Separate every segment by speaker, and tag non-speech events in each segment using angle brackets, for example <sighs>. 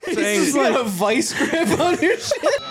Speaker 1: thing.
Speaker 2: just like a vice grip on
Speaker 3: <laughs>
Speaker 2: your shit.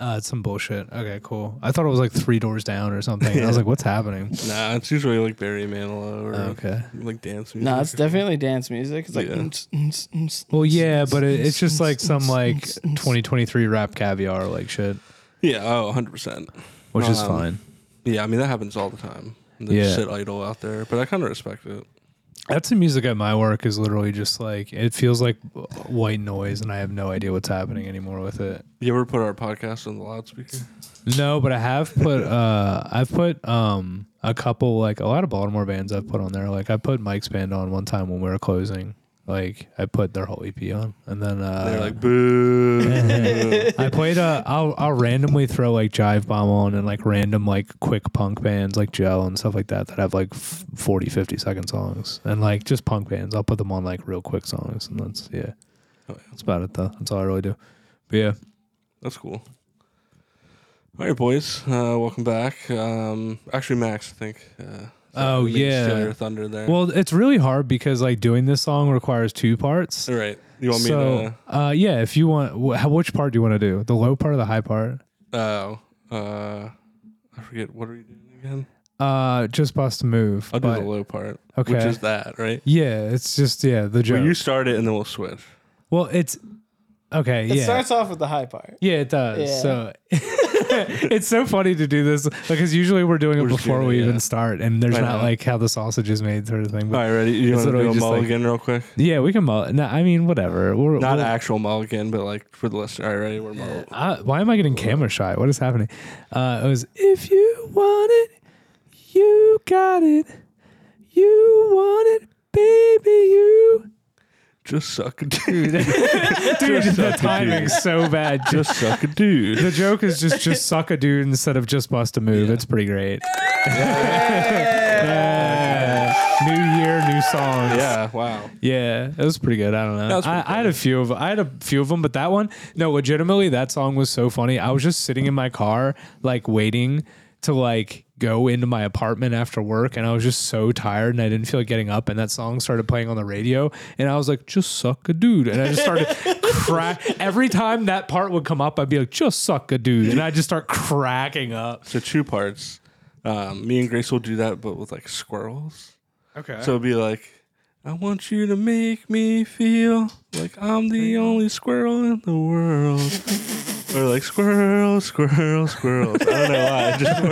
Speaker 3: Uh, it's some bullshit. Okay, cool. I thought it was like three doors down or something. I was like,
Speaker 1: <laughs>
Speaker 3: what's happening?
Speaker 1: nah, it's usually like Barry Manilow or
Speaker 3: Oh, Okay.
Speaker 1: like dance music.
Speaker 2: no, it's definitely dance music. It's like.
Speaker 1: Yeah.
Speaker 2: "Mm, mm, mm,
Speaker 3: Well,
Speaker 2: mm,
Speaker 3: yeah, but it,
Speaker 2: mm,
Speaker 3: it's just
Speaker 2: mm,
Speaker 3: like
Speaker 2: mm,
Speaker 3: some
Speaker 2: mm,
Speaker 3: like
Speaker 2: mm, mm,
Speaker 3: 2023 rap caviar like shit,
Speaker 1: yeah, oh, 100 percent.
Speaker 3: which is
Speaker 1: Um,
Speaker 3: fine.
Speaker 1: Yeah, I mean that happens all the time. They
Speaker 3: Yeah.
Speaker 1: just sit idle out there, but I kind of respect it.
Speaker 3: That's the music at my work is literally just like it feels like white noise, and I have no idea what's happening anymore with it.
Speaker 1: You ever put our podcast on the loudspeaker?
Speaker 3: No, but I have put uh I've put um a couple like a lot of Baltimore bands I've put on there. Like I put Mike's band on one time when we were closing. Like I put their whole EP on, and then uh,
Speaker 1: They're like
Speaker 3: <laughs>
Speaker 1: boo.
Speaker 3: I played. Uh, I'll I'll randomly throw like Jive Bomb on and like random like quick punk bands like Gel and stuff like that that have like f- 40, 50 second songs and like just punk bands. I'll put them on like real quick songs and that's yeah.
Speaker 1: Oh, yeah.
Speaker 3: That's about it though. That's all I really do. But yeah,
Speaker 1: That's cool. All right, boys, uh, welcome back. Um, actually, Max, I think. Uh,
Speaker 3: Oh,
Speaker 1: made you steal
Speaker 3: yeah.
Speaker 1: your thunder there.
Speaker 3: well, it's really hard because like doing this song requires two parts.
Speaker 1: all right. You want me
Speaker 3: So uh, yeah, if you want, wh- how- which part do you want to do? The low part or the high part?
Speaker 1: to? Oh, uh, I forget. What are you doing again?
Speaker 3: Uh, just bust a move.
Speaker 1: I'll do
Speaker 3: but-
Speaker 1: the low part, which
Speaker 3: Okay.
Speaker 1: is that, right?
Speaker 3: yeah, it's just yeah the joke.
Speaker 1: Well, you start it and then we'll switch.
Speaker 3: well, it's okay.
Speaker 2: It
Speaker 3: yeah.
Speaker 2: starts off with the high part.
Speaker 3: Yeah, it does.
Speaker 2: Yeah.
Speaker 3: So <laughs> it's so funny to do this because usually we're doing it
Speaker 1: We're just
Speaker 3: before
Speaker 1: doing it,
Speaker 3: we
Speaker 1: yeah.
Speaker 3: even start, and there's
Speaker 1: I
Speaker 3: not
Speaker 1: know.
Speaker 3: like how the sausage is made sort of thing. But
Speaker 1: All right, ready? You
Speaker 3: It's
Speaker 1: want to do
Speaker 3: literally
Speaker 1: a
Speaker 3: just like-
Speaker 1: mulligan real quick?
Speaker 3: yeah, we can. Mull- no, I mean whatever. We're,
Speaker 1: Not
Speaker 3: we're-
Speaker 1: actual mulligan, but like for the listener. All right, ready? We're mulligan.
Speaker 3: Uh, why am I getting camera shy? What is happening? Uh, it was if you want it, you got it. You want it, baby. You <laughs>
Speaker 1: Just suck a dude.
Speaker 3: dude, the
Speaker 1: suck a
Speaker 3: timing's so bad.
Speaker 1: <laughs>
Speaker 3: Just
Speaker 1: just suck a dude.
Speaker 3: <laughs> the joke is just just suck a dude instead of just bust a move. It's pretty great. <laughs> Yeah. New year, new songs.
Speaker 1: Yeah. Wow.
Speaker 3: yeah, it was pretty good. I don't know.
Speaker 1: was pretty
Speaker 3: I, I had a few of I had a few of them, but that one, no, legitimately, that song was so funny. I was just sitting in my car, like waiting to like go into my apartment after work, and I was just so tired, and I didn't feel like getting up. And that song started playing on the radio, and I was like, "Just suck a dude," and I
Speaker 1: <laughs>
Speaker 3: just started crack. Every time that part would come up, I'd be like, "Just suck a dude," and I would just start cracking up.
Speaker 1: So two parts. Um, me and Grace will do that, but with like squirrels.
Speaker 3: Okay.
Speaker 1: So it'll be like, I want you to make me feel like I'm the only squirrel in the world.
Speaker 3: <laughs>
Speaker 1: or like squirrel, squirrel, squirrels. I don't know why it just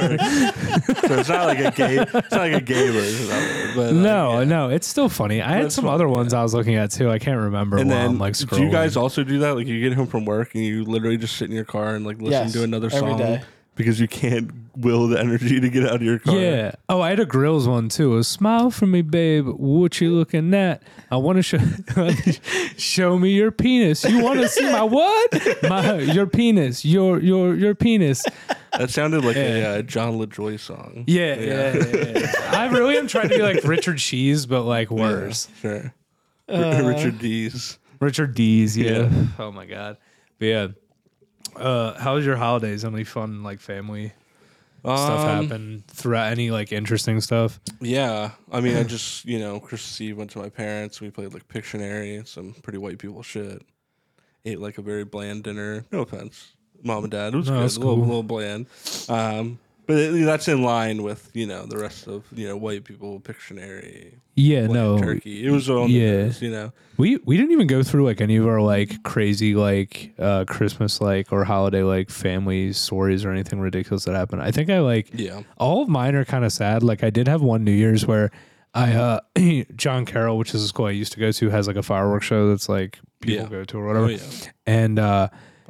Speaker 1: works.
Speaker 3: <laughs>
Speaker 1: so it's not like a gay. It's not like a gay version of it. But like,
Speaker 3: No,
Speaker 1: yeah.
Speaker 3: no, it's still funny. I had
Speaker 1: it's
Speaker 3: some
Speaker 1: fun-
Speaker 3: other ones I was looking at too. I can't remember.
Speaker 1: And
Speaker 3: while
Speaker 1: then,
Speaker 3: I'm like,
Speaker 1: do you guys
Speaker 3: scrolling.
Speaker 1: also do that? Like, you get home from work and you literally just sit in your car and like listen
Speaker 2: Yes,
Speaker 1: to another
Speaker 2: every
Speaker 1: song
Speaker 2: day.
Speaker 1: because you can't will the energy to get out of your car.
Speaker 3: Yeah. Oh, I had a grills one too. It was smile for me, babe. What you looking at? I want to show <laughs> show me your penis. You want to see my what? My your penis. Your your your penis.
Speaker 1: that sounded like
Speaker 3: Yeah.
Speaker 1: a uh, John LaJoy song.
Speaker 3: Yeah. Yeah. yeah, yeah. I really am trying to be like Richard Cheese, but like worse.
Speaker 1: Sure. R-
Speaker 3: Uh,
Speaker 1: Richard D's.
Speaker 3: Richard D's. Yeah.
Speaker 1: Yeah.
Speaker 3: Oh my god. But yeah. Uh, how was your holidays? How many fun like family stuff
Speaker 1: Um,
Speaker 3: happened throughout? Any like interesting stuff?
Speaker 1: Yeah, I
Speaker 3: <laughs>
Speaker 1: mean, I just you know Christmas Eve went to my parents. We played like Pictionary, and some pretty white people shit. Ate like a very bland dinner. No offense, mom and dad. It was
Speaker 3: No,
Speaker 1: good,
Speaker 3: that's
Speaker 1: a little,
Speaker 3: cool.
Speaker 1: little bland. Um, but it, that's in line with you know the rest of you know white people Pictionary,
Speaker 3: Yeah.
Speaker 1: bland
Speaker 3: no.
Speaker 1: turkey. It was on yeah.
Speaker 3: yeah.
Speaker 1: you know.
Speaker 3: We we didn't even go through like any of our like crazy like uh Christmas like or holiday like family stories or anything ridiculous that happened. I think I like
Speaker 1: Yeah,
Speaker 3: all of mine are kind of sad. Like I did have one New Year's where I uh <clears throat> John Carroll, which is a school I used to go to, has like a fireworks show that's like people
Speaker 1: Yeah.
Speaker 3: go to or
Speaker 1: oh
Speaker 3: whatever.
Speaker 1: yeah.
Speaker 3: And uh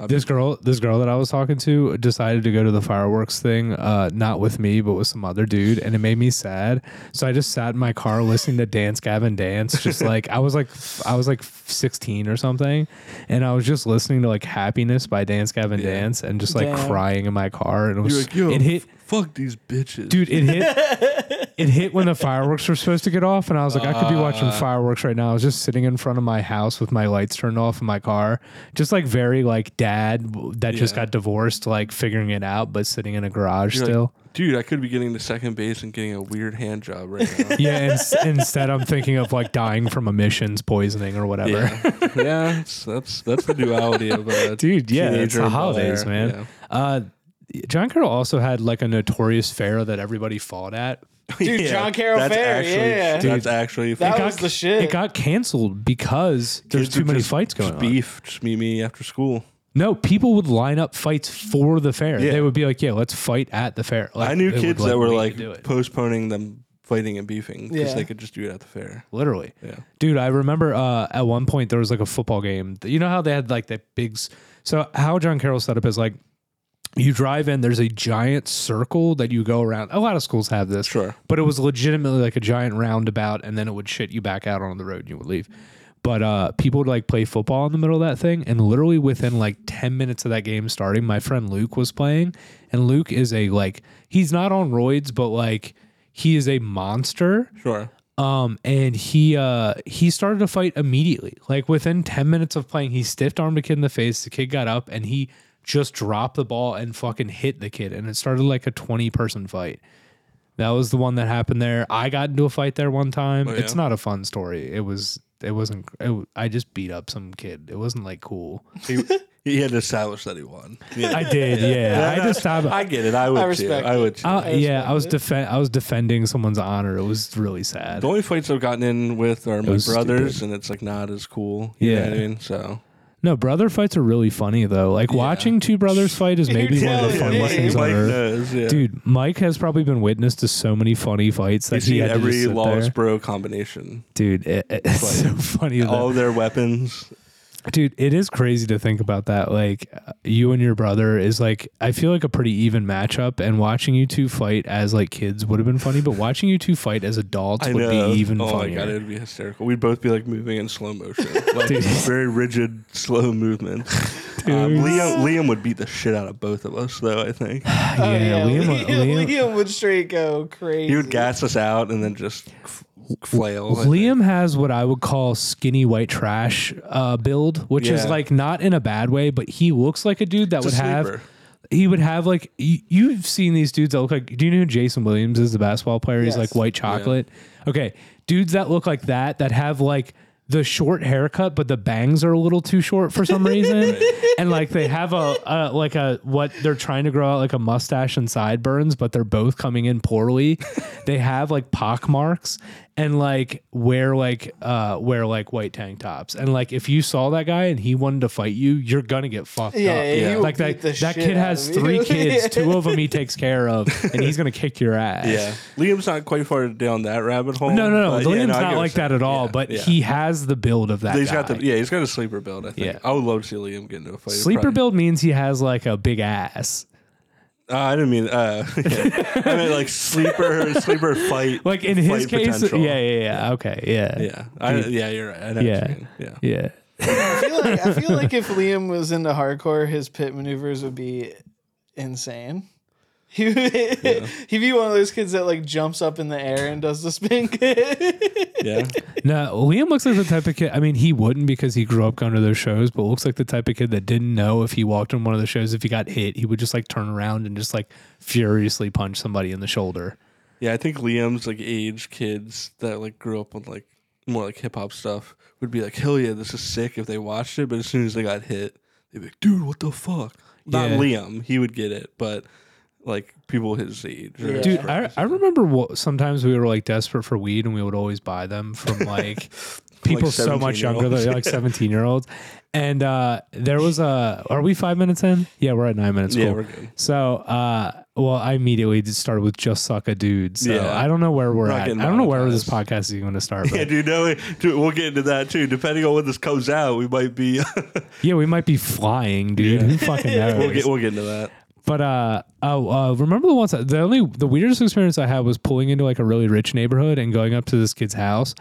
Speaker 3: this girl, this girl that I was talking to, decided to go to the fireworks thing, uh, not with me, but with some other dude, and it made me sad. So I just sat in my car listening to Dance Gavin
Speaker 1: <laughs>
Speaker 3: Dance, just like I was like I was like 16 or something, and I was just listening to like Happiness by Dance Gavin
Speaker 1: Yeah.
Speaker 3: Dance, and just like
Speaker 2: Damn.
Speaker 3: crying in my car, and it
Speaker 1: You're
Speaker 3: was
Speaker 1: like yo,
Speaker 3: it hit,
Speaker 1: fuck these bitches, <laughs>
Speaker 3: dude, it hit. it hit when the fireworks were supposed to get off, and I was like, I could be
Speaker 1: Uh.
Speaker 3: watching fireworks right now. I was just sitting in front of my house with my lights turned off in my car, just like very like dad that just
Speaker 1: Yeah.
Speaker 3: got divorced, like figuring it out, but sitting in a garage
Speaker 1: You're like, <laughs>
Speaker 3: still.
Speaker 1: Dude, I could be getting to second base and getting a weird hand job right
Speaker 3: <laughs>
Speaker 1: now.
Speaker 3: yeah. In, instead, I'm thinking of like dying from emissions poisoning or whatever.
Speaker 1: yeah, yeah that's, that's that's the duality of uh,
Speaker 3: <laughs> Dude, yeah, it's
Speaker 1: teenager
Speaker 3: the
Speaker 1: and
Speaker 3: holidays,
Speaker 1: Blair,
Speaker 3: man. Uh, John Carroll also had like a notorious fair that everybody fought at.
Speaker 1: <laughs> yeah.
Speaker 2: Dude, John Carroll
Speaker 1: that's
Speaker 2: Fair,
Speaker 1: actually,
Speaker 2: yeah.
Speaker 1: that's actually
Speaker 2: That
Speaker 1: fucking-
Speaker 2: was the shit.
Speaker 3: It got canceled because there's
Speaker 1: kids
Speaker 3: too
Speaker 1: would
Speaker 3: many
Speaker 1: just-
Speaker 3: fights
Speaker 1: just
Speaker 3: going on.
Speaker 1: Beef, just meet me after school.
Speaker 3: No, people would line up fights for the fair.
Speaker 1: Yeah.
Speaker 3: They would be like, "Yeah, let's fight at the fair." Like,
Speaker 1: I knew
Speaker 3: they would,
Speaker 1: kids that were
Speaker 3: wait to
Speaker 1: like
Speaker 3: do it.
Speaker 1: postponing them fighting and beefing because
Speaker 2: Yeah.
Speaker 1: they could just do it at the fair.
Speaker 3: literally.
Speaker 1: Yeah.
Speaker 3: Dude, I remember uh, at one point there was like a football game. You know how they had like that big. s- So how John Carroll set up is like, you drive in. There's a giant circle that you go around. A lot of schools have this.
Speaker 1: Sure.
Speaker 3: but it was legitimately like a giant roundabout and then it would shit you back out on the road and you would leave but uh, people would like play football in the middle of that thing and literally within like 10 minutes of that game starting my friend luke was playing and luke is a like he's not on roids but like he is a monster
Speaker 1: Sure.
Speaker 3: um and he uh he started to fight immediately like within 10 minutes of playing he stiff armed a kid in the face the kid got up and he just dropped the ball and fucking hit the kid and it started like a 20 person fight that was the one that happened there i got into a fight there one time
Speaker 1: Oh, yeah?
Speaker 3: it's not a fun story it was it wasn't it, w- i just beat up some kid it wasn't like cool
Speaker 2: <laughs>
Speaker 1: He, he had to establish that he won. Yeah.
Speaker 3: i did yeah i just
Speaker 1: I get it. I would
Speaker 2: I
Speaker 1: too.
Speaker 2: respect
Speaker 1: I
Speaker 2: it.
Speaker 1: would too.
Speaker 3: uh, yeah
Speaker 2: respect
Speaker 3: i was
Speaker 2: it.
Speaker 3: defend i was defending someone's honor it was really sad
Speaker 1: the only fights I've gotten in with are my
Speaker 3: was
Speaker 1: brothers,
Speaker 3: stupid.
Speaker 1: and it's like not as cool. You know
Speaker 3: Yeah.
Speaker 1: what I mean, so
Speaker 3: No, brother fights are really funny though. Like watching two brothers fight is maybe one of the
Speaker 2: telling
Speaker 3: funniest
Speaker 2: me.
Speaker 3: things
Speaker 1: <laughs>
Speaker 3: on
Speaker 1: Mike
Speaker 3: earth.
Speaker 1: knows. Yeah.
Speaker 3: Dude, Mike has probably been witness to so many funny fights that
Speaker 1: He's
Speaker 3: he
Speaker 1: seen
Speaker 3: had every to
Speaker 1: every
Speaker 3: just sit
Speaker 1: Lawless
Speaker 3: there.
Speaker 1: Bro combination.
Speaker 3: Dude, it, it's so funny. though.
Speaker 1: All their weapons.
Speaker 3: Dude, it is crazy to think about that. Like uh, you and your brother is like I feel like a pretty even matchup, and watching you two fight as like kids would have been funny, but watching you two fight as adults
Speaker 1: I
Speaker 3: would
Speaker 1: know.
Speaker 3: be even
Speaker 1: oh
Speaker 3: funnier.
Speaker 1: my god, it'd be hysterical. We'd both be like moving in slow
Speaker 3: <laughs>
Speaker 1: motion, like
Speaker 3: Dude.
Speaker 1: very rigid, slow
Speaker 3: <laughs>
Speaker 1: movements. Um,
Speaker 3: Dude.
Speaker 1: Liam, Liam would beat the shit out of both of us, though. I think
Speaker 2: Oh, yeah,
Speaker 3: Liam-
Speaker 2: Liam,
Speaker 1: <laughs>
Speaker 3: Liam-
Speaker 2: Liam, would straight go crazy.
Speaker 1: he would gas us out and then just f- flail. I think.
Speaker 3: Liam has what I would call skinny white trash uh, build, which is
Speaker 1: Yeah.
Speaker 3: like not in a bad way, but he looks like a dude that
Speaker 1: It's a
Speaker 3: would have.
Speaker 1: sleeper.
Speaker 3: He would have like you, you've seen these dudes that look like. Do you know who Jason Williams is? The basketball player. He's like
Speaker 2: Yes.
Speaker 3: white chocolate. Okay, dudes that look like that that have like the short haircut, but the bangs are a little too short for
Speaker 2: <laughs>
Speaker 3: some reason, and like they have a, a like a what they're trying to grow out like a mustache and sideburns, but they're both coming
Speaker 2: <laughs>
Speaker 3: in poorly. they have like pock marks and like wear like uh wear like white tank tops, and like if you saw that guy and he wanted to fight you, you're gonna get fucked
Speaker 2: Yeah,
Speaker 3: up.
Speaker 2: Oh, yeah, he Yeah. would
Speaker 3: like that
Speaker 2: beat the
Speaker 3: that
Speaker 2: shit
Speaker 3: kid
Speaker 2: out
Speaker 3: has
Speaker 2: of you. <laughs>
Speaker 3: three kids,
Speaker 2: Yeah.
Speaker 3: two of them he takes care of,
Speaker 2: <laughs>
Speaker 3: and he's gonna kick your ass.
Speaker 1: Yeah, Liam's not quite far down that rabbit hole.
Speaker 3: No, no, no.
Speaker 1: but yeah,
Speaker 3: Liam's
Speaker 1: I get
Speaker 3: not
Speaker 1: what
Speaker 3: like
Speaker 1: you're
Speaker 3: that at
Speaker 1: saying.
Speaker 3: all,
Speaker 1: Yeah,
Speaker 3: but
Speaker 1: yeah.
Speaker 3: he has the build of that.
Speaker 1: He's
Speaker 3: guy.
Speaker 1: got the yeah. He's got a sleeper build. I think.
Speaker 3: Yeah.
Speaker 1: I would love to see Liam get into a fight.
Speaker 3: sleeper
Speaker 1: Probably-
Speaker 3: build means he has like a big ass.
Speaker 1: Uh, I didn't mean. Uh, <laughs> yeah. I meant like sleeper sleeper fight.
Speaker 3: Like in his
Speaker 1: fight
Speaker 3: case,
Speaker 1: potential.
Speaker 3: yeah, yeah, yeah. Okay, yeah,
Speaker 1: yeah. I, yeah, you're right. I know What
Speaker 3: Yeah.
Speaker 1: you mean. Yeah.
Speaker 3: yeah.
Speaker 2: I feel, like, I feel like
Speaker 3: <laughs>
Speaker 2: if Liam was into hardcore, his pit maneuvers would be insane. He would, <laughs> he'd be one of those kids that like jumps up in the air and does the spin kick. <laughs>
Speaker 1: Yeah.
Speaker 3: No, Liam looks like the type of kid. I mean, he wouldn't because he grew up going to those shows, but looks like the type of kid that didn't know if he walked on one of the shows, if he got hit, he would just like turn around and just like furiously punch somebody in the shoulder.
Speaker 1: Yeah, I think Liam's like age kids that like grew up on like more like hip hop stuff would be like, hell yeah, this is sick if they watched it. But as soon as they got hit, they'd be like, dude, what the fuck? Not
Speaker 3: Yeah.
Speaker 1: Liam, he would get it, but like people his age. or
Speaker 2: Yeah.
Speaker 1: his
Speaker 3: Dude, I,
Speaker 1: friends.
Speaker 3: I remember wha- sometimes we were like desperate for weed and we would always buy
Speaker 1: <laughs>
Speaker 3: them from like people so much younger, than
Speaker 1: 17-year-olds.
Speaker 3: like 17 year olds. And uh, there was a, are we five minutes in? Yeah, we're at nine minutes.
Speaker 1: yeah,
Speaker 3: Cool.
Speaker 1: we're good.
Speaker 3: So, uh, well, I immediately just started with just suck a dude. So
Speaker 1: Yeah.
Speaker 3: I don't know where we're
Speaker 1: Not
Speaker 3: at. I
Speaker 1: getting
Speaker 3: don't know where this
Speaker 1: monetized.
Speaker 3: podcast is going to start.
Speaker 1: Yeah, <laughs>
Speaker 3: But
Speaker 1: dude, no, we- dude, we'll get into that too. Depending on when this comes out, we might be. <laughs>
Speaker 3: yeah, we might be flying, dude.
Speaker 1: Yeah.
Speaker 3: Who fucking
Speaker 1: <laughs>
Speaker 3: knows?
Speaker 1: we'll get we'll get into that.
Speaker 3: But uh, oh, uh, remember the ones that the only the weirdest experience I had was pulling into like a really rich neighborhood and going up to this kid's house,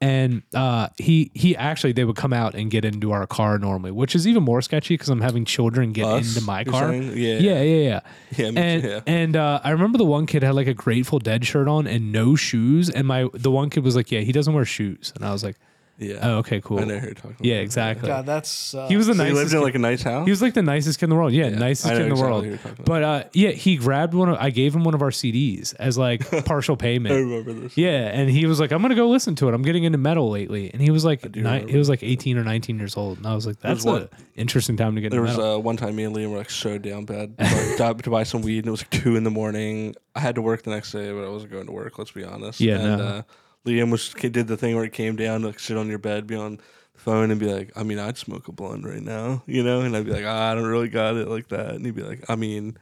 Speaker 3: and uh, he he actually they would come out and get into our car normally, which is even more sketchy because I'm having children get
Speaker 1: Us,
Speaker 3: into my
Speaker 1: you're
Speaker 3: car.
Speaker 1: saying? Yeah.
Speaker 3: yeah, yeah, yeah.
Speaker 1: Yeah, me-
Speaker 3: and
Speaker 1: yeah.
Speaker 3: and uh, I remember the one kid had like a Grateful Dead shirt on and no shoes, and my the one kid was like, "Yeah, he doesn't wear shoes," and I was like,
Speaker 1: Yeah.
Speaker 3: "Oh, okay, cool."
Speaker 1: I know who you're talking about.
Speaker 3: Yeah, exactly.
Speaker 2: God, that's uh,
Speaker 3: He was the
Speaker 1: So he
Speaker 3: nicest.
Speaker 1: lived in like a nice house.
Speaker 3: He was like the nicest kid in the world. Yeah, nicest
Speaker 1: I know
Speaker 3: kid in the
Speaker 1: exactly who you're
Speaker 3: world.
Speaker 1: talking about.
Speaker 3: But uh, yeah, he grabbed one. Of, I gave him one of our CDs as like
Speaker 1: <laughs>
Speaker 3: partial
Speaker 1: I
Speaker 3: payment.
Speaker 1: remember this.
Speaker 3: Yeah, and he was like, "I'm gonna go listen to it. I'm getting into metal lately." And he was like, ni-
Speaker 1: remember
Speaker 3: he was like 18 or 19 years old, and I was like,
Speaker 1: was
Speaker 3: "That's an
Speaker 1: one-
Speaker 3: interesting time to get
Speaker 1: There
Speaker 3: into
Speaker 1: was
Speaker 3: metal."
Speaker 1: uh, one time me and Liam were like so down bad like, to to buy <laughs> some weed, and it was like two in the morning. I had to work the next day, but I wasn't going to work. Let's be honest.
Speaker 3: Yeah,
Speaker 1: And,
Speaker 3: no.
Speaker 1: uh, Liam was he did the thing where he came down, to, like sit on your bed, be on the phone, and be like, "I mean, I'd smoke a blunt right now," you know. And I'd be like, "Ah, "I don't really got it like that," and he'd be like, "I mean."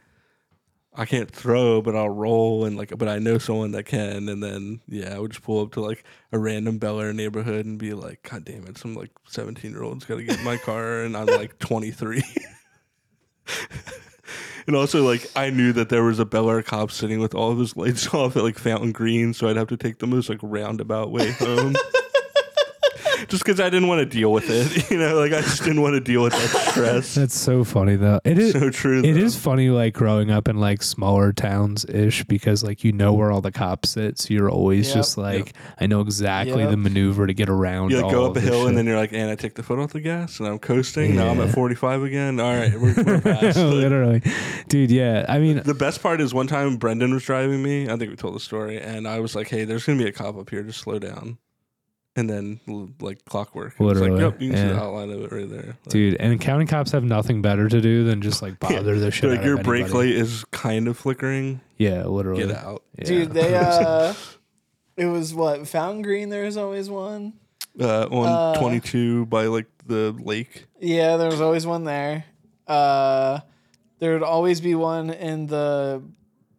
Speaker 1: I can't throw, but I'll roll and like, but I know someone that can. And then, yeah, I would just pull up to like a random Bel Air neighborhood and be like, God damn it, some like 17 year old's got to get in my car and I'm like 23. and also, like, I knew that there was a Bel Air cop sitting with all of his lights <laughs> off at like Fountain Green, so I'd have to take the most like roundabout way
Speaker 3: <laughs>
Speaker 1: home. just because I didn't want to deal with it. <laughs> You know, like, I just didn't want to deal with that
Speaker 3: <laughs>
Speaker 1: stress.
Speaker 3: That's so funny though.
Speaker 1: <laughs>
Speaker 3: It is.
Speaker 1: so true.
Speaker 3: it
Speaker 1: though.
Speaker 3: is funny, like growing up in like smaller towns ish, because like you know where all the cops sit, so you're always
Speaker 2: Yep.
Speaker 3: just like, I know exactly
Speaker 2: Yep.
Speaker 3: the maneuver to get around.
Speaker 1: You like
Speaker 3: all
Speaker 1: go up
Speaker 3: of
Speaker 1: a
Speaker 3: this
Speaker 1: hill and
Speaker 3: shit.
Speaker 1: then you're like, and I take the foot off the gas and I'm coasting. Now I'm at
Speaker 3: Yeah.
Speaker 1: 45 again. All right, we're, we're
Speaker 3: <laughs>
Speaker 1: past. Like,
Speaker 3: literally, dude. Yeah, I mean,
Speaker 1: the best part is one time Brendan was driving me. I think we told the story, and I was like, hey, there's gonna be a cop up here. Just slow down. And then l- like clockwork, It was
Speaker 3: Literally,
Speaker 1: like, yep, you can see
Speaker 3: yeah.
Speaker 1: the outline of it right there. Like,
Speaker 3: dude. And county cops have nothing better to do than just like bother the shit.
Speaker 1: they're like
Speaker 3: out
Speaker 1: your
Speaker 3: of
Speaker 1: brake
Speaker 3: anybody.
Speaker 1: light is kind of flickering.
Speaker 3: Yeah, literally.
Speaker 1: Get out.
Speaker 3: Yeah.
Speaker 2: dude.
Speaker 1: <laughs>
Speaker 2: They uh, it was what Fountain Green. There was always one.
Speaker 1: Uh, on
Speaker 2: Uh,
Speaker 1: 22 by like the lake.
Speaker 2: Yeah, there was always one there. Uh, there would always be one in the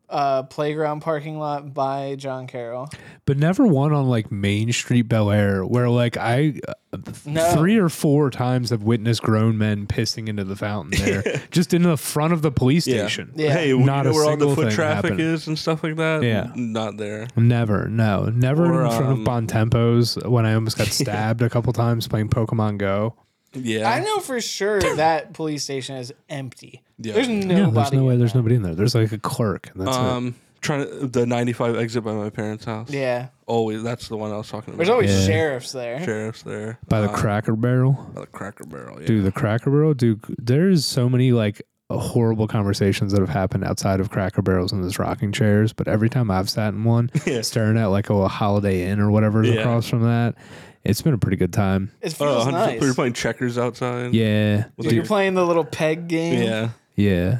Speaker 2: uh, playground parking lot by John Carroll.
Speaker 3: <laughs> but never one on like Main Street Bel Air, where like I uh,
Speaker 2: No.
Speaker 3: three or four times have witnessed grown men pissing into the
Speaker 1: <laughs>
Speaker 3: fountain there, just in the front of the police
Speaker 1: Yeah.
Speaker 3: station.
Speaker 2: Yeah.
Speaker 1: Hey, you
Speaker 3: Not
Speaker 1: know
Speaker 3: a
Speaker 1: where all the
Speaker 3: single
Speaker 1: foot
Speaker 3: thing
Speaker 1: traffic
Speaker 3: happened.
Speaker 1: is and stuff like that.
Speaker 3: Yeah.
Speaker 1: not there.
Speaker 3: Never, no, never
Speaker 1: Or,
Speaker 3: in front
Speaker 1: um,
Speaker 3: of Bon Tempos when
Speaker 1: <laughs>
Speaker 3: I almost got stabbed a couple times playing Pokemon Go.
Speaker 1: Yeah,
Speaker 2: I know for sure that police station is empty.
Speaker 1: Yeah.
Speaker 2: There's
Speaker 1: Yeah,
Speaker 2: nobody.
Speaker 3: Yeah, there's no way.
Speaker 2: in
Speaker 3: There's
Speaker 2: there.
Speaker 3: nobody in there. There's like a clerk, and that's it.
Speaker 1: Um, trying to, the 95 exit by my parents' house.
Speaker 2: Yeah,
Speaker 1: Always, that's the one I was talking about.
Speaker 2: there's always
Speaker 3: Yeah.
Speaker 2: sheriffs there.
Speaker 1: sheriffs there.
Speaker 3: By the
Speaker 1: Uh,
Speaker 3: Cracker Barrel.
Speaker 1: by the Cracker Barrel. Yeah.
Speaker 3: Dude, the Cracker Barrel, dude, there's so many like horrible conversations that have happened outside of Cracker Barrels in those rocking chairs. But every time I've sat in one,
Speaker 1: <laughs> Yeah.
Speaker 3: staring at like a Holiday Inn or whatever's
Speaker 1: Yeah.
Speaker 3: across from that, it's been a pretty good time.
Speaker 2: It
Speaker 1: Oh,
Speaker 2: feels
Speaker 1: 100
Speaker 2: nice.
Speaker 1: We were playing checkers outside.
Speaker 3: Yeah.
Speaker 1: Mm. Was
Speaker 2: Dude,
Speaker 1: it
Speaker 2: you're playing the little peg
Speaker 1: your-
Speaker 2: game.
Speaker 1: yeah.
Speaker 3: Yeah.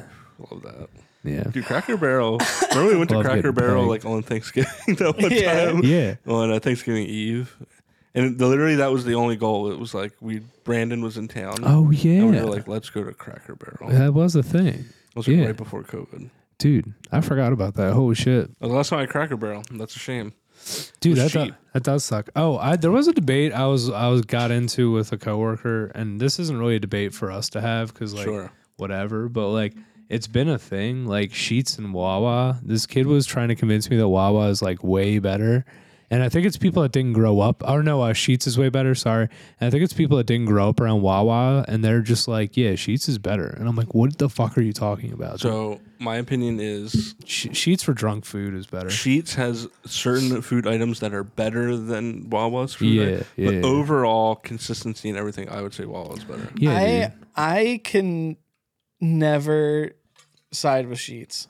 Speaker 1: Love that. <laughs>
Speaker 3: Yeah.
Speaker 1: Dude, Cracker Barrel. Remember we went to
Speaker 3: Love
Speaker 1: Cracker
Speaker 3: getting
Speaker 1: Barrel
Speaker 3: pegged.
Speaker 1: like on Thanksgiving <laughs> that
Speaker 2: <laughs>
Speaker 1: one
Speaker 2: Yeah.
Speaker 1: time?
Speaker 3: Yeah.
Speaker 1: On uh, Thanksgiving Eve. And the- literally, that was the only goal. It was like we Brandon was in town.
Speaker 3: Oh,
Speaker 1: And we
Speaker 3: yeah.
Speaker 1: were like, let's go to Cracker Barrel. It
Speaker 3: that was the thing.
Speaker 1: was like
Speaker 3: yeah.
Speaker 1: right before COVID.
Speaker 3: Dude, I forgot about that. Holy shit.
Speaker 1: That was the last time I had Cracker Barrel. That's a shame.
Speaker 3: Dude, that,
Speaker 1: was
Speaker 3: do-
Speaker 1: cheap.
Speaker 3: that does suck. Oh, I, there was a debate I was I was got into with a coworker, and this isn't really a debate for us to have because like
Speaker 1: Sure.
Speaker 3: whatever, but like it's been a thing. Like Sheets and Wawa, this kid was trying to convince me that Wawa is like way better, and I think it's people that didn't grow up. Or no, uh, Sheets is way better. Sorry, and I think it's people that didn't grow up around Wawa, and they're just like, yeah, Sheets is better, and I'm like, what the fuck are you talking about?
Speaker 1: So, my opinion is
Speaker 3: Sh- Sheets for drunk food is better.
Speaker 1: Sheets has certain food items that are better than Wawa's food.
Speaker 3: Yeah,
Speaker 1: item,
Speaker 3: yeah.
Speaker 1: But overall consistency and everything, I would say Wawa's better.
Speaker 3: Yeah, dude.
Speaker 2: I I can never side with sheets.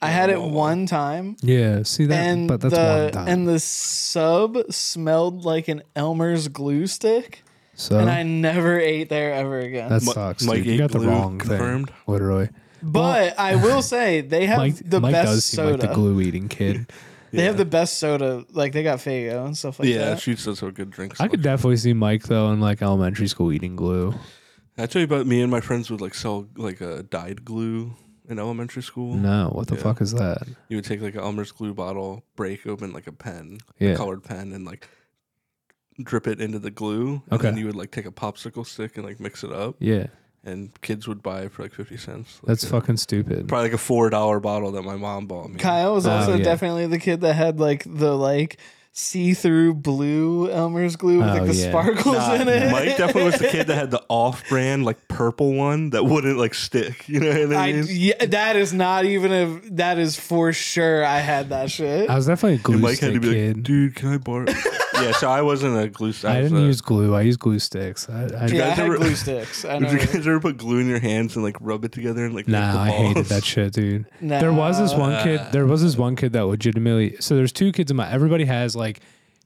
Speaker 2: I had it one time
Speaker 3: Yeah, see that,
Speaker 2: and
Speaker 3: but that's
Speaker 2: the
Speaker 3: one time.
Speaker 2: and the sub smelled like an Elmer's glue stick,
Speaker 3: so
Speaker 2: and I never ate there ever again.
Speaker 3: that
Speaker 1: Mi-
Speaker 3: sucks.
Speaker 1: Mike
Speaker 3: dude. You
Speaker 1: ate
Speaker 3: got the
Speaker 1: glue,
Speaker 3: wrong
Speaker 1: confirmed.
Speaker 3: thing, literally.
Speaker 2: but I
Speaker 3: <laughs>
Speaker 2: will say they have
Speaker 3: Mike,
Speaker 2: the
Speaker 3: Mike
Speaker 2: best
Speaker 3: does seem
Speaker 2: soda.
Speaker 3: like the glue
Speaker 1: <laughs>
Speaker 3: eating kid.
Speaker 2: They have the best soda. Like they got Fago and stuff like
Speaker 1: Yeah,
Speaker 2: that.
Speaker 1: Sheets does have good drinks.
Speaker 3: I could definitely see Mike though in like elementary school eating glue.
Speaker 1: I tell you about me and my friends would like sell like a dyed glue in elementary school.
Speaker 3: No, what the
Speaker 1: Yeah.
Speaker 3: fuck is that?
Speaker 1: You would take like an Elmer's glue bottle, break open like a pen,
Speaker 3: Yeah.
Speaker 1: a colored pen, and like drip it into the glue. And
Speaker 3: Okay.
Speaker 1: then you would like take a popsicle stick and like mix it up.
Speaker 3: Yeah,
Speaker 1: And kids would buy it for like 50 cents. Like,
Speaker 3: that's
Speaker 1: a-
Speaker 3: fucking stupid.
Speaker 1: Probably like a $4 bottle that my mom bought me.
Speaker 2: Kyle was
Speaker 3: Oh,
Speaker 2: also
Speaker 3: yeah.
Speaker 2: definitely the kid that had like the like see-through blue Elmer's glue with
Speaker 3: Oh,
Speaker 2: like the
Speaker 3: yeah.
Speaker 2: sparkles
Speaker 3: Nah,
Speaker 2: in it.
Speaker 1: Ah, Mike definitely was the kid that <laughs> had the off-brand like purple one that wouldn't like stick. You know what
Speaker 2: I,
Speaker 1: I mean?
Speaker 2: yeah, that is not even a. That is for sure. I had that shit.
Speaker 3: I was definitely a glue
Speaker 1: and Mike had
Speaker 3: stick
Speaker 1: to be
Speaker 3: kid.
Speaker 1: like, "Dude, can I <laughs> borrow?" yeah, so I wasn't a glue. I,
Speaker 3: I
Speaker 1: was
Speaker 3: didn't
Speaker 1: a-
Speaker 3: use glue. I used glue sticks. I,
Speaker 2: yeah,
Speaker 3: I,
Speaker 2: I
Speaker 1: guys
Speaker 2: had
Speaker 1: ever-
Speaker 2: glue sticks.
Speaker 3: <laughs>
Speaker 2: I know.
Speaker 1: Did you guys ever put glue in your hands and like rub it together and like? make
Speaker 3: Nah,
Speaker 1: the
Speaker 3: I hated
Speaker 1: balls?
Speaker 3: that shit, dude. There was this one kid. There was this one kid that legitimately. So there's two kids in my. Everybody has like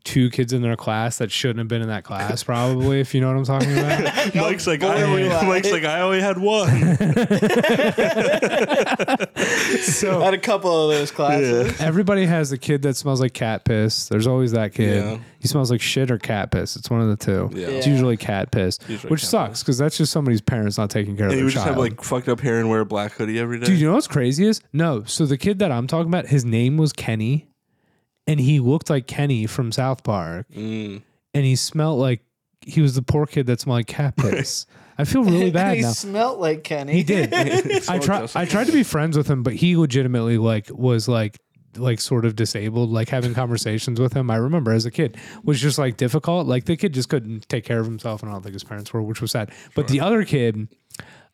Speaker 3: two kids in their class that shouldn't have been in that class, probably. if you know what I'm talking
Speaker 1: <laughs>
Speaker 3: about.
Speaker 1: Mike's like, I
Speaker 2: boy,
Speaker 1: only,
Speaker 2: like-
Speaker 1: Mike's like, I only had
Speaker 3: <laughs>
Speaker 1: one.
Speaker 3: So
Speaker 2: I had a couple of those classes.
Speaker 3: Everybody has a kid that smells like cat piss. There's always that kid.
Speaker 1: Yeah.
Speaker 3: He smells like shit or cat piss. It's one of the two.
Speaker 1: Yeah.
Speaker 3: It's
Speaker 2: Yeah.
Speaker 3: usually cat piss,
Speaker 1: Usually
Speaker 3: which
Speaker 1: cat
Speaker 3: sucks because that's just somebody's parents not taking care of
Speaker 1: And he
Speaker 3: their
Speaker 1: would just
Speaker 3: child.
Speaker 1: have like fucked up hair and wear a black hoodie every day.
Speaker 3: Dude, you know what's crazy is no. So the kid that I'm talking about, his name was Kenny, and he looked like Kenny from South Park, <laughs>
Speaker 1: Mm.
Speaker 3: and he smelled like he was the poor kid that smelled
Speaker 1: <laughs>
Speaker 3: like cat piss. I
Speaker 2: <laughs>
Speaker 3: feel really bad
Speaker 2: he
Speaker 3: now.
Speaker 2: smelt like Kenny. <laughs>
Speaker 3: He did. I
Speaker 1: all
Speaker 3: tried.
Speaker 1: just-
Speaker 3: I tried
Speaker 1: <laughs>
Speaker 3: to be friends with him, but he legitimately like was like like sort of disabled. Like having conversations with him, I remember as a kid was just like difficult. Like the kid just couldn't take care of himself, and I don't think his parents were, which was sad. But the other kid.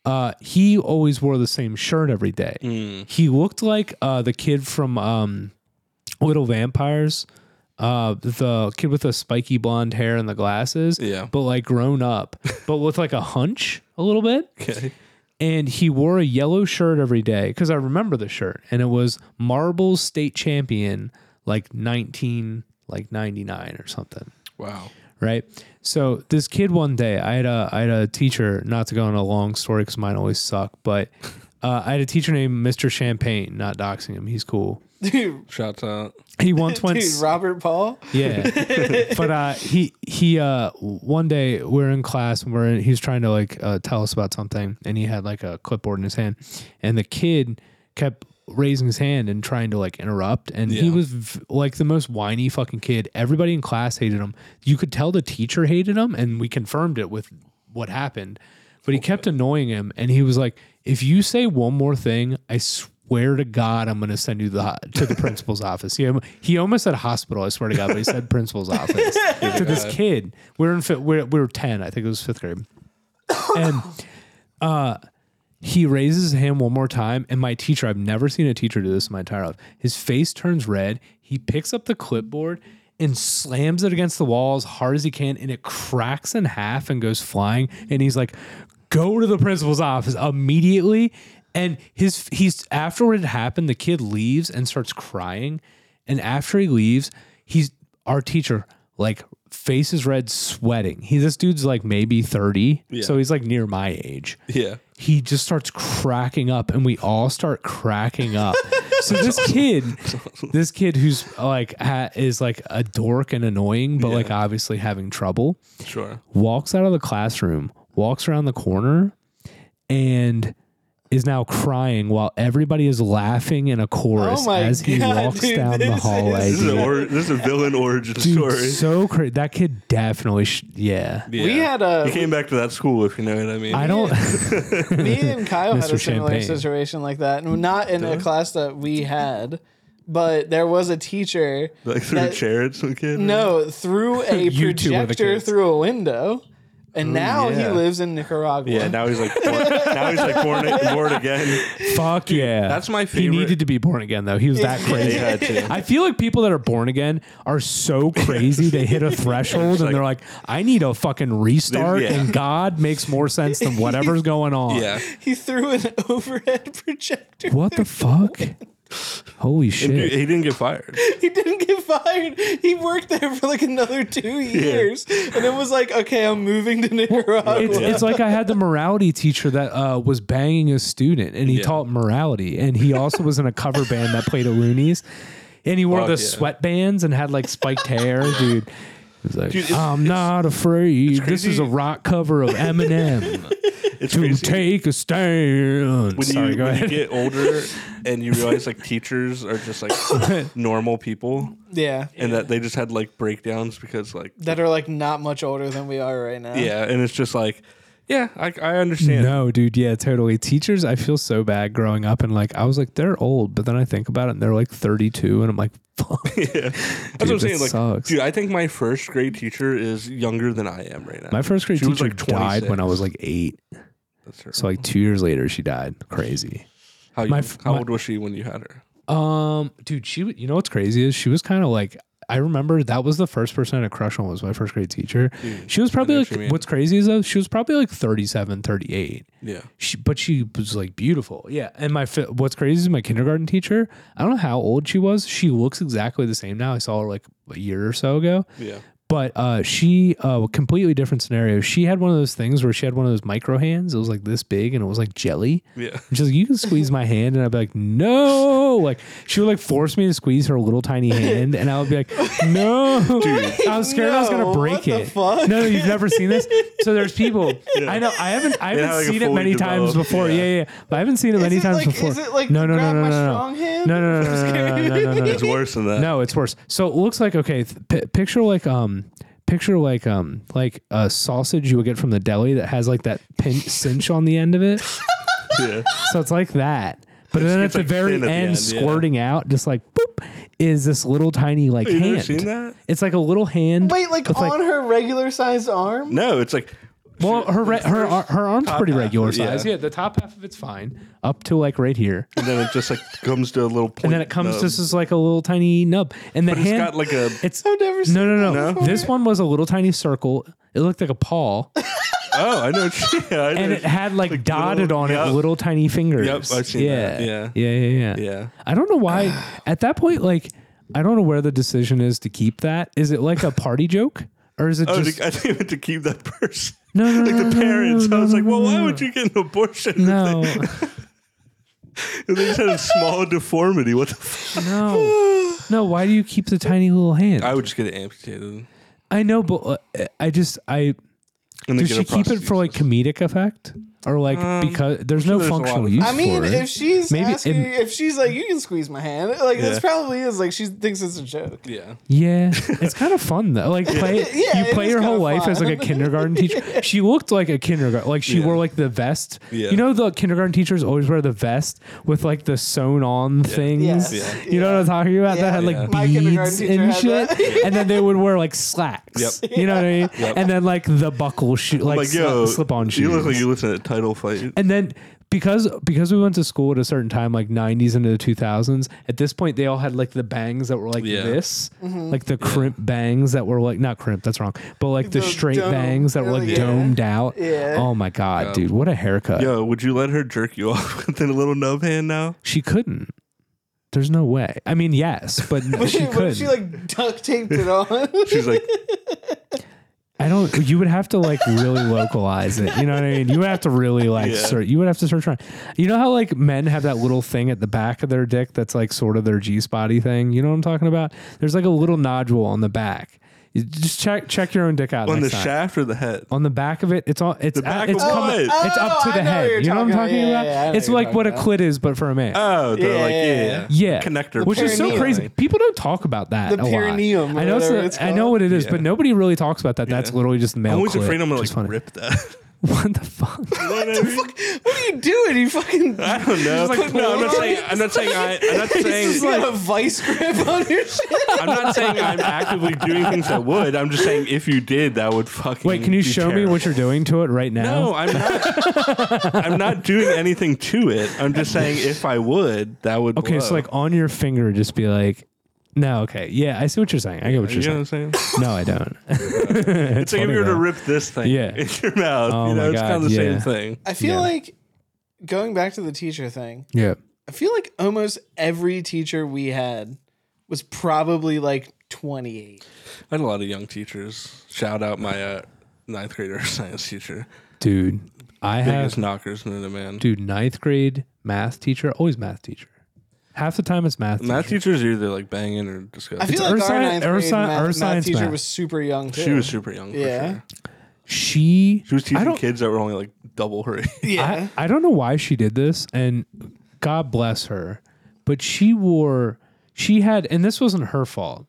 Speaker 3: Uh, he always wore the same shirt every day.
Speaker 1: Mm.
Speaker 3: He looked like uh, the kid from um, Little Vampires, uh, the kid with the spiky blonde hair and the glasses.
Speaker 1: Yeah.
Speaker 3: but like grown up, but with like a hunch a little bit
Speaker 1: Okay.
Speaker 3: and he wore a yellow shirt every day because I remember the shirt, and it was Marble State Champion, like nineteen, like ninety nine or something,
Speaker 1: Wow.
Speaker 3: right? So this kid one day, I had a I had a teacher. Not to go on a long story because mine always suck, but uh, I had a teacher named Mr. Champagne. Not doxing him, he's cool.
Speaker 2: Dude,
Speaker 1: Shouts out.
Speaker 3: He <laughs> once went
Speaker 2: dude, Robert Paul.
Speaker 3: yeah. but uh, he he uh, one day we're in class and we're in, he's trying to like uh, tell us about something and he had like a clipboard in his hand and the kid kept raising his hand and trying to like interrupt and he
Speaker 1: Yeah.
Speaker 3: was v- like the most whiny fucking kid. Everybody in class hated him. You could tell the teacher hated him and we confirmed it with what happened. But he kept annoying him and he was like, "If you say one more thing, I swear." swear to God, I'm going to send you the ho- to the principal's office. He, he almost said hospital. I swear to God, but he said principal's office to this kid. We were in fi- we we were ten. I think it was fifth grade, and uh, he raises his hand one more time. And my teacher, I've never seen a teacher do this in my entire life. His face turns red. He picks up the clipboard. And slams it against the wall as hard as he can, and it cracks in half and goes flying. And he's like, go to the principal's office immediately. And his he's after it happened, the kid leaves and starts crying. And after he leaves, he's our teacher, like face is red, sweating. He this dude's like maybe 30. So he's like near my age.
Speaker 1: Yeah.
Speaker 3: He just starts cracking up and we all start cracking up.
Speaker 1: <laughs>
Speaker 3: so this kid, this kid who's like ha- is like a dork and annoying, but like obviously having trouble
Speaker 1: Sure.
Speaker 3: walks out of the classroom, walks around the corner, and is now crying while everybody is laughing in a chorus
Speaker 2: Oh my
Speaker 3: as he
Speaker 2: God,
Speaker 3: walks
Speaker 2: dude,
Speaker 3: down the
Speaker 2: this
Speaker 3: hallway.
Speaker 1: This is,
Speaker 3: dude.
Speaker 1: an or- this is a villain origin
Speaker 3: Dude,
Speaker 1: story.
Speaker 3: so crazy. That kid definitely, sh- yeah.
Speaker 1: Yeah.
Speaker 2: We had
Speaker 3: <laughs>
Speaker 2: uh, a-
Speaker 1: You came back to that school, if you know what I mean. <laughs>
Speaker 3: I don't.
Speaker 2: Me and Kyle had
Speaker 3: Mr.
Speaker 2: a similar
Speaker 3: Champagne.
Speaker 2: situation like that, and not in a class that we had, but there was a teacher.
Speaker 1: like threw a
Speaker 2: that-
Speaker 1: chair at some kid.
Speaker 2: No, through a
Speaker 3: <laughs> You two were the
Speaker 2: projector
Speaker 3: kids. Oh,
Speaker 2: through a window, and now he
Speaker 1: yeah.
Speaker 2: lives in Nicaragua.
Speaker 1: Yeah. Now he's like. Born, now he's like born, born again.
Speaker 3: <laughs> Fuck yeah.
Speaker 1: that's my
Speaker 3: He
Speaker 1: favorite-
Speaker 3: needed to be born again, though. He was that
Speaker 1: <laughs>
Speaker 3: crazy.
Speaker 1: Yeah, too.
Speaker 3: I feel like people that are born again are so crazy. they hit
Speaker 1: <laughs>
Speaker 3: a threshold and they're like, I need a fucking restart,
Speaker 1: Yeah.
Speaker 3: and God makes more sense
Speaker 1: <laughs>
Speaker 3: than whatever's going on.
Speaker 1: Yeah.
Speaker 2: <laughs> He threw an <laughs> overhead projector.
Speaker 3: What the fuck? Holy
Speaker 1: Dude,
Speaker 3: shit.
Speaker 1: he didn't get fired.
Speaker 2: <laughs> He didn't get fired. He worked there for like another two years, and it was like, okay, I'm moving
Speaker 1: <laughs>
Speaker 2: to Nicaragua.
Speaker 3: It's, it's like I had the morality teacher that uh, was banging a student and he
Speaker 1: Yeah.
Speaker 3: taught morality. And he also was in a cover band that played at Looney's. And he
Speaker 1: Fuck
Speaker 3: wore the
Speaker 1: yeah.
Speaker 3: sweatbands and had like spiked hair, dude. He's like,
Speaker 1: Dude, it's-
Speaker 3: I'm not afraid. This
Speaker 1: crazy-
Speaker 3: is a rock cover of Eminem.
Speaker 1: It's
Speaker 3: to
Speaker 1: crazy.
Speaker 3: take a stand.
Speaker 1: when,
Speaker 3: Sorry,
Speaker 1: you,
Speaker 3: go
Speaker 1: when you
Speaker 3: ahead.
Speaker 1: get
Speaker 3: <laughs>
Speaker 1: older and you realize like teachers are just like normal people
Speaker 2: yeah,
Speaker 1: and that they just had like breakdowns because like
Speaker 2: that are like not much older than we are right now.
Speaker 1: yeah and it's just like Yeah, I, I understand.
Speaker 3: No, dude. Yeah, totally. Teachers, I feel so bad growing up and like I was like they're old, but then I think about it and they're like 32 and I'm like <laughs> fuck.
Speaker 1: <laughs> yeah. That's
Speaker 3: Dude,
Speaker 1: what I'm
Speaker 3: that
Speaker 1: saying. Like,
Speaker 3: sucks.
Speaker 1: dude, I think my first grade teacher is younger than I am right now.
Speaker 3: My first grade
Speaker 1: She was,
Speaker 3: teacher
Speaker 1: like,
Speaker 3: died when I
Speaker 1: 26.
Speaker 3: was like 8.
Speaker 1: That's her.
Speaker 3: So like 2 years later she died. Crazy.
Speaker 1: how, you,
Speaker 3: my f-
Speaker 1: how
Speaker 3: my-
Speaker 1: old was she when you had her?
Speaker 3: Um, dude, she w- you know what's crazy is she was kind of like I remember that was the first person I had a crush on was my first grade teacher.
Speaker 1: Dude,
Speaker 3: She was probably
Speaker 1: know
Speaker 3: like
Speaker 1: what you mean.
Speaker 3: what's crazy is though she was probably like 37, 38.
Speaker 1: yeah.
Speaker 3: She, but she was like beautiful. Yeah. And my fi- what's crazy is my kindergarten teacher, I don't know how old she was. She looks exactly the same now. I saw her like a year or so ago.
Speaker 1: Yeah.
Speaker 3: But uh, she, uh, completely different scenario. She had one of those things where she had one of those micro hands. It was like this big and it was like jelly.
Speaker 1: Yeah.
Speaker 3: And She's like, you can squeeze my hand, and I'd be like, no. Like she would like force me to squeeze her little tiny hand, and I would be like, no. I was scared I was
Speaker 2: No,
Speaker 3: gonna break
Speaker 2: what the
Speaker 3: it.
Speaker 2: fuck?
Speaker 3: No, no, you've never seen this. So there's people. I know. I haven't. I
Speaker 1: They
Speaker 3: haven't
Speaker 1: have, like, a
Speaker 3: seen it
Speaker 1: fully
Speaker 3: many times
Speaker 1: developed-
Speaker 3: before. Yeah.
Speaker 1: yeah.
Speaker 3: yeah, But I haven't seen it many
Speaker 2: is it
Speaker 3: times
Speaker 2: like,
Speaker 3: before.
Speaker 2: Is it like
Speaker 3: no, no, no,
Speaker 2: grab
Speaker 3: no,
Speaker 2: my
Speaker 3: no,
Speaker 2: strong hand? <laughs>
Speaker 3: no, no, no, no, no, no, no, no, no, no.
Speaker 1: It's worse than that.
Speaker 3: <laughs> No, <laughs> it's worse. So it looks like okay. Th- pi picture like um, picture like um, like a sausage you would get from the deli that has like that pin cinch on the end of it.
Speaker 1: Yeah.
Speaker 3: So it's like that. But then at
Speaker 1: gets,
Speaker 3: the
Speaker 1: like,
Speaker 3: very
Speaker 1: thin
Speaker 3: end,
Speaker 1: at the end, yeah.
Speaker 3: squirting out, just like boop, is this little tiny like
Speaker 1: You
Speaker 3: hand.
Speaker 1: never seen that?
Speaker 3: It's like a little hand.
Speaker 2: Wait, like
Speaker 3: with,
Speaker 2: on her regular sized arm?
Speaker 1: No, it's like
Speaker 3: well, her re- her ar- her arm's pretty regular
Speaker 1: yeah.
Speaker 3: size. Yeah, the top half of it's fine, up to like right here,
Speaker 1: and then it just like comes to a little point.
Speaker 3: and then it comes
Speaker 1: nub.
Speaker 3: just as like a little tiny nub, <laughs> and the
Speaker 1: But it's
Speaker 3: hand
Speaker 1: got like a
Speaker 3: it's
Speaker 2: I've never seen
Speaker 3: no no no.
Speaker 1: that before.
Speaker 3: This one was a little tiny circle. It looked like a paw,
Speaker 1: oh, I know. It's, yeah, <laughs> I know
Speaker 3: and it
Speaker 1: it's-
Speaker 3: had
Speaker 1: <laughs>
Speaker 3: like,
Speaker 1: Like
Speaker 3: dotted
Speaker 1: little-
Speaker 3: on it
Speaker 1: yep.
Speaker 3: little tiny fingers.
Speaker 1: Yep, I've seen
Speaker 3: yeah.
Speaker 1: that. Yeah.
Speaker 3: yeah, yeah, yeah,
Speaker 1: yeah.
Speaker 3: I don't
Speaker 1: <sighs>
Speaker 3: know why at that point, like, I don't know where the decision is to keep that. Is it like a party joke? Or is it
Speaker 1: Oh,
Speaker 3: just
Speaker 1: to, <laughs> I think it to keep that person.
Speaker 3: no, no,
Speaker 1: <laughs> Like
Speaker 3: no,
Speaker 1: the
Speaker 3: no,
Speaker 1: parents,
Speaker 3: no,
Speaker 1: I was
Speaker 3: no,
Speaker 1: like,
Speaker 3: no,
Speaker 1: "Well, why
Speaker 3: no.
Speaker 1: would you get an abortion?
Speaker 3: No,
Speaker 1: If <laughs> they just had a small deformity. What the? F- <laughs>
Speaker 3: no, no. Why do you keep the tiny little hand?
Speaker 1: I
Speaker 3: I,
Speaker 1: would just get it amputated.
Speaker 3: know, but uh, I just I
Speaker 1: And then
Speaker 3: does
Speaker 1: get
Speaker 3: she
Speaker 1: a
Speaker 3: keep it for like
Speaker 1: prosthesis.
Speaker 3: comedic effect or like
Speaker 1: Um,
Speaker 3: because there's no
Speaker 1: there's a lot
Speaker 3: functional
Speaker 1: of-
Speaker 3: use.
Speaker 2: I mean,
Speaker 3: for it.
Speaker 2: if she's
Speaker 3: Maybe it-
Speaker 2: asking, if she's like, you can squeeze my hand, like this
Speaker 1: Yeah.
Speaker 2: probably is like she thinks it's a joke. <laughs>
Speaker 1: Yeah. <laughs>
Speaker 3: Yeah, it's kind of fun though. Like play,
Speaker 2: Yeah,
Speaker 3: you
Speaker 2: it
Speaker 3: play
Speaker 2: is
Speaker 3: your whole
Speaker 2: kinda
Speaker 3: life as like a
Speaker 2: fun.
Speaker 1: <laughs>
Speaker 3: kindergarten teacher. She looked like a kindergarten, like she
Speaker 1: Yeah.
Speaker 3: wore like the vest.
Speaker 1: Yeah.
Speaker 3: You know the kindergarten teachers always wear the vest with like the sewn on things.
Speaker 2: Yes.
Speaker 3: You know what I'm talking about? That had like
Speaker 1: Yeah.
Speaker 2: My kindergarten
Speaker 3: beads
Speaker 2: teacher
Speaker 3: and
Speaker 2: had
Speaker 3: shit.
Speaker 2: that. <laughs>
Speaker 3: And then they would wear like slacks.
Speaker 1: Yep.
Speaker 3: You know what I mean? And then like the buckle shoe, like,
Speaker 1: Like, yo,
Speaker 3: slip on shoes.
Speaker 1: You look like you listen to title fight.
Speaker 3: And then because because we went to school at a certain time, like '90s into the 2000s, at this point they all had like the bangs that were like
Speaker 1: Yeah.
Speaker 3: this, like the crimp bangs that were like not crimp, that's wrong, but like the,
Speaker 2: The
Speaker 3: straight
Speaker 2: dome.
Speaker 3: bangs that were like
Speaker 2: Yeah.
Speaker 3: domed out.
Speaker 2: Yeah.
Speaker 3: Oh my god, dude, what a haircut!
Speaker 1: Yo, would you let her jerk you <laughs> off with a little nub hand now?
Speaker 3: She couldn't. There's no way. I mean, yes, <laughs> but no, she
Speaker 2: But
Speaker 3: couldn't.
Speaker 2: she like duct taped it on. <laughs>
Speaker 1: She's
Speaker 3: <laughs>
Speaker 1: like,
Speaker 3: I don't. You would have to like really localize it. You know what I mean? You would have to really like
Speaker 1: Yeah.
Speaker 3: search. You would have to search around. You know how like men have that little thing at the back of their dick that's like sort of their G spotty thing. You know what I'm talking about? There's like a little nodule on the back. You just check check your own dick out.
Speaker 1: on the
Speaker 3: next time.
Speaker 1: shaft or the head?
Speaker 3: On the back of it, it's on. It's
Speaker 1: The back
Speaker 3: it's
Speaker 1: of
Speaker 3: coming.
Speaker 1: what?
Speaker 3: It's up to
Speaker 2: Oh, I know
Speaker 3: the
Speaker 2: what you're
Speaker 3: head. You know what I'm
Speaker 2: talking
Speaker 3: talking
Speaker 2: about.
Speaker 3: about?
Speaker 2: Yeah, yeah, I know what
Speaker 3: it's
Speaker 2: you're
Speaker 3: like what a
Speaker 2: talking
Speaker 3: clit is, but for a man.
Speaker 1: Oh, they're
Speaker 2: Yeah,
Speaker 1: like,
Speaker 2: yeah,
Speaker 1: yeah,
Speaker 2: yeah.
Speaker 3: Yeah,
Speaker 1: Connector
Speaker 3: which is so
Speaker 2: perineum.
Speaker 3: crazy. People don't talk about that.
Speaker 2: The
Speaker 3: a lot.
Speaker 2: perineum,
Speaker 3: I know. It's
Speaker 2: whatever
Speaker 3: a-
Speaker 2: it's
Speaker 3: I know
Speaker 2: called.
Speaker 3: what it is, but nobody really talks about that. That's literally just the male.
Speaker 1: I'm always
Speaker 3: clit,
Speaker 1: afraid I'm gonna
Speaker 3: which is
Speaker 1: like
Speaker 3: funny.
Speaker 1: rip that.
Speaker 3: <laughs>
Speaker 1: <laughs>
Speaker 3: What the fuck?
Speaker 1: You know what I mean?
Speaker 2: what are you doing? You fucking <laughs>
Speaker 1: I don't know.
Speaker 2: like,
Speaker 1: no, I'm not
Speaker 2: "What?"
Speaker 1: saying. I'm not saying. I, I'm not
Speaker 3: <laughs>
Speaker 2: you
Speaker 1: saying.
Speaker 2: got a vice grip on
Speaker 1: <laughs>
Speaker 2: your shit.
Speaker 1: I'm not saying I'm actively doing things that would. I'm just saying if you did, that would fucking.
Speaker 3: Wait, can you
Speaker 1: be
Speaker 3: show me what you're doing to it right now?
Speaker 1: terrible. No, I'm not. I'm not doing anything to it. I'm just saying if I would, that would.
Speaker 3: okay, so
Speaker 1: blow.
Speaker 3: like on your finger, just be like, no, okay, yeah, I see what you're saying. I get what
Speaker 1: You
Speaker 3: you're
Speaker 1: know what I'm
Speaker 3: saying. <laughs>
Speaker 1: saying?
Speaker 3: No,
Speaker 1: <laughs>
Speaker 3: I don't.
Speaker 1: It's like if you were to rip this thing
Speaker 3: Yeah.
Speaker 1: in your mouth,
Speaker 3: Oh
Speaker 1: you
Speaker 3: my
Speaker 1: know, it's
Speaker 3: God,
Speaker 1: kind of the same
Speaker 3: yeah.
Speaker 1: thing.
Speaker 2: I feel
Speaker 3: Yeah.
Speaker 2: like going back to the teacher thing.
Speaker 3: yeah,
Speaker 2: I feel like almost every teacher we had was probably like 28.
Speaker 1: I had a lot of young teachers. Shout out my uh, ninth grader <laughs> science teacher,
Speaker 3: dude, I
Speaker 1: biggest
Speaker 3: have
Speaker 1: knockers known to man.
Speaker 3: dude ninth grade math teacher, always math teacher. Half the time it's math.
Speaker 1: Math
Speaker 3: teacher.
Speaker 1: teachers are either like banging or
Speaker 2: I
Speaker 1: disgusting.
Speaker 2: feel
Speaker 3: It's
Speaker 2: like
Speaker 3: earth
Speaker 2: our
Speaker 3: sci-
Speaker 2: ninth
Speaker 3: earth
Speaker 2: grade
Speaker 3: sci-
Speaker 2: math,
Speaker 3: earth
Speaker 2: math
Speaker 3: science
Speaker 2: teacher
Speaker 3: math.
Speaker 2: was super young too.
Speaker 1: She was super young. For
Speaker 2: Yeah.
Speaker 1: sure.
Speaker 3: She
Speaker 1: She was
Speaker 3: I
Speaker 1: teaching
Speaker 3: don't
Speaker 1: kids that were only like double her age.
Speaker 2: <laughs> yeah.
Speaker 3: I, I don't know why she did this, and God bless her, but she wore, she had, and this wasn't her fault,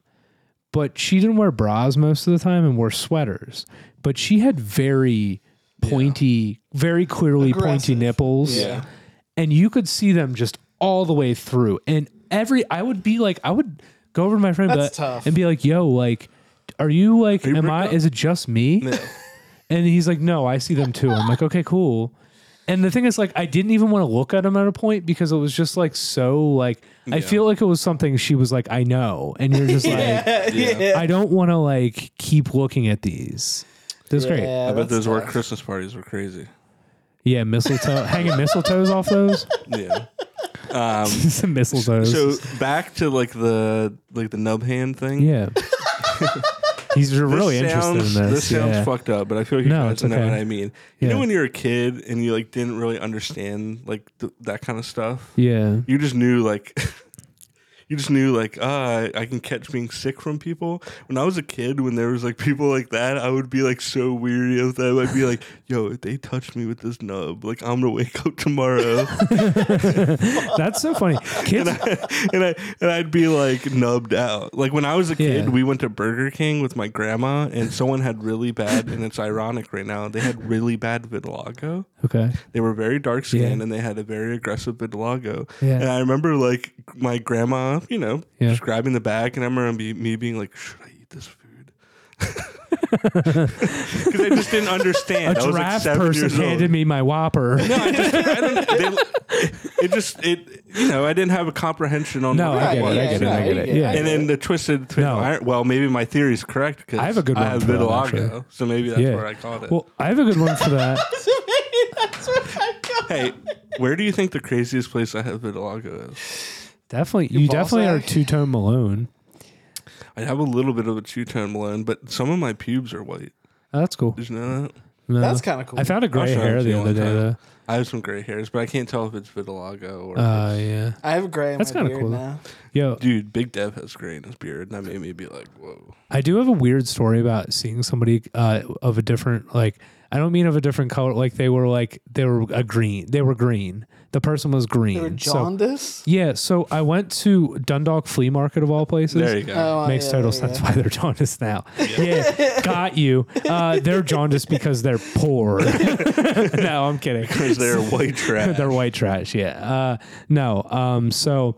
Speaker 3: but she didn't wear bras most of the time and wore sweaters. But she had very pointy, very clearly pointy
Speaker 2: Aggressive.
Speaker 3: nipples.
Speaker 1: Yeah.
Speaker 3: And you could see them just all the way through. And every, I would be like, I would go over to my friend and be
Speaker 2: That's
Speaker 3: like-
Speaker 2: tough.
Speaker 3: and be like, yo, like, are you like,
Speaker 1: you
Speaker 3: am
Speaker 1: bricked
Speaker 3: I,
Speaker 1: up?
Speaker 3: is it just me? <laughs> And he's like, no, I see them too. I'm like, okay, cool. And the thing is, like, I didn't even want to look at him at a point because it was just like so, like, I feel like it was something she was like, I know. And you're
Speaker 2: <laughs>
Speaker 3: just
Speaker 2: yeah,
Speaker 1: Yeah.
Speaker 2: yeah.
Speaker 3: like, I don't want to like keep looking at these. That was great.
Speaker 2: Yeah,
Speaker 1: I
Speaker 2: Oh,
Speaker 1: bet
Speaker 2: that's
Speaker 1: those work
Speaker 2: tough.
Speaker 1: Christmas parties
Speaker 2: <laughs>
Speaker 1: were crazy.
Speaker 3: Yeah, mistletoe, hanging mistletoes off those. <laughs>
Speaker 1: Yeah. Um,
Speaker 3: Some mistletoes.
Speaker 1: so back to like the like the nub hand thing. <laughs>
Speaker 3: yeah. He's
Speaker 1: This
Speaker 3: really
Speaker 1: sounds,
Speaker 3: interested in this.
Speaker 1: sounds
Speaker 3: yeah.
Speaker 1: fucked up, but I feel like you
Speaker 3: No,
Speaker 1: guys
Speaker 3: it's
Speaker 1: know
Speaker 3: okay.
Speaker 1: what I mean. You
Speaker 3: Yeah.
Speaker 1: know when you're a kid and you like didn't really understand like th- that kind of stuff.
Speaker 3: yeah.
Speaker 1: You just knew like <laughs> you just knew like ah, I can catch being sick from people. When I was a kid, when there was like people like that, I would be like so weary of them. I'd be like, yo, if they touch me with this nub, like I'm gonna wake up <laughs> tomorrow.
Speaker 3: That's
Speaker 1: <laughs>
Speaker 3: so funny. Kids,
Speaker 1: and I and I'd be like nubbed out. Like when I was a kid,
Speaker 3: Yeah.
Speaker 1: we went to Burger King with my grandma, and someone had really bad. And it's ironic right now. They had really bad vitiligo.
Speaker 3: okay.
Speaker 1: They were very dark skinned,
Speaker 3: Yeah.
Speaker 1: and they had a very aggressive vitiligo.
Speaker 3: Yeah.
Speaker 1: And I remember like my grandma, you know,
Speaker 3: Yeah.
Speaker 1: just grabbing the bag, and I remember be, me being like, "Should I eat
Speaker 3: <laughs>
Speaker 1: this food?" <laughs> Because I just didn't
Speaker 3: A
Speaker 1: understand. I was like
Speaker 3: giraffe
Speaker 1: seven
Speaker 3: person
Speaker 1: years old.
Speaker 3: handed me my whopper.
Speaker 1: <laughs> No, I just, I don't, they, it just, it, you know, I didn't have a comprehension on
Speaker 3: No,
Speaker 1: what
Speaker 3: I
Speaker 2: Right,
Speaker 3: get it. I
Speaker 2: yeah,
Speaker 3: get it. I
Speaker 2: yeah, I
Speaker 3: get it.
Speaker 2: get it.
Speaker 3: Yeah.
Speaker 1: And then the twisted, twi-
Speaker 3: No.
Speaker 1: I- well, maybe my theory is correct because
Speaker 3: I have a good
Speaker 1: I
Speaker 3: one
Speaker 1: have
Speaker 3: for that,
Speaker 1: vitiligo,
Speaker 3: actually.
Speaker 1: so maybe that's
Speaker 3: Yeah.
Speaker 1: where I caught it.
Speaker 3: Well, I have a good one
Speaker 1: <laughs>
Speaker 3: for that.
Speaker 2: <laughs> That's what I got.
Speaker 1: hey, where do you think the craziest place I have vitiligo is?
Speaker 3: definitely, you
Speaker 2: ball
Speaker 3: definitely are
Speaker 2: sack?
Speaker 3: two tone Malone.
Speaker 1: I have a little bit of a two tone blend, but some of my pubes are white.
Speaker 3: Oh, that's cool.
Speaker 1: Did you know that?
Speaker 3: No.
Speaker 2: That's kind of cool.
Speaker 3: I found a
Speaker 1: I'll
Speaker 3: gray
Speaker 1: show it
Speaker 3: hair
Speaker 1: to
Speaker 3: the
Speaker 1: you
Speaker 3: other
Speaker 1: one
Speaker 3: day.
Speaker 1: time.
Speaker 3: Though.
Speaker 1: I have some gray hairs, but I can't tell if it's vitiligo or.
Speaker 3: Uh, yeah.
Speaker 2: I have a gray in
Speaker 3: That's
Speaker 2: my
Speaker 3: kinda
Speaker 2: beard
Speaker 3: cool.
Speaker 2: now.
Speaker 3: Yo,
Speaker 1: Dude, Big Dev has gray in his beard, and that made me be like, "Whoa!"
Speaker 3: I do have a weird story about seeing somebody uh, of a different like. I don't mean of a different color. Like they were like they were a green. They were green. The person was green.
Speaker 2: They were
Speaker 3: So-
Speaker 2: jaundice.
Speaker 3: yeah. So I went to Dundalk Flea Market of all places.
Speaker 1: There you go.
Speaker 2: Oh,
Speaker 3: Makes
Speaker 2: yeah,
Speaker 3: total
Speaker 2: yeah,
Speaker 3: sense
Speaker 2: yeah.
Speaker 3: why they're
Speaker 2: <laughs>
Speaker 3: jaundiced now. Yeah, got you. Uh, they're jaundiced because they're poor. <laughs> no, I'm kidding.
Speaker 1: Because they're
Speaker 3: <laughs>
Speaker 1: white trash.
Speaker 3: They're white trash. Yeah. Uh, no. Um, so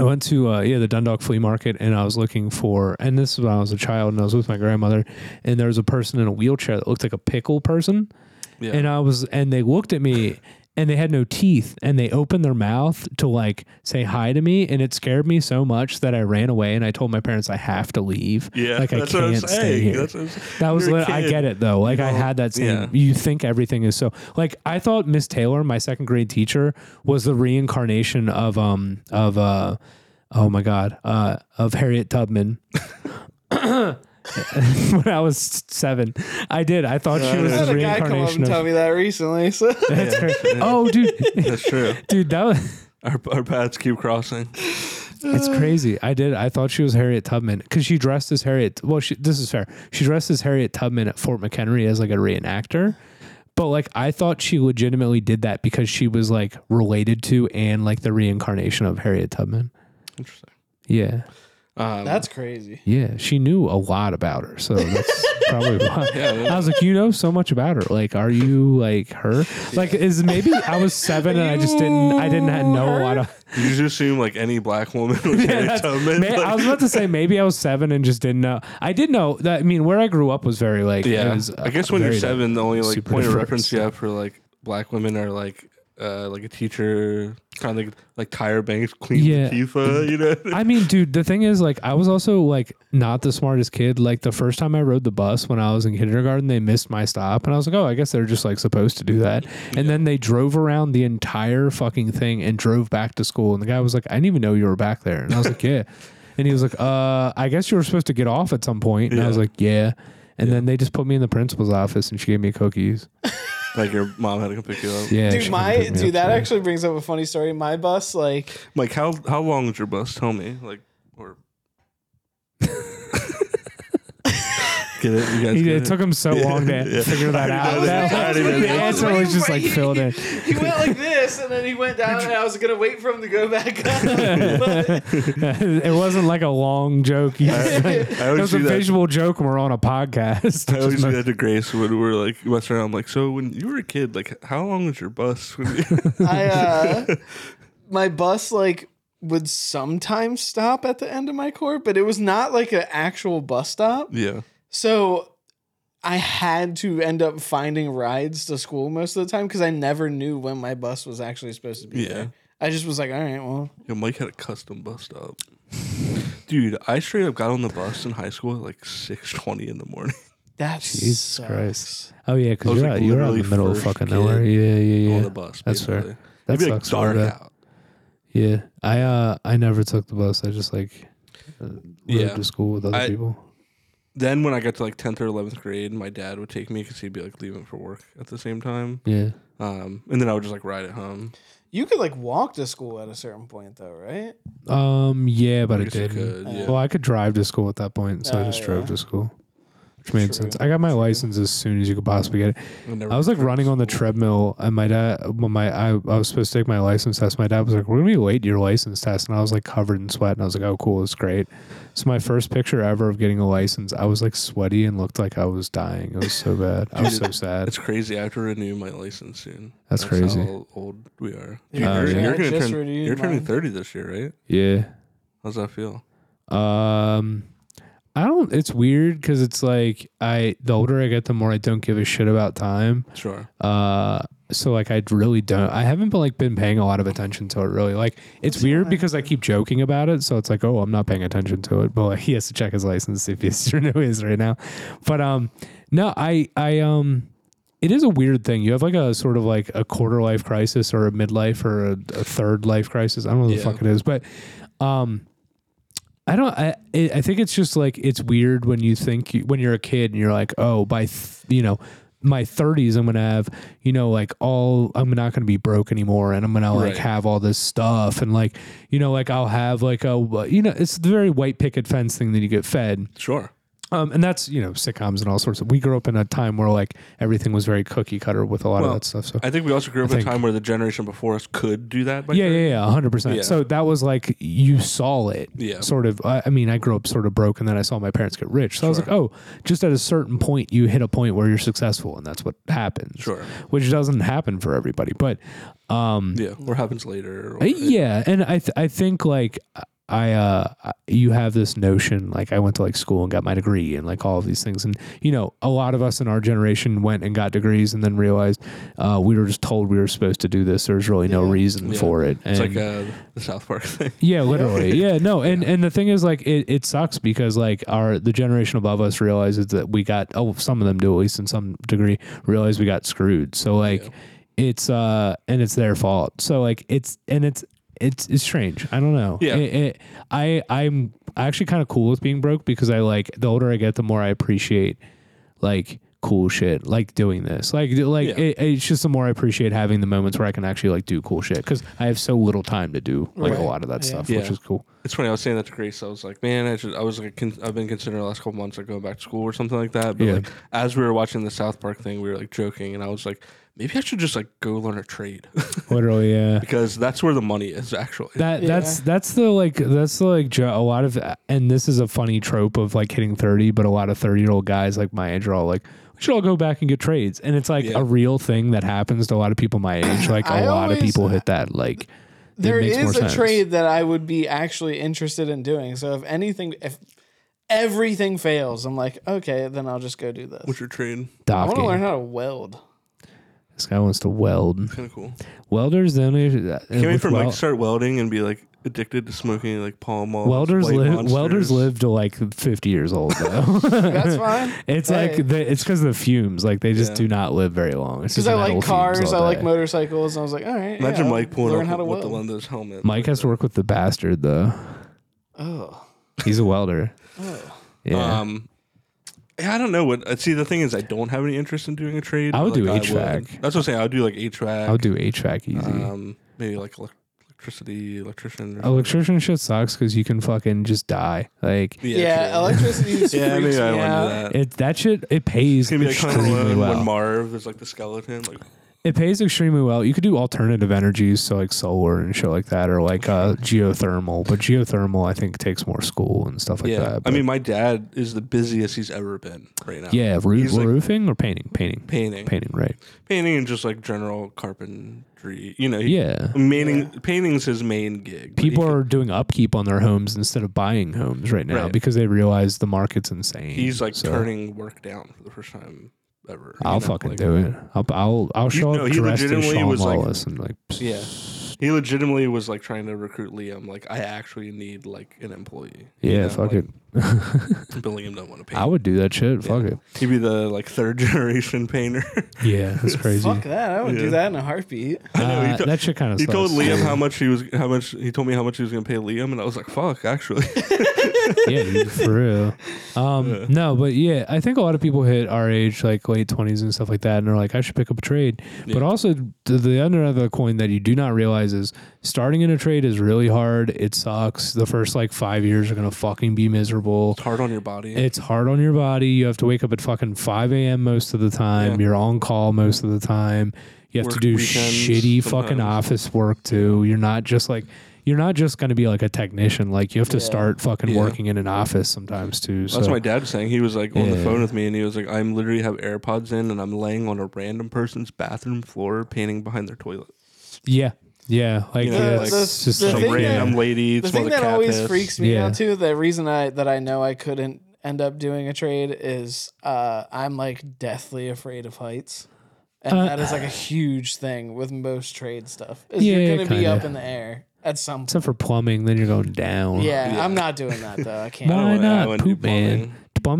Speaker 3: I went to uh, yeah the Dundalk flea market and I was looking for and this is when I was a child and I was with my grandmother and there was a person in a wheelchair that looked like a pickle person
Speaker 1: Yeah.
Speaker 3: and I was and they looked at me and they had no teeth and they opened their mouth to like say hi to me and it scared me so much that I ran away and I told my parents I have to leave
Speaker 1: Yeah,
Speaker 3: like I
Speaker 1: that's what I'm
Speaker 3: can't stay
Speaker 1: saying.
Speaker 3: here
Speaker 1: That's what I'm saying.
Speaker 3: that was
Speaker 1: You're a
Speaker 3: lit- I
Speaker 1: kid.
Speaker 3: get it though. Like I had that same.
Speaker 1: yeah.
Speaker 3: You think everything is so. Like I thought Miss Taylor, my second grade teacher, was the reincarnation of um of uh oh my god uh of Harriet Tubman. <laughs> when I was seven, I did. I thought she
Speaker 1: Yeah,
Speaker 3: was
Speaker 2: Uh, I had
Speaker 3: the
Speaker 2: a guy come up
Speaker 3: reincarnation
Speaker 2: and tell
Speaker 3: of.
Speaker 2: me that recently. So
Speaker 3: <laughs> That's crazy. Oh, dude, <laughs>
Speaker 1: That's true.
Speaker 3: dude, that was.
Speaker 1: <laughs> Our, our paths keep crossing.
Speaker 3: It's
Speaker 1: Mm.
Speaker 3: crazy. I did. I thought she was Harriet Tubman because she dressed as Harriet. Well, she, this is fair. She dressed as Harriet Tubman at Fort McHenry as like a reenactor. But like, I thought she legitimately did that because she was like related to and like the reincarnation of Harriet Tubman.
Speaker 1: Interesting.
Speaker 3: Yeah.
Speaker 1: Um,
Speaker 2: that's crazy.
Speaker 3: Yeah. She knew a lot about her.
Speaker 1: <laughs>
Speaker 3: So that's probably why.
Speaker 1: Yeah,
Speaker 3: I was like, you know so much about her. Like, are you like her? Like, is maybe I was seven and I just didn't, I didn't know a lot of.
Speaker 1: you just assume like any black woman was
Speaker 3: <laughs> Yeah,
Speaker 1: Harriet
Speaker 3: that's-
Speaker 1: Tubman.
Speaker 3: may- I
Speaker 1: Like,
Speaker 3: was about to say maybe I was seven and just didn't know. I did know that. I mean, where I grew up was very like. it
Speaker 1: yeah,
Speaker 3: was,
Speaker 1: I
Speaker 3: uh,
Speaker 1: guess when you're
Speaker 3: very,
Speaker 1: seven, the only like
Speaker 3: super
Speaker 1: point of
Speaker 3: diverse.
Speaker 1: reference you have for like black women are like uh, like a teacher, kind of like, like Tyra Banks, Queen
Speaker 3: Yeah.
Speaker 1: Latifah, you know.
Speaker 3: I mean, dude, the thing is, like, I was also like not the smartest kid. Like the first time I rode the bus when I was in kindergarten, they missed my stop, and I was like, oh, I guess they're just like supposed to do that. And then they drove around the entire fucking thing and drove back to school, and the guy was like, I didn't even know you were back there, and I was like, yeah. <laughs> And he was like, "Uh, I guess you were supposed to get off at some point." And I
Speaker 1: Yeah.
Speaker 3: was like, "Yeah." And then they just put me in the principal's office, and she gave me cookies.
Speaker 1: <laughs> like your mom had to come pick you up.
Speaker 3: Yeah,
Speaker 2: Dude,
Speaker 3: she
Speaker 2: my
Speaker 3: picked me up
Speaker 2: dude, that
Speaker 3: today.
Speaker 2: actually brings up a funny story. My bus, like,
Speaker 1: Like how how long was your
Speaker 3: <laughs>
Speaker 1: bus? Tell me. Like or. <laughs> Get it? You guys
Speaker 3: He-
Speaker 1: get
Speaker 3: it took him so long to
Speaker 1: Yeah.
Speaker 3: figure that
Speaker 1: I
Speaker 3: out.
Speaker 1: already know <laughs> that. I already know
Speaker 3: the
Speaker 1: that.
Speaker 3: answer
Speaker 2: I
Speaker 3: was just
Speaker 2: waiting
Speaker 3: like
Speaker 2: for you.
Speaker 1: <laughs>
Speaker 3: filled in. <laughs>
Speaker 2: He went like this, and then he went down, and I was gonna wait for him to go back up.
Speaker 3: <laughs>
Speaker 2: But
Speaker 3: it wasn't like a long joke. You
Speaker 1: <laughs>
Speaker 3: just-
Speaker 1: I
Speaker 3: it
Speaker 1: always
Speaker 3: was a
Speaker 1: do that.
Speaker 3: visual joke when we're on a podcast.
Speaker 1: I
Speaker 3: <laughs>
Speaker 1: always do that to Grace when we're like messing around. I'm like, so when you were a kid, like, how long was your bus? <laughs> When you-"
Speaker 3: <laughs>
Speaker 2: I, uh, my bus like would sometimes stop at the end of my court, but it was not like an actual bus stop.
Speaker 1: yeah,
Speaker 2: So I had to end up finding rides to school most of the time because I never knew when my bus was actually supposed to be
Speaker 1: Yeah.
Speaker 2: there. I just was like, all right, well,
Speaker 1: yeah. Mike had a custom bus stop. Dude, I straight up got on the bus in high school at like six twenty in the morning. <laughs>
Speaker 2: that's
Speaker 3: Jesus
Speaker 2: sucks.
Speaker 3: Christ. oh yeah,
Speaker 1: I
Speaker 3: because
Speaker 1: was,
Speaker 3: you're,
Speaker 1: like,
Speaker 3: out, you're out in the
Speaker 1: literally
Speaker 3: middle of
Speaker 1: first
Speaker 3: fucking
Speaker 1: kid
Speaker 3: nowhere. Yeah, yeah, yeah.
Speaker 1: on the bus,
Speaker 3: that's fair.
Speaker 1: basically.
Speaker 3: That
Speaker 1: It'd be like
Speaker 3: sucks really
Speaker 1: dark
Speaker 3: bad.
Speaker 1: out.
Speaker 3: Yeah, I uh, I never took the bus. I just like uh, rode
Speaker 1: Yeah.
Speaker 3: to school with other
Speaker 1: I-
Speaker 3: people.
Speaker 1: Then when I got to like tenth or eleventh grade, my dad would take me because he'd be like leaving for work at the same time.
Speaker 3: Yeah,
Speaker 1: Um, and then I would just like ride it home.
Speaker 2: You could like walk to school at a certain point though, right?
Speaker 3: um, yeah, but
Speaker 1: I
Speaker 3: I
Speaker 1: guess you
Speaker 3: didn't.
Speaker 1: could, yeah.
Speaker 3: Well, I could drive to school at that point, so I
Speaker 2: Oh,
Speaker 3: just drove
Speaker 2: yeah.
Speaker 3: to school, which made
Speaker 2: True,
Speaker 3: sense. I got my
Speaker 2: true.
Speaker 3: license as soon as you could possibly get it.
Speaker 1: I, never
Speaker 3: I was like
Speaker 1: returned
Speaker 3: running
Speaker 1: to
Speaker 3: on the
Speaker 1: school.
Speaker 3: treadmill, and my dad, when my I, I was supposed to take my license test, my dad was like, "We're gonna be late to your license test," and I was like covered in sweat, and I was like, "Oh, cool, it's great." So my first picture ever of getting a license, I was like sweaty and looked like I was dying. It was so bad. I was
Speaker 2: <laughs>
Speaker 3: so sad.
Speaker 1: It's crazy. I have to renew my license soon.
Speaker 3: That's crazy. Uh,
Speaker 1: How old we are.
Speaker 2: Dude,
Speaker 1: you're
Speaker 3: yeah.
Speaker 1: you're
Speaker 2: I
Speaker 1: gonna
Speaker 2: just
Speaker 1: turn.
Speaker 2: renewed
Speaker 1: You're turning
Speaker 2: mine.
Speaker 1: thirty this year, right?
Speaker 3: Yeah.
Speaker 1: How's that feel?
Speaker 3: Um, I don't. It's weird because it's like I the older I get, the more I don't give a shit about time.
Speaker 1: Sure.
Speaker 3: Uh, so like I really don't. I haven't been like been paying a lot of attention to it. Really, like it's weird because I keep joking about it. So it's like, oh, I'm not paying attention to it. But like, <laughs> he has to check his license to see if he's <laughs> renew his right now. But um, no, I I um. It is a weird thing. You have like a sort of like a quarter life crisis or a midlife or a, a third life crisis. I don't know what the
Speaker 1: Yeah.
Speaker 3: fuck it is, but um, I don't. I I I think it's just like it's weird when you think you, when you're a kid and you're like, oh, by th- you know my 30s i'm gonna have you know like all i'm not gonna be broke anymore and i'm gonna like
Speaker 1: Right.
Speaker 3: have all this stuff and like you know like i'll have like a you know it's the very white picket fence thing that you get fed
Speaker 1: Sure.
Speaker 3: um and that's you know sitcoms and all sorts of we grew up in a time where like everything was very cookie cutter with a lot
Speaker 1: Well,
Speaker 3: of that stuff so
Speaker 1: I think we also grew up
Speaker 3: I
Speaker 1: in a
Speaker 3: think-
Speaker 1: time where the generation before us could do that. By
Speaker 3: yeah,
Speaker 1: thirty.
Speaker 3: yeah, yeah, hundred
Speaker 1: Yeah.
Speaker 3: percent. So that was like you saw it,
Speaker 1: Yeah.
Speaker 3: Sort of. I, I mean, I grew up sort of broke, and then I saw my parents get rich. So I was
Speaker 1: Sure.
Speaker 3: like, oh, just at a certain point, you hit a point where you're successful, and that's what happens.
Speaker 1: Sure.
Speaker 3: which doesn't happen for everybody, but um,
Speaker 1: Yeah. Or happens later. Or,
Speaker 3: I- yeah, and I th- I think like I uh I- you have this notion like I went to like school and got my degree and like all of these things and you know a lot of us in our generation went and got degrees and then realized uh, we were just told we were supposed to do this. There's really no reason
Speaker 1: Yeah.
Speaker 3: for it.
Speaker 1: It's
Speaker 3: And-
Speaker 1: like uh, the South Park <laughs> thing.
Speaker 3: <laughs> yeah, literally. Yeah, no, and and the thing is, like, it, it sucks because like our the generation above us realizes that we got oh some of them do at least in some degree realize we got screwed. So like,
Speaker 1: Yeah.
Speaker 3: it's uh and it's their fault. So like it's and it's it's it's strange. I don't know.
Speaker 1: Yeah.
Speaker 3: It- it- I I'm actually kind of cool with being broke because I like the older I get, the more I appreciate like cool shit like doing this like like
Speaker 1: Yeah.
Speaker 3: it, it's just the more i appreciate having the moments where i can actually like do cool shit because i have so little time to do like a
Speaker 2: Right.
Speaker 3: lot of that
Speaker 2: Yeah.
Speaker 3: stuff which
Speaker 1: Yeah.
Speaker 3: is cool
Speaker 1: It's funny. I was saying that to Grace. I was like, man, I should. I was like, con- I've been considering the last couple months like going back to school or something like that. But
Speaker 3: Yeah.
Speaker 1: like, as we were watching the South Park thing, we were like joking, and I was like, maybe I should just like go learn a trade <laughs>
Speaker 3: literally yeah
Speaker 1: because that's where the money is actually.
Speaker 3: that
Speaker 2: Yeah.
Speaker 3: that's that's the like that's the like jo- a lot of and this is a funny trope of like hitting 30 but a lot of 30 year old guys like my age are all like we should all go back and get trades and it's like
Speaker 1: Yeah.
Speaker 3: a real thing that happens to a lot of people my age like a
Speaker 2: I
Speaker 3: lot of
Speaker 2: always- uh,
Speaker 3: people hit that like it
Speaker 2: There
Speaker 3: makes more
Speaker 2: is a
Speaker 3: sense.
Speaker 2: trade that I would be actually interested in doing. So if anything, if everything fails, I'm like, okay, then I'll just go do this.
Speaker 1: What's your trade?
Speaker 2: I want to learn
Speaker 3: docking
Speaker 2: how to weld.
Speaker 3: this guy wants to weld
Speaker 1: Kind of cool.
Speaker 3: welders the only
Speaker 1: Came in
Speaker 3: with
Speaker 1: from like
Speaker 3: wel-
Speaker 1: start welding and be like addicted to smoking like Pall Mall.
Speaker 3: Welders
Speaker 1: White
Speaker 3: live.
Speaker 1: Monsters.
Speaker 3: Welders live to like fifty years old though. <laughs>
Speaker 2: That's fine.
Speaker 3: it's
Speaker 2: Hey.
Speaker 3: like the, it's because of the fumes. Like they just
Speaker 1: Yeah.
Speaker 3: do not live very long. It's
Speaker 2: Because
Speaker 3: just
Speaker 2: I
Speaker 3: metal
Speaker 2: like
Speaker 3: fumes
Speaker 2: cars, I
Speaker 3: all
Speaker 2: like
Speaker 3: day.
Speaker 2: motorcycles, and I was like, all right.
Speaker 1: Imagine
Speaker 2: yeah,
Speaker 1: Mike
Speaker 2: I'll
Speaker 1: pulling
Speaker 2: learn
Speaker 1: up
Speaker 2: how to
Speaker 1: with the
Speaker 2: weld.
Speaker 1: one of those helmets.
Speaker 3: Mike has to work with the bastard though.
Speaker 2: Oh,
Speaker 3: He's
Speaker 1: <laughs>
Speaker 3: a welder.
Speaker 2: oh.
Speaker 3: Yeah.
Speaker 1: Um, yeah, I don't know what. uh, See, the thing is, I don't have any interest in doing a trade.
Speaker 3: I would
Speaker 1: but,
Speaker 3: do
Speaker 1: like,
Speaker 3: HVAC.
Speaker 1: That's what I'm saying. I would do like HVAC.
Speaker 3: I'll do HVAC easy. Oh.
Speaker 1: Um, maybe like elec- electricity electrician. Or
Speaker 3: Electrician shit sucks because you can fucking just die. Like
Speaker 1: something.
Speaker 2: Yeah,
Speaker 1: true.
Speaker 3: <laughs>
Speaker 2: electricity just
Speaker 1: <laughs> yeah,
Speaker 2: freaks
Speaker 1: maybe I
Speaker 2: me
Speaker 1: wouldn't
Speaker 2: out.
Speaker 1: do that.
Speaker 3: it that shit it pays
Speaker 1: It's gonna be like kind of
Speaker 3: extremely
Speaker 1: when,
Speaker 3: well.
Speaker 1: when Marv is like the skeleton. Like
Speaker 3: it pays extremely well. You could do alternative energies, so like solar and shit like that, or like uh, geothermal. But geothermal, I think, takes more school and stuff like
Speaker 1: yeah,
Speaker 3: that.
Speaker 1: I
Speaker 3: but-
Speaker 1: mean, my dad is the busiest he's ever been right now.
Speaker 3: yeah, roo-
Speaker 1: he's, like-
Speaker 3: roofing or painting, painting,
Speaker 1: painting,
Speaker 3: painting, right?
Speaker 1: painting, and just like general carpentry. You know, he,
Speaker 3: Yeah,
Speaker 1: Meaning,
Speaker 2: Yeah.
Speaker 1: painting's his main gig. but he
Speaker 3: people
Speaker 1: can-
Speaker 3: are doing upkeep on their homes instead of buying homes right now
Speaker 1: Right.
Speaker 3: because they realize the market's insane.
Speaker 1: He's like
Speaker 3: So,
Speaker 1: turning work down for the first time ever.
Speaker 3: I'll fucking do it. I'll I'll, I'll
Speaker 1: You
Speaker 3: show
Speaker 1: know,
Speaker 3: up
Speaker 1: he
Speaker 3: dressed as
Speaker 1: legitimately
Speaker 3: Sean
Speaker 1: was, like-
Speaker 3: Wallace and like
Speaker 1: Yeah. He legitimately was like trying to recruit Liam. Like, I actually need like an employee.
Speaker 3: yeah,
Speaker 1: <laughs>
Speaker 3: fuck
Speaker 1: like,
Speaker 3: it. <laughs>
Speaker 1: But Liam don't want to paint.
Speaker 3: I would do that shit.
Speaker 1: <laughs>
Speaker 3: Fuck it.
Speaker 1: He'd be the like third <laughs> generation painter.
Speaker 3: Yeah,
Speaker 1: <laughs>
Speaker 3: that's crazy.
Speaker 2: Fuck that. I would
Speaker 1: Yeah.
Speaker 2: do that in a heartbeat.
Speaker 1: I know, he
Speaker 3: Uh,
Speaker 1: to-
Speaker 3: that shit kind of.
Speaker 1: he told
Speaker 3: sucks.
Speaker 1: Liam how much he was, how much he told me how much he was gonna pay Liam, and I was like, "Fuck, actually." <laughs>
Speaker 3: yeah, dude, for real. Um,
Speaker 1: Yeah.
Speaker 3: No, but yeah, I think a lot of people hit our age, like late twenties and stuff like that, and are like, I should pick up a trade. But
Speaker 1: Yeah.
Speaker 3: also, the, the other other coin that you do not realize is starting in a trade is really hard. It sucks. The first like five years are gonna fucking be miserable.
Speaker 1: it's hard on your body.
Speaker 3: It's hard on your body. You have to wake up at fucking five a.m. most of the time.
Speaker 1: Yeah.
Speaker 3: You're on call most of the time. You have to
Speaker 1: Work
Speaker 3: do
Speaker 1: weekends
Speaker 3: shitty fucking
Speaker 1: sometimes.
Speaker 3: office work too. You're not just like you're not just going to be like a technician. Like you have to
Speaker 2: Yeah.
Speaker 3: start fucking
Speaker 1: Yeah.
Speaker 3: working in an office sometimes too. So
Speaker 1: That's my dad saying. He was like on the
Speaker 3: Yeah.
Speaker 1: phone with me, and he was like, "I'm literally have AirPods in, and I'm laying on a random person's bathroom floor, painting behind their toilet.
Speaker 3: yeah, yeah, like
Speaker 1: You know,
Speaker 3: yeah,
Speaker 1: like-
Speaker 3: it's just
Speaker 2: The
Speaker 3: like,
Speaker 1: Some
Speaker 2: thing
Speaker 1: random
Speaker 2: that-
Speaker 1: lady.
Speaker 2: the
Speaker 1: smelled
Speaker 2: thing
Speaker 1: a
Speaker 2: that
Speaker 1: cat
Speaker 2: always
Speaker 1: piss.
Speaker 2: freaks me
Speaker 3: Yeah.
Speaker 2: out too the reason i that i know i couldn't end up doing a trade is uh i'm like deathly afraid of heights and
Speaker 3: Uh,
Speaker 2: that is
Speaker 3: <sighs>
Speaker 2: like a huge thing with most trade stuff is
Speaker 3: Yeah,
Speaker 2: you're gonna be
Speaker 3: kinda.
Speaker 2: up in the air at some point
Speaker 3: except for plumbing, then you're going down.
Speaker 2: yeah,
Speaker 1: Oh, Yeah.
Speaker 2: i'm not doing that though i
Speaker 1: I don't
Speaker 2: can't
Speaker 3: Why
Speaker 1: wanna- Oh, I
Speaker 3: <laughs> not?
Speaker 1: wouldn't do
Speaker 3: Poop man.
Speaker 1: plumbing.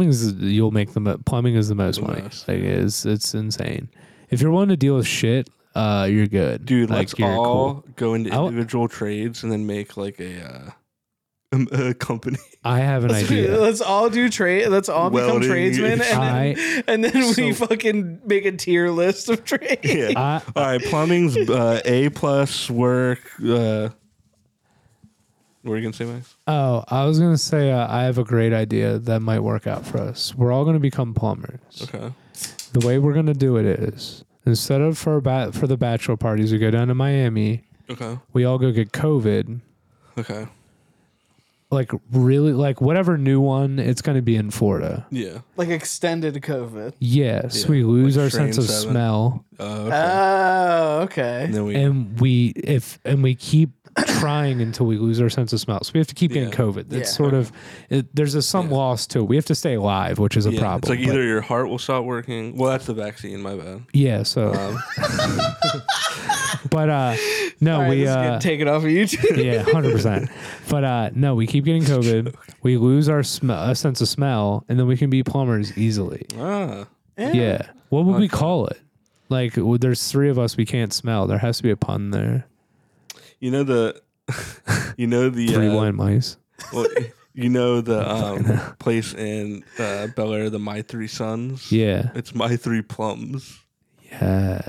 Speaker 3: plumbing's you'll make the mo- plumbing is the most
Speaker 1: The
Speaker 3: money.
Speaker 1: most.
Speaker 3: Like it's it's insane. If you're willing to deal with shit, uh, you're good,
Speaker 1: Dude,
Speaker 3: Like
Speaker 1: let's all go into
Speaker 3: I w-
Speaker 1: individual trades and then make like a, uh, <laughs> um, a company. <laughs>
Speaker 3: I have an
Speaker 2: Let's,
Speaker 3: idea.
Speaker 2: let's all do trade. Let's all
Speaker 1: Welding.
Speaker 2: become tradesmen, and then, <laughs> and then we
Speaker 3: so-
Speaker 2: fucking make a tier list of trades.
Speaker 3: <laughs> I,
Speaker 1: all right, plumbing's uh, A plus work. Uh, what were you gonna say, Max?
Speaker 3: oh, I was gonna say uh, I have a great idea that might work out for us. We're all gonna become plumbers.
Speaker 1: Okay.
Speaker 3: The way we're gonna do it is instead of for ba- for the bachelor parties, we go down to Miami.
Speaker 1: Okay.
Speaker 3: We all go get COVID.
Speaker 1: Okay.
Speaker 3: Like really, like whatever new one, it's gonna be in Florida.
Speaker 1: Yeah.
Speaker 2: <laughs> Like extended COVID.
Speaker 3: Yes,
Speaker 1: Yeah,
Speaker 3: we lose
Speaker 1: like
Speaker 3: our
Speaker 1: strain
Speaker 3: sense of
Speaker 1: seven.
Speaker 3: smell,
Speaker 1: Uh, okay.
Speaker 2: Oh, okay.
Speaker 1: and then we.
Speaker 3: and we if and we keep trying until we lose our sense of smell. So we have to keep getting
Speaker 1: Yeah.
Speaker 3: COVID. That's
Speaker 2: Yeah.
Speaker 3: sort of it, there's a some
Speaker 1: Yeah.
Speaker 3: loss to it. We have to stay alive, which is a
Speaker 1: yeah,
Speaker 3: problem.
Speaker 1: It's like
Speaker 3: but-
Speaker 1: either your heart will stop working. Well, that's the vaccine. My bad.
Speaker 3: yeah. So,
Speaker 1: Um,
Speaker 3: but uh, no,
Speaker 2: All right,
Speaker 3: we
Speaker 2: this is getting
Speaker 3: uh,
Speaker 2: taken off of YouTube.
Speaker 3: yeah, hundred percent. But uh, no, we keep getting COVID. We lose our sm- uh, sense of smell, and then we can be plumbers easily.
Speaker 1: ah.
Speaker 3: <laughs> Yeah. What would we
Speaker 1: Okay.
Speaker 3: call it? Like, w- there's three of us. We can't smell. There has to be a pun there.
Speaker 1: You know the, <laughs> you know the
Speaker 3: Three
Speaker 1: uh,
Speaker 3: blind mice.
Speaker 1: well, you know
Speaker 3: <laughs>
Speaker 1: the um, place in uh, Bel Air, the My Three Sons.
Speaker 3: Yeah.
Speaker 1: It's My Three Plums.
Speaker 3: Yeah.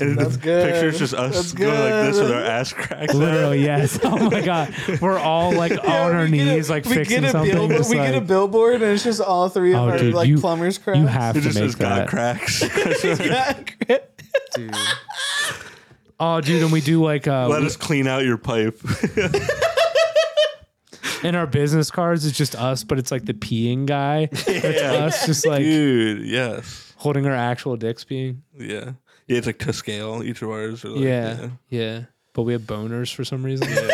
Speaker 1: And
Speaker 2: That's
Speaker 1: the
Speaker 2: good.
Speaker 1: picture's just
Speaker 2: That's
Speaker 1: us going like this with our
Speaker 2: good.
Speaker 1: ass cracked. out.
Speaker 3: Literally, yes. <laughs> Oh my god, we're all like
Speaker 2: Yeah,
Speaker 3: on
Speaker 2: we
Speaker 3: our
Speaker 2: get a-
Speaker 3: knees, like
Speaker 2: we
Speaker 3: fixing
Speaker 2: get a
Speaker 3: something.
Speaker 2: Billboard,
Speaker 3: just
Speaker 2: we get a
Speaker 3: like,
Speaker 2: billboard, and it's just all three of
Speaker 3: Oh,
Speaker 2: our
Speaker 3: dude,
Speaker 2: like
Speaker 3: you-
Speaker 2: plumbers crap. <laughs>
Speaker 3: you have
Speaker 1: It
Speaker 3: to
Speaker 1: just
Speaker 3: make
Speaker 1: says God
Speaker 3: that. <laughs>
Speaker 1: cracks. <laughs>
Speaker 3: Oh, dude, and we do like uh,
Speaker 1: Let
Speaker 3: we-
Speaker 1: us clean out your pipe. <laughs>
Speaker 3: in our business cards, it's just us, but it's like the peeing guy. It's us, just like
Speaker 1: Dude, yes.
Speaker 3: holding our actual dicks peeing.
Speaker 1: Yeah. Yeah, it's like to scale. Each of ours are like,
Speaker 3: Yeah, yeah, But we have boners for some reason.
Speaker 1: <laughs> All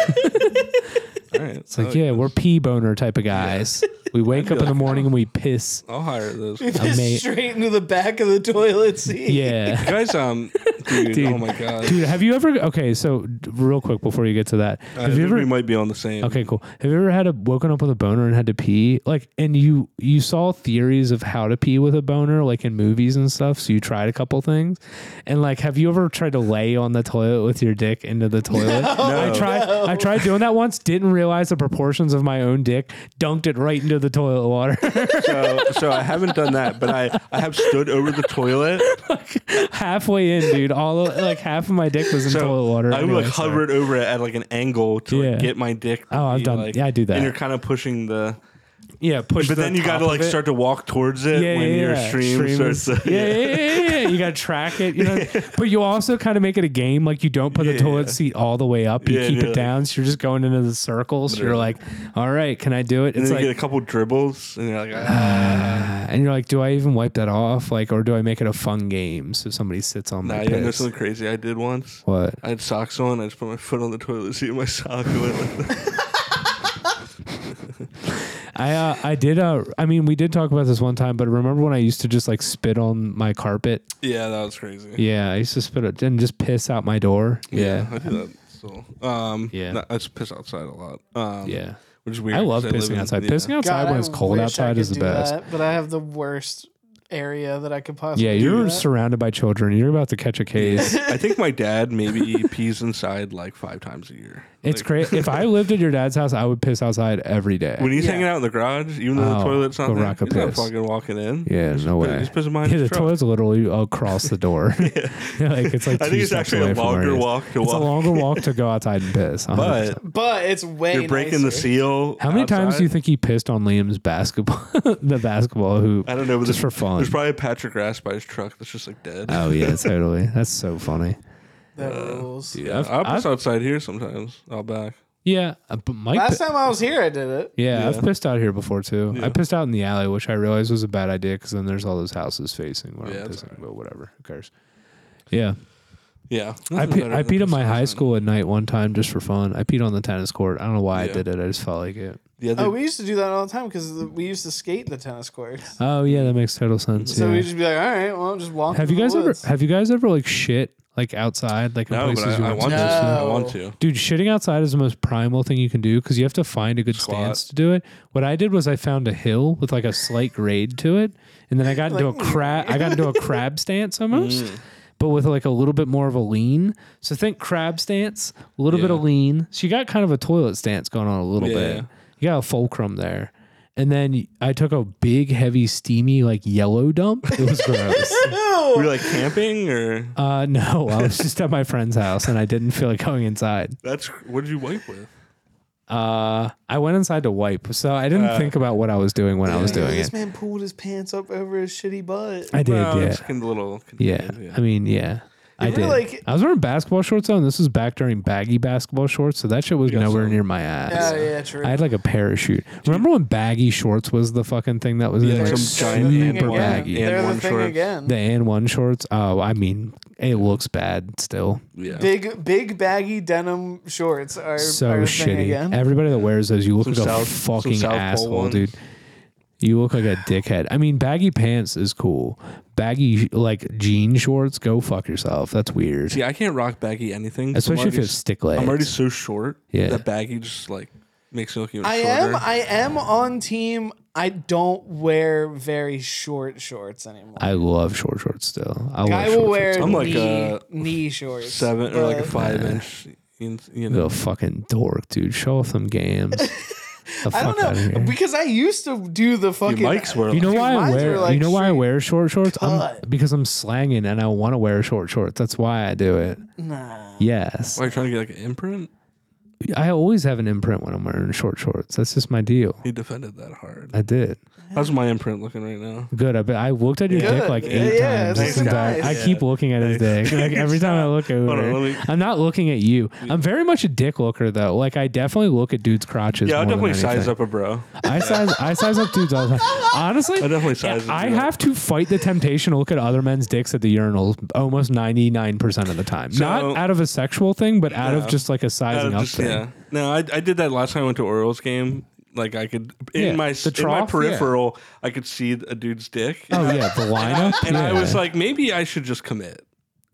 Speaker 1: right. It's
Speaker 3: It's like, yeah, we're pee boner type of guys. We wake up in the morning and we piss.
Speaker 1: I'll hire
Speaker 3: <laughs>
Speaker 1: those.
Speaker 3: mate.
Speaker 2: just straight into the back of the toilet seat.
Speaker 3: Yeah.
Speaker 1: Guys, um, dude,
Speaker 3: Dude.
Speaker 1: oh my God.
Speaker 3: Dude, have you ever? Okay, so d- real quick before you get to that,
Speaker 1: I
Speaker 3: have you
Speaker 1: think
Speaker 3: ever?
Speaker 1: Uh, we might be on the same.
Speaker 3: Okay, cool. Have you ever had a woken up with a boner and had to pee? Like, and you you saw theories of how to pee with a boner, like in movies and stuff. So you tried a couple things, and like, have you ever tried to lay on the toilet with your dick into the
Speaker 1: <laughs>
Speaker 3: toilet? I tried. I tried doing that once. Didn't realize the proportions of my own dick. Dunked it right into the toilet water. <laughs>
Speaker 1: So,
Speaker 3: <laughs>
Speaker 1: so I haven't done that, but I, I have stood over the toilet
Speaker 3: Halfway in, dude. all like half of my dick was in
Speaker 1: So,
Speaker 3: toilet water.
Speaker 1: I would
Speaker 3: anyway,
Speaker 1: like
Speaker 3: so-
Speaker 1: hover it over it at like an angle to
Speaker 3: Yeah.
Speaker 1: like, get my dick. to
Speaker 3: Oh, I've
Speaker 1: be,
Speaker 3: done-
Speaker 1: like-
Speaker 3: yeah, I do that.
Speaker 1: And you're kind of pushing the,
Speaker 3: Yeah, push.
Speaker 1: but
Speaker 3: the
Speaker 1: then you got
Speaker 3: top
Speaker 1: to
Speaker 3: of
Speaker 1: like
Speaker 3: it.
Speaker 1: start to walk towards it
Speaker 3: yeah,
Speaker 1: when
Speaker 3: yeah,
Speaker 1: your
Speaker 3: yeah.
Speaker 1: stream
Speaker 3: Streams.
Speaker 1: starts. To,
Speaker 3: yeah, yeah, yeah, yeah, yeah. You gotta track it,
Speaker 1: <laughs>
Speaker 3: you know. But you also kind of make it a game. Like you don't put the
Speaker 1: Yeah.
Speaker 3: toilet seat all the way up. You
Speaker 1: Yeah,
Speaker 3: keep
Speaker 1: yeah,
Speaker 3: it
Speaker 1: like-
Speaker 3: down. So you're just going into the circles. You're
Speaker 1: Literally.
Speaker 3: like, all right, can I do it?
Speaker 1: And
Speaker 3: It's
Speaker 1: then
Speaker 3: like,
Speaker 1: you get a couple dribbles, and you're like, ah,
Speaker 3: ah, and you're like, do I even wipe that off? Like, or do I make it a fun game so somebody sits on
Speaker 1: nah,
Speaker 3: my
Speaker 1: you know
Speaker 3: piss?
Speaker 1: something crazy I did once?
Speaker 3: What?
Speaker 1: I had socks on. I just put my foot on the toilet seat of my
Speaker 3: <laughs>
Speaker 1: sock <laughs> and went like that.
Speaker 3: I uh, I did. Uh, I mean, we did talk about this one time, but remember when I used to just like spit on my carpet?
Speaker 1: Yeah, that was crazy.
Speaker 3: Yeah, I used to spit it and just piss out my door. Yeah,
Speaker 1: I do that. So, um,
Speaker 3: Yeah.
Speaker 1: no, I just piss outside a lot. Um,
Speaker 3: yeah.
Speaker 1: which is weird.
Speaker 3: I love
Speaker 1: 'cause live
Speaker 3: pissing
Speaker 1: in-
Speaker 3: outside.
Speaker 1: yeah.
Speaker 3: Pissing outside
Speaker 2: God,
Speaker 3: when
Speaker 2: I
Speaker 3: it's cold
Speaker 2: wish I
Speaker 3: outside
Speaker 2: could
Speaker 3: is the
Speaker 2: do
Speaker 3: best.
Speaker 2: that, but I have the worst area that I could possibly.
Speaker 3: Yeah,
Speaker 2: do
Speaker 3: you're
Speaker 2: that.
Speaker 3: surrounded by children. You're about to catch
Speaker 1: <laughs>
Speaker 3: a case.
Speaker 1: I think my dad
Speaker 3: <laughs>
Speaker 1: maybe pees inside like five times a year.
Speaker 3: It's
Speaker 1: Like,
Speaker 3: crazy. If I lived at your dad's house, I would piss outside every day.
Speaker 1: When he's
Speaker 2: Yeah.
Speaker 1: hanging out in the garage, even though
Speaker 3: Oh,
Speaker 1: the toilet's
Speaker 3: go
Speaker 1: not there,
Speaker 3: rock a
Speaker 1: he's not
Speaker 3: piss.
Speaker 1: fucking walking in.
Speaker 3: yeah, no way.
Speaker 1: He's pissing behind
Speaker 3: <laughs> Yeah, the
Speaker 1: his truck.
Speaker 3: toilet's literally across
Speaker 1: <laughs>
Speaker 3: the door. <laughs> like it's like
Speaker 1: I
Speaker 3: two
Speaker 1: think it's
Speaker 3: steps
Speaker 1: actually
Speaker 3: away
Speaker 1: a
Speaker 3: from where
Speaker 1: longer
Speaker 3: it is.
Speaker 1: walk to
Speaker 3: It's
Speaker 1: walk.
Speaker 3: a longer walk to go outside and piss. 100%.
Speaker 1: but
Speaker 2: But it's way.
Speaker 1: <laughs> you're breaking the
Speaker 2: nicer.
Speaker 1: seal.
Speaker 3: how many times do you
Speaker 1: outside.
Speaker 3: think he pissed on Liam's basketball, <laughs> the basketball hoop,
Speaker 1: I don't know, but
Speaker 3: just
Speaker 1: there's,
Speaker 3: for fun?
Speaker 1: there's probably a patch of grass by his truck that's just like dead. <laughs>
Speaker 3: Oh yeah, totally. That's so funny.
Speaker 2: That rules.
Speaker 1: yeah,
Speaker 3: I've-
Speaker 1: I'll piss
Speaker 3: I've-
Speaker 1: outside here sometimes. I'll back.
Speaker 3: Yeah, uh, but Mike.
Speaker 2: Last time I was here, I did it.
Speaker 3: Yeah, I've
Speaker 1: Yeah.
Speaker 3: pissed out here before too. I
Speaker 1: Yeah.
Speaker 3: pissed out in the alley, which I realized was a bad idea because then there's all those houses facing where
Speaker 1: Yeah,
Speaker 3: I'm
Speaker 1: that's
Speaker 3: pissing,
Speaker 1: alright.
Speaker 3: but whatever, who cares? Yeah,
Speaker 1: Yeah,
Speaker 3: I
Speaker 1: Nothing's
Speaker 3: pe-
Speaker 1: better
Speaker 3: I
Speaker 1: than
Speaker 3: peed at my
Speaker 1: pissing
Speaker 3: high
Speaker 1: outside.
Speaker 3: school at night one time just for fun. I peed on the tennis court. I don't know why I
Speaker 1: Yeah.
Speaker 3: did it. I just felt like it.
Speaker 1: The other
Speaker 2: Oh, we used to do that all the time because we used to skate the tennis courts.
Speaker 3: Oh yeah,
Speaker 1: Mm.
Speaker 3: that makes total sense.
Speaker 2: So
Speaker 3: yeah.
Speaker 2: we'd just be like, all right, well, just walk.
Speaker 3: have
Speaker 2: in
Speaker 3: you
Speaker 2: the
Speaker 3: guys ever
Speaker 2: woods."
Speaker 3: have you guys ever like shit like outside like in
Speaker 1: no,
Speaker 3: places
Speaker 1: but
Speaker 3: you
Speaker 1: I, I
Speaker 3: weren't
Speaker 1: want to.
Speaker 3: supposed to?
Speaker 1: I
Speaker 2: No.
Speaker 1: want to.
Speaker 3: Dude, shitting outside is the most primal thing you can do because you have to find a good
Speaker 1: Squat.
Speaker 3: stance to do it. What I did was I found a hill with like a slight grade to it, and then I got into
Speaker 2: Like,
Speaker 3: a crab. I got into a crab
Speaker 1: Mm.
Speaker 3: stance almost, but with like a little bit more of a lean. So think crab stance, a little bit
Speaker 1: Yeah.
Speaker 3: of lean. So you got kind of a toilet stance going on a little
Speaker 1: Yeah.
Speaker 3: bit. You got a fulcrum there. And then I took a big, heavy, steamy, like yellow dump. It was
Speaker 1: <laughs>
Speaker 3: gross.
Speaker 1: Were you like camping or
Speaker 3: uh, no, I was just at my friend's house and I didn't feel like going inside.
Speaker 1: that's what did you wipe with?
Speaker 3: Uh, I went inside to wipe, so I didn't think about what I was doing when I was
Speaker 2: Yeah,
Speaker 3: doing
Speaker 2: this
Speaker 3: it.
Speaker 2: man pulled his pants up over his shitty butt.
Speaker 3: I did,
Speaker 1: Well,
Speaker 3: yeah,
Speaker 1: it's kind of a little.
Speaker 3: yeah.
Speaker 1: convenient,
Speaker 3: I mean, yeah, I
Speaker 2: were
Speaker 3: did.
Speaker 2: like-
Speaker 3: I was wearing basketball shorts though, and This was back during baggy basketball shorts, so that shit was
Speaker 1: Yeah,
Speaker 3: nowhere
Speaker 1: so-
Speaker 3: near my ass.
Speaker 2: Yeah, yeah, true.
Speaker 3: I had like a parachute. Remember when baggy shorts was the fucking thing that was
Speaker 1: Yeah,
Speaker 3: in like
Speaker 1: some giant and
Speaker 3: super
Speaker 1: one-
Speaker 3: baggy.
Speaker 1: and
Speaker 2: They're the
Speaker 1: one
Speaker 2: thing
Speaker 1: shorts.
Speaker 2: again.
Speaker 3: The and one shorts. Oh, I mean, it looks bad still.
Speaker 1: yeah. yeah.
Speaker 2: big, big baggy denim shorts are
Speaker 3: So
Speaker 2: are a thing
Speaker 3: shitty.
Speaker 2: again.
Speaker 3: Everybody that wears those, you look
Speaker 1: Some
Speaker 3: like a
Speaker 1: South- some
Speaker 3: fucking
Speaker 1: South Pole
Speaker 3: asshole,
Speaker 1: ones.
Speaker 3: dude. You look like a dickhead. I mean, baggy pants is cool. Baggy like jean shorts, go fuck yourself. That's weird.
Speaker 1: See, I can't rock baggy anything. 'cause I'm
Speaker 3: Especially if
Speaker 1: already
Speaker 3: it's stick legs.
Speaker 1: I'm already so short
Speaker 3: Yeah.
Speaker 1: that baggy just like makes me look even
Speaker 2: I
Speaker 1: shorter.
Speaker 2: am, I am on team. I don't wear very short shorts anymore.
Speaker 3: I love short shorts still. I, love
Speaker 2: I
Speaker 3: short
Speaker 2: will wear
Speaker 3: Shorts.
Speaker 1: I'm like
Speaker 2: knee,
Speaker 1: a
Speaker 2: knee shorts, Uh,
Speaker 1: Seven or like a
Speaker 2: but-
Speaker 1: five inch. in- You
Speaker 3: You're
Speaker 1: know,
Speaker 3: a fucking dork, dude. Show off them
Speaker 2: <laughs>
Speaker 3: games. The
Speaker 2: I
Speaker 3: fuck
Speaker 2: don't
Speaker 3: outta
Speaker 2: know
Speaker 3: here.
Speaker 2: because I used to do the fucking.
Speaker 1: your mics were.
Speaker 3: You know why I
Speaker 2: Mine's
Speaker 3: wear?
Speaker 2: were, like,
Speaker 3: you know why I
Speaker 2: straight
Speaker 3: wear short shorts? I'm,
Speaker 2: cut.
Speaker 3: because I'm slanging and I want to wear short shorts. That's why I do it.
Speaker 2: Nah.
Speaker 3: Yes,
Speaker 1: why are you trying to get like an imprint?
Speaker 3: I always have an imprint when I'm wearing short shorts. That's just my deal.
Speaker 1: He defended that hard.
Speaker 3: I did.
Speaker 1: How's my imprint looking right now?
Speaker 3: Good. I bet I looked at your
Speaker 2: Good.
Speaker 3: dick like
Speaker 2: Yeah,
Speaker 3: eight
Speaker 2: yeah,
Speaker 3: times.
Speaker 2: that's
Speaker 3: It's embar-
Speaker 2: nice.
Speaker 3: I keep looking at his dick. Like every time I look over,
Speaker 1: Hold on, let me-
Speaker 3: I'm not looking at you. I'm very much a dick looker though. Like I definitely look at dudes' crotches.
Speaker 1: Yeah, I'll
Speaker 3: more than
Speaker 1: definitely size
Speaker 3: anything.
Speaker 1: up a bro.
Speaker 3: I size I size up dudes all the
Speaker 1: <laughs>
Speaker 3: time. Honestly,
Speaker 1: I'll definitely size up.
Speaker 3: I have to fight the temptation to look at other men's dicks at the urinals almost 99% of the time. not out of a sexual thing, but out of
Speaker 1: Yeah.
Speaker 3: just like a sizing up thing.
Speaker 1: yeah. No, I, I did that last time I went to Orioles game. Like I could in
Speaker 3: Yeah,
Speaker 1: my
Speaker 3: the
Speaker 1: in my
Speaker 3: trough, yeah.
Speaker 1: peripheral, I could see a dude's dick.
Speaker 3: Oh yeah, the lineup.
Speaker 1: <laughs> and I
Speaker 3: yeah.
Speaker 1: was like, maybe I should just commit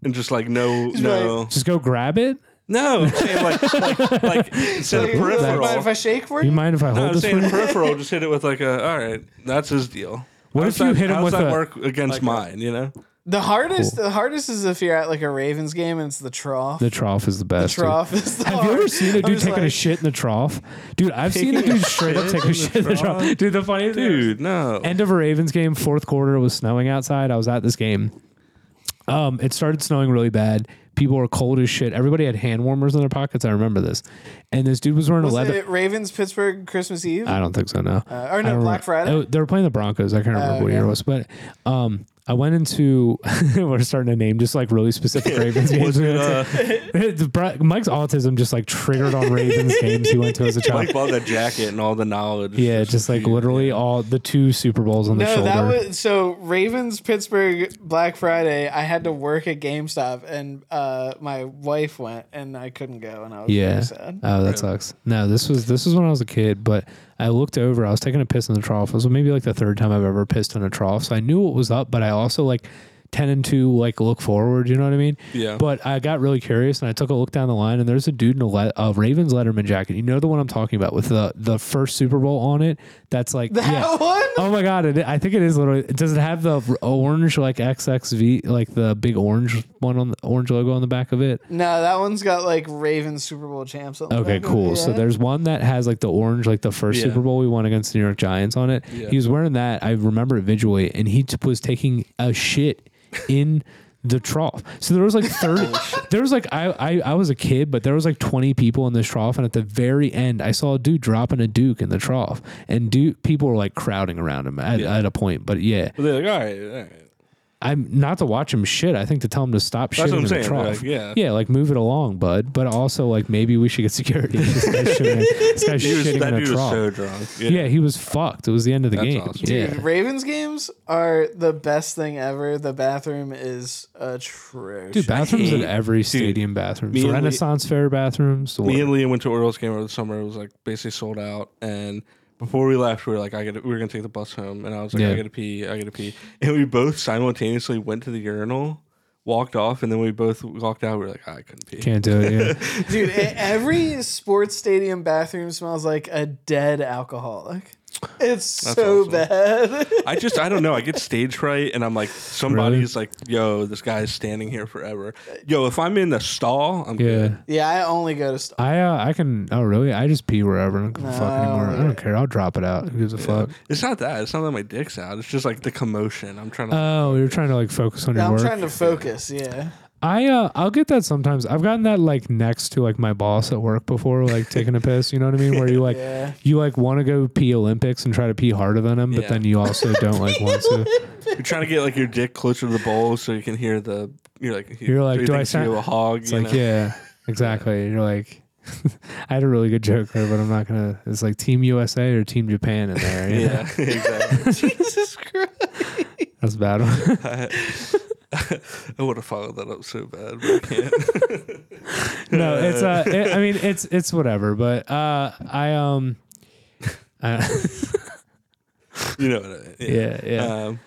Speaker 1: and just like no, no,
Speaker 3: just go grab it.
Speaker 1: no. I'm saying like, like,
Speaker 3: <laughs>
Speaker 1: like instead
Speaker 2: Like,
Speaker 1: of peripheral,
Speaker 2: mind if I shake for
Speaker 3: You
Speaker 2: you?
Speaker 3: mind if I
Speaker 1: no,
Speaker 3: hold
Speaker 1: I'm
Speaker 3: this for
Speaker 1: saying
Speaker 3: you? <laughs>
Speaker 1: peripheral. Just hit it with like a. All right, that's his deal.
Speaker 3: What
Speaker 1: How's
Speaker 3: if you
Speaker 1: that-
Speaker 3: hit him
Speaker 1: how's
Speaker 3: with
Speaker 1: that
Speaker 3: a-
Speaker 1: work against mine? You know,
Speaker 2: The hardest, the hardest is if you're at like a Ravens game and it's the trough.
Speaker 3: The trough is the best. dude.
Speaker 2: trough is the
Speaker 3: Have you ever
Speaker 2: hard-
Speaker 3: seen a
Speaker 2: I'm
Speaker 3: dude
Speaker 2: just
Speaker 3: taking a
Speaker 2: like-
Speaker 3: shit in the trough? Dude, I've seen a
Speaker 1: Taking a
Speaker 3: dude straight up
Speaker 1: shit
Speaker 3: take
Speaker 1: in
Speaker 3: a
Speaker 1: the
Speaker 3: shit in the trough.
Speaker 1: trough?
Speaker 3: Dude, the funny thing is-
Speaker 1: dude, no.
Speaker 3: End of a Ravens game, fourth quarter, it was snowing outside. I was at this game. Um, it started snowing really bad. People were cold as shit. Everybody had hand warmers in their pockets. I remember this. And this dude was wearing
Speaker 2: Was
Speaker 3: a leather.
Speaker 2: it Ravens Pittsburgh Christmas Eve?
Speaker 3: I don't think so. No.
Speaker 1: Oh.
Speaker 2: Uh, or no,
Speaker 3: I don't
Speaker 2: Black
Speaker 3: remember.
Speaker 2: Friday. Oh,
Speaker 3: Oh, they were playing the Broncos. I can't remember what
Speaker 2: okay.
Speaker 3: year it was, but um, I went into <laughs> we're starting to name just like
Speaker 2: <laughs>
Speaker 3: really specific Ravens
Speaker 1: Was
Speaker 3: games.
Speaker 1: it, uh,
Speaker 3: <laughs> It's Bri- Mike's autism just like triggered on Ravens games he went
Speaker 2: <laughs>
Speaker 3: to as a child.
Speaker 1: Mike bought that jacket and all the knowledge.
Speaker 3: yeah, just like literally all the two Super Bowls on the
Speaker 2: No,
Speaker 3: shoulder.
Speaker 2: that was so Ravens Pittsburgh Black Friday. I had to work at GaMstop, and uh, my wife went, and I couldn't go, and I was
Speaker 3: yeah.
Speaker 2: very sad.
Speaker 3: Oh, that sucks. No, this was this was when I was a kid, but I looked over. I was taking a piss in the trough. It was maybe like the third time I've ever pissed in a trough, so I knew what was up. But I also like ten and two like look forward. You know what I mean?
Speaker 1: Yeah.
Speaker 3: But I got really curious and I took a look down the line, and there's a dude in a, le- a Ravens Letterman jacket. You know the one I'm talking about with the the first Super Bowl on it. That's
Speaker 2: <laughs>
Speaker 3: like
Speaker 2: That
Speaker 3: yeah.
Speaker 2: one.
Speaker 3: Oh my god! It, I think it is literally. Does it have the r- orange like XXV like the big orange one on the orange logo on the back of it?
Speaker 2: No, that one's got like Ravens Super Bowl champs. On the
Speaker 3: Okay,
Speaker 2: back of
Speaker 3: cool.
Speaker 2: it,
Speaker 3: So
Speaker 2: Mm-hmm. yeah.
Speaker 3: there's one that has like the orange, like the first
Speaker 1: Yeah.
Speaker 3: Super Bowl we won against the New York Giants on it.
Speaker 1: Yeah.
Speaker 3: He was wearing that. I remember it visually, and he t- was taking a shit in the trough. So there
Speaker 1: <laughs>
Speaker 3: was like thirty. there was like I, I I was a kid, but there was like twenty people in this trough, and at the very end, I saw a dude dropping a Duke in the trough, and Duke people were like crowding around him at,
Speaker 1: Yeah.
Speaker 3: at a point. But yeah,
Speaker 1: But they're like, all right, all right.
Speaker 3: I'm not to watch him shit. I think to tell him to stop
Speaker 1: That's
Speaker 3: shitting
Speaker 1: what I'm
Speaker 3: in
Speaker 1: saying.
Speaker 3: the
Speaker 1: They're
Speaker 3: trough.
Speaker 1: Like, yeah.
Speaker 3: Yeah, like move it along, bud. But also, like maybe we should get security. <laughs> this guy's shitting, this guy's
Speaker 1: He was,
Speaker 3: shitting
Speaker 1: that
Speaker 3: in a
Speaker 1: dude was
Speaker 3: trough.
Speaker 1: so drunk. Yeah.
Speaker 3: yeah. he was fucked. It was the end of the
Speaker 1: That's
Speaker 3: game.
Speaker 1: awesome.
Speaker 3: Yeah.
Speaker 2: Dude, Ravens games are the best thing ever. The bathroom is atrocious.
Speaker 3: Dude, bathrooms in
Speaker 1: hate-
Speaker 3: every stadium bathroom.
Speaker 1: me and Lee-
Speaker 3: Renaissance Fair bathrooms. the
Speaker 1: Me
Speaker 3: worst.
Speaker 1: and Liam went to Orioles game over the summer. It was like basically sold out. And before we left, we were like, I got. We were gonna take the bus home, and I was like,
Speaker 3: Yeah.
Speaker 1: I gotta pee. I gotta pee. And we both simultaneously went to the urinal, walked off, and then we both walked out. We were like, "Ah, I couldn't pee.
Speaker 3: Can't do it.
Speaker 1: <laughs>
Speaker 3: Yeah.
Speaker 2: Dude, e- every sports stadium bathroom smells like a dead alcoholic. It's
Speaker 1: That's
Speaker 2: so
Speaker 1: awesome.
Speaker 2: bad.
Speaker 1: I just, I don't know. I get stage fright, and I'm like, somebody's like, yo, this guy's standing here forever. Yo, if I'm in the stall, I'm
Speaker 3: yeah.
Speaker 1: good.
Speaker 2: yeah, I only go to. St-
Speaker 3: I uh, I can. Oh really? I just pee wherever. I don't give a fuck
Speaker 2: No.
Speaker 3: anymore. I don't care. I'll drop it out. Who gives a fuck?
Speaker 1: It's not that. It's not that my dick's out. It's just like the commotion. I'm trying to.
Speaker 3: Oh, you're trying to like focus on your
Speaker 2: I'm
Speaker 3: work.
Speaker 2: trying to focus. Yeah.
Speaker 3: I uh, I'll get that sometimes. I've gotten that like next to like my boss at work before, like taking a piss. You know what I mean? Where
Speaker 1: <laughs>
Speaker 3: you like
Speaker 2: Yeah.
Speaker 3: you like want to go pee Olympics and try to pee harder than him, but
Speaker 1: Yeah.
Speaker 3: then you also
Speaker 1: <laughs>
Speaker 3: don't like want to.
Speaker 1: You're trying to get like your dick closer to the bowl so you can hear the. You're like.
Speaker 3: You're like,
Speaker 1: he
Speaker 3: do I
Speaker 1: thinks
Speaker 3: sound-
Speaker 1: you a hog?
Speaker 3: It's
Speaker 1: you
Speaker 3: like
Speaker 1: know?
Speaker 3: yeah, exactly. You're like, <laughs> I had a really good joke there, but I'm not gonna. It's like Team USA or Team Japan in
Speaker 1: <laughs>
Speaker 3: there. you know?
Speaker 1: Yeah,
Speaker 3: <laughs>
Speaker 2: <laughs>
Speaker 1: exactly.
Speaker 2: Jesus Christ.
Speaker 3: that's a bad one. <laughs>
Speaker 1: <laughs> I would have followed that up so bad, but I can't. <laughs>
Speaker 3: no, it's uh, it, I mean, it's it's whatever. But uh, I um, <laughs> uh,
Speaker 1: You know what I mean?
Speaker 3: yeah, yeah.
Speaker 1: Um,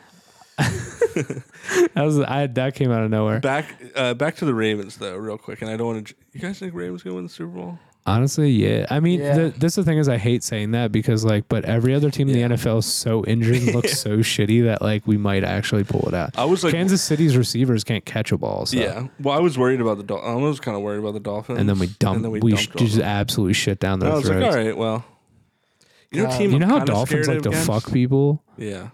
Speaker 3: That was I that came out of nowhere.
Speaker 1: back, uh, back to the Ravens though, real quick. And I don't want to. You guys think Ravens gonna win the Super Bowl?
Speaker 3: Honestly, yeah. I mean,
Speaker 2: Yeah.
Speaker 3: The, this is the thing is I hate saying that because like, but every other team
Speaker 1: Yeah.
Speaker 3: in the NFL is so injured, and looks so shitty that like we might actually pull it out.
Speaker 1: I was like,
Speaker 3: Kansas City's receivers can't catch a ball, so.
Speaker 1: yeah. Well, I was worried about the. Dol- I was kind of worried about the Dolphins.
Speaker 3: And then we dump, we, sh-
Speaker 1: dumped
Speaker 3: just
Speaker 1: on them.
Speaker 3: absolutely shit down
Speaker 1: And
Speaker 3: their
Speaker 1: I was
Speaker 3: throats.
Speaker 1: like, all right, well. You know,
Speaker 2: God.
Speaker 1: team
Speaker 3: You know
Speaker 1: I'm
Speaker 3: how
Speaker 1: kinda
Speaker 3: dolphins
Speaker 1: scared
Speaker 3: like to
Speaker 1: of against?
Speaker 3: fuck people?
Speaker 1: Yeah.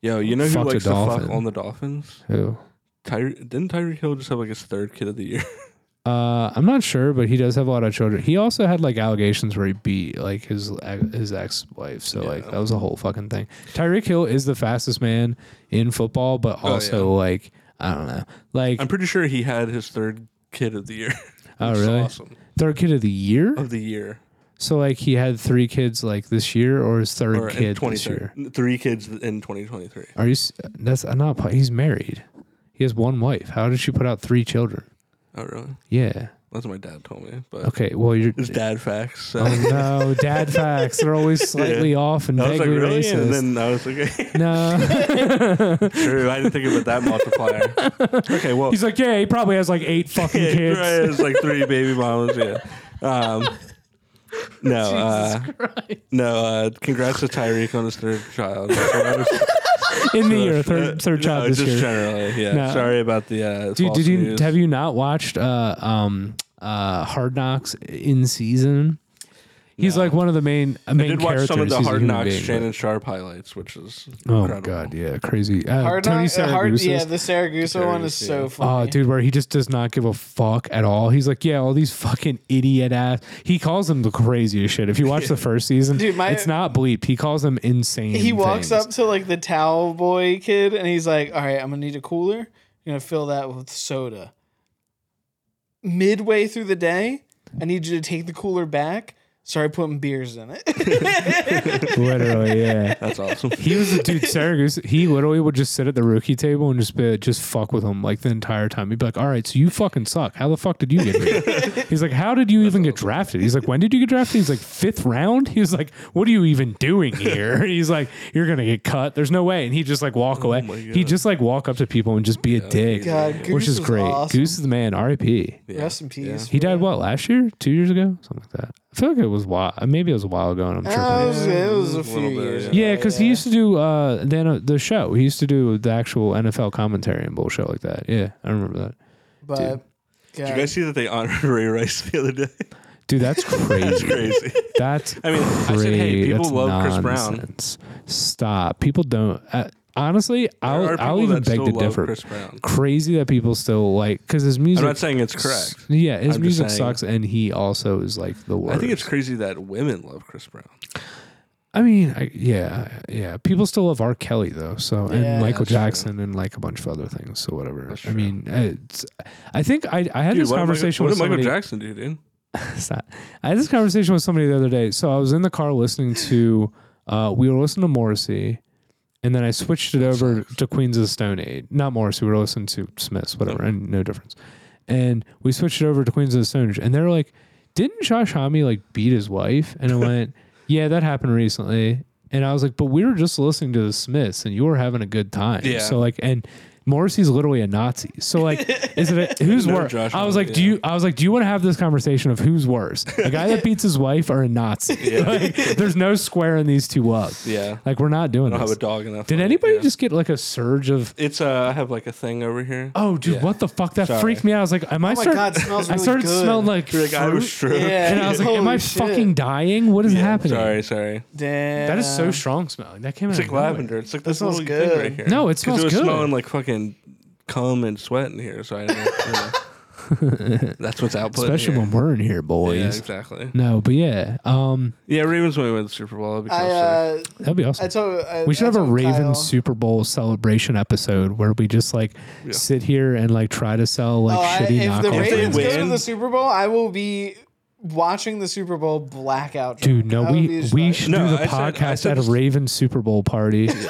Speaker 1: Yo, you know who
Speaker 3: Fucked a
Speaker 1: likes to fuck
Speaker 3: dolphin.
Speaker 1: on the Dolphins?
Speaker 3: Who?
Speaker 1: Tyre- didn't Tyreek Hill just have like his third kid of the year? <laughs>
Speaker 3: Uh, I'm not sure, but he does have a lot of children. He also had like allegations where he beat like his his ex wife, so like
Speaker 1: Yeah.
Speaker 3: that was a whole fucking thing. Tyreek Hill is the fastest man in football, but
Speaker 1: Oh, yeah.
Speaker 3: also like I don't know, like
Speaker 1: I'm pretty sure he had his third kid of the year. <laughs>
Speaker 3: Oh,
Speaker 1: Which is
Speaker 3: really?
Speaker 1: Awesome.
Speaker 3: third kid of the year.
Speaker 1: Of the year.
Speaker 3: So like he had three kids like this year or his third
Speaker 1: Or in
Speaker 3: kid this year.
Speaker 1: 2023. Three kids in 2023.
Speaker 3: Are you? s- That's I'm not. He's married. He has one wife. How did she put out three children?
Speaker 1: Oh, really?
Speaker 3: Yeah.
Speaker 1: That's what my dad told me. But
Speaker 3: Okay.
Speaker 1: <laughs>
Speaker 3: Well, you're.
Speaker 1: it's dad facts. So.
Speaker 3: Oh no, dad facts. They're always slightly off and
Speaker 1: I was
Speaker 3: vaguely
Speaker 1: like, really? And
Speaker 3: racist.
Speaker 1: then I was like, okay, <laughs>
Speaker 3: no.
Speaker 1: true. I didn't think about that multiplier.
Speaker 3: <laughs>
Speaker 1: okay, well,
Speaker 3: He's like, yeah, he probably has like eight
Speaker 1: <laughs>
Speaker 3: fucking
Speaker 1: yeah,
Speaker 3: kids.
Speaker 1: right, it's like three baby mamas. Yeah.
Speaker 3: <laughs>
Speaker 1: Um, no, uh, no. Uh, congrats to Tyreek on his third child.
Speaker 3: In the year, third third child
Speaker 1: no,
Speaker 3: this
Speaker 1: just
Speaker 3: year.
Speaker 1: generally. Yeah.
Speaker 3: No.
Speaker 1: Sorry about the. Uh,
Speaker 3: Dude,
Speaker 1: false
Speaker 3: did you
Speaker 1: news.
Speaker 3: have you not watched uh um uh Hard Knocks in season? He's like one of the main uh, main
Speaker 1: I did watch some of
Speaker 3: characters.
Speaker 1: the
Speaker 3: He's a
Speaker 1: Hard
Speaker 3: human
Speaker 1: Knocks
Speaker 3: being, but-
Speaker 1: Shannon Sharp highlights, which is
Speaker 3: Oh my
Speaker 1: incredible.
Speaker 3: god, yeah, crazy. Uh,
Speaker 2: Hard
Speaker 3: Tony
Speaker 2: Knock- hard,
Speaker 3: Saragusa.
Speaker 2: yeah, the Saragusa one is so
Speaker 3: Oh,
Speaker 2: funny.
Speaker 3: dude, where he just does not give a fuck at all. He's like, yeah, all these fucking idiot ass. He calls them the craziest shit. If you
Speaker 2: <laughs>
Speaker 3: watch the first season,
Speaker 2: Dude, my-
Speaker 3: it's not bleep. He calls them insane.
Speaker 2: he walks
Speaker 3: things.
Speaker 2: up to like the towel boy kid and he's like, All right, I'm gonna need a cooler. You're gonna fill that with soda. Midway through the day, I need you to take the cooler back. Start putting beers in <laughs> it.
Speaker 3: literally, yeah. <laughs>
Speaker 1: That's awesome.
Speaker 3: He was the
Speaker 1: <laughs>
Speaker 3: dude, Saragus. He literally would just sit at the rookie table and just be, just fuck with him like the entire time. He'd be like, "All right, so you fucking suck. How the fuck did you get
Speaker 1: <laughs>
Speaker 3: here?" He's like, "How did you even get drafted?" He's like, "When did you get drafted?" He's like, fifth round." He was like, "What are you even doing here?" <laughs> He's like, "You're gonna get cut. There's no way." And he just like walk away.
Speaker 1: Oh my
Speaker 3: He
Speaker 1: God.
Speaker 3: just like walk up to people and just be a dick,
Speaker 2: God, Goose
Speaker 3: which is
Speaker 2: was
Speaker 3: great.
Speaker 2: awesome.
Speaker 3: Goose is the man. R.I.P.
Speaker 2: Rest in peace. Uh,
Speaker 3: He died what last year? Two years ago? Something like that. I feel like it was while. Maybe it was a while ago, and I'm tripping.
Speaker 2: Oh, it, was, it was a
Speaker 1: A
Speaker 2: few
Speaker 1: little bit,
Speaker 2: years.
Speaker 1: yeah.
Speaker 2: ago,
Speaker 3: Yeah, because he used to do uh, the N- the show. He used to do the actual NFL commentary and bullshit like that. Yeah, I remember that.
Speaker 2: But God,
Speaker 1: Did you guys see that they honored <laughs> Ray Rice the other day? <laughs>
Speaker 3: Dude, that's
Speaker 1: That's
Speaker 3: crazy.
Speaker 1: crazy.
Speaker 3: that's
Speaker 1: I mean, I said,
Speaker 3: crazy.
Speaker 1: hey, people
Speaker 3: that's
Speaker 1: love Chris Brown.
Speaker 3: nonsense. Stop. People don't. Uh, honestly,
Speaker 1: There
Speaker 3: I'll
Speaker 1: are
Speaker 3: I'll
Speaker 1: people
Speaker 3: even
Speaker 1: that
Speaker 3: beg
Speaker 1: still
Speaker 3: to
Speaker 1: love
Speaker 3: differ.
Speaker 1: Chris Brown.
Speaker 3: Crazy that people still like because his music.
Speaker 1: I'm not saying it's correct.
Speaker 3: Yeah, his
Speaker 1: I'm just
Speaker 3: music
Speaker 1: saying-
Speaker 3: sucks, and he also is like the worst.
Speaker 1: I think it's crazy that women love Chris Brown.
Speaker 3: I mean, I, yeah, yeah. People still love R. Kelly though, so
Speaker 2: Yeah,
Speaker 3: and Michael
Speaker 1: that's true.
Speaker 3: Jackson and like a bunch of other things. So whatever.
Speaker 1: That's
Speaker 3: I
Speaker 1: true.
Speaker 3: mean, it's, I think I, I had
Speaker 1: Dude,
Speaker 3: this
Speaker 1: what did Michael-
Speaker 3: conversation
Speaker 1: What
Speaker 3: with
Speaker 1: did Michael
Speaker 3: somebody.
Speaker 1: Jackson do, dude?
Speaker 3: Stop. I had this conversation with somebody the other day. So I was in the car listening to, uh, we were listening to Morrissey, and then I switched it over to Queens of the Stone Age. Not Morrissey. We were listening to Smiths, whatever, and no difference. And we switched it over to Queens of the Stone Age, and they're like, "Didn't Josh Homme like beat his wife?" And
Speaker 1: <laughs>
Speaker 3: I went, "Yeah, that happened recently." And I was like, "But we were just listening to the Smiths, and you were having a good time."
Speaker 1: Yeah.
Speaker 3: So like, and Morrissey's literally a Nazi. So like, is
Speaker 1: <laughs>
Speaker 3: it a, who's
Speaker 1: No,
Speaker 3: worse?
Speaker 1: Josh
Speaker 3: I was
Speaker 1: Homme,
Speaker 3: like, "Do
Speaker 1: yeah.
Speaker 3: you I was like, do you want to have this conversation of who's worse, a guy that beats his wife or a Nazi? <laughs> Like, there's no squaring these two up.
Speaker 1: Yeah.
Speaker 3: Like we're not doing
Speaker 1: I don't have
Speaker 3: this.
Speaker 1: a dog in that.
Speaker 3: Did
Speaker 1: fight,
Speaker 3: anybody
Speaker 1: yeah.
Speaker 3: just get like a surge of?
Speaker 1: It's uh, I have like a thing over here.
Speaker 3: Oh, dude,
Speaker 1: Yeah.
Speaker 3: what the fuck? That
Speaker 1: Sorry.
Speaker 3: freaked me out. I was like, am I
Speaker 2: Oh my
Speaker 3: starting?
Speaker 2: God, it smells
Speaker 3: I
Speaker 2: really
Speaker 3: started
Speaker 2: good.
Speaker 3: smelling like,
Speaker 1: You're like oh, I was
Speaker 3: fruit,
Speaker 1: sure. <laughs>
Speaker 2: Yeah.
Speaker 3: and I was like, am I
Speaker 2: Holy shit.
Speaker 3: fucking dying? What is happening?
Speaker 1: Sorry, sorry.
Speaker 2: damn.
Speaker 3: That is so strong smelling. That came
Speaker 1: It's
Speaker 3: out
Speaker 1: like
Speaker 3: of nowhere.
Speaker 1: lavender. It's like this
Speaker 2: smells
Speaker 1: little thing
Speaker 2: good.
Speaker 1: right here.
Speaker 3: No, it
Speaker 1: 'Cause
Speaker 3: smells
Speaker 1: it was
Speaker 3: good.
Speaker 1: smelling like fucking cum and sweat in here. So I know.
Speaker 3: <laughs>
Speaker 1: That's what's output. in
Speaker 3: Especially
Speaker 1: here.
Speaker 3: when we're in here, boys.
Speaker 1: Yeah, exactly.
Speaker 3: No, but yeah, um,
Speaker 1: Yeah, Ravens might win the Super Bowl. That'd be
Speaker 2: I
Speaker 1: tough,
Speaker 2: uh,
Speaker 3: that'd be awesome.
Speaker 2: I told I,
Speaker 3: We should
Speaker 2: I
Speaker 3: have a
Speaker 2: told
Speaker 3: Ravens
Speaker 2: Kyle-
Speaker 3: Super Bowl celebration episode where we just like
Speaker 1: Yeah.
Speaker 3: sit here and like try to sell like
Speaker 2: Oh, I,
Speaker 3: shitty
Speaker 2: if the
Speaker 3: knockoff.
Speaker 2: Ravens
Speaker 1: If
Speaker 2: go
Speaker 1: they
Speaker 2: to
Speaker 1: win-
Speaker 2: the Super Bowl, I will be watching the Super Bowl blackout.
Speaker 3: Dude,
Speaker 2: drunk.
Speaker 3: no,
Speaker 2: I will
Speaker 3: we
Speaker 2: be
Speaker 3: we
Speaker 2: drunk.
Speaker 3: should
Speaker 1: No,
Speaker 3: do the
Speaker 1: I said- I
Speaker 3: podcast
Speaker 1: said
Speaker 3: at a
Speaker 1: this-
Speaker 3: Ravens Super Bowl party
Speaker 2: uh,
Speaker 1: so.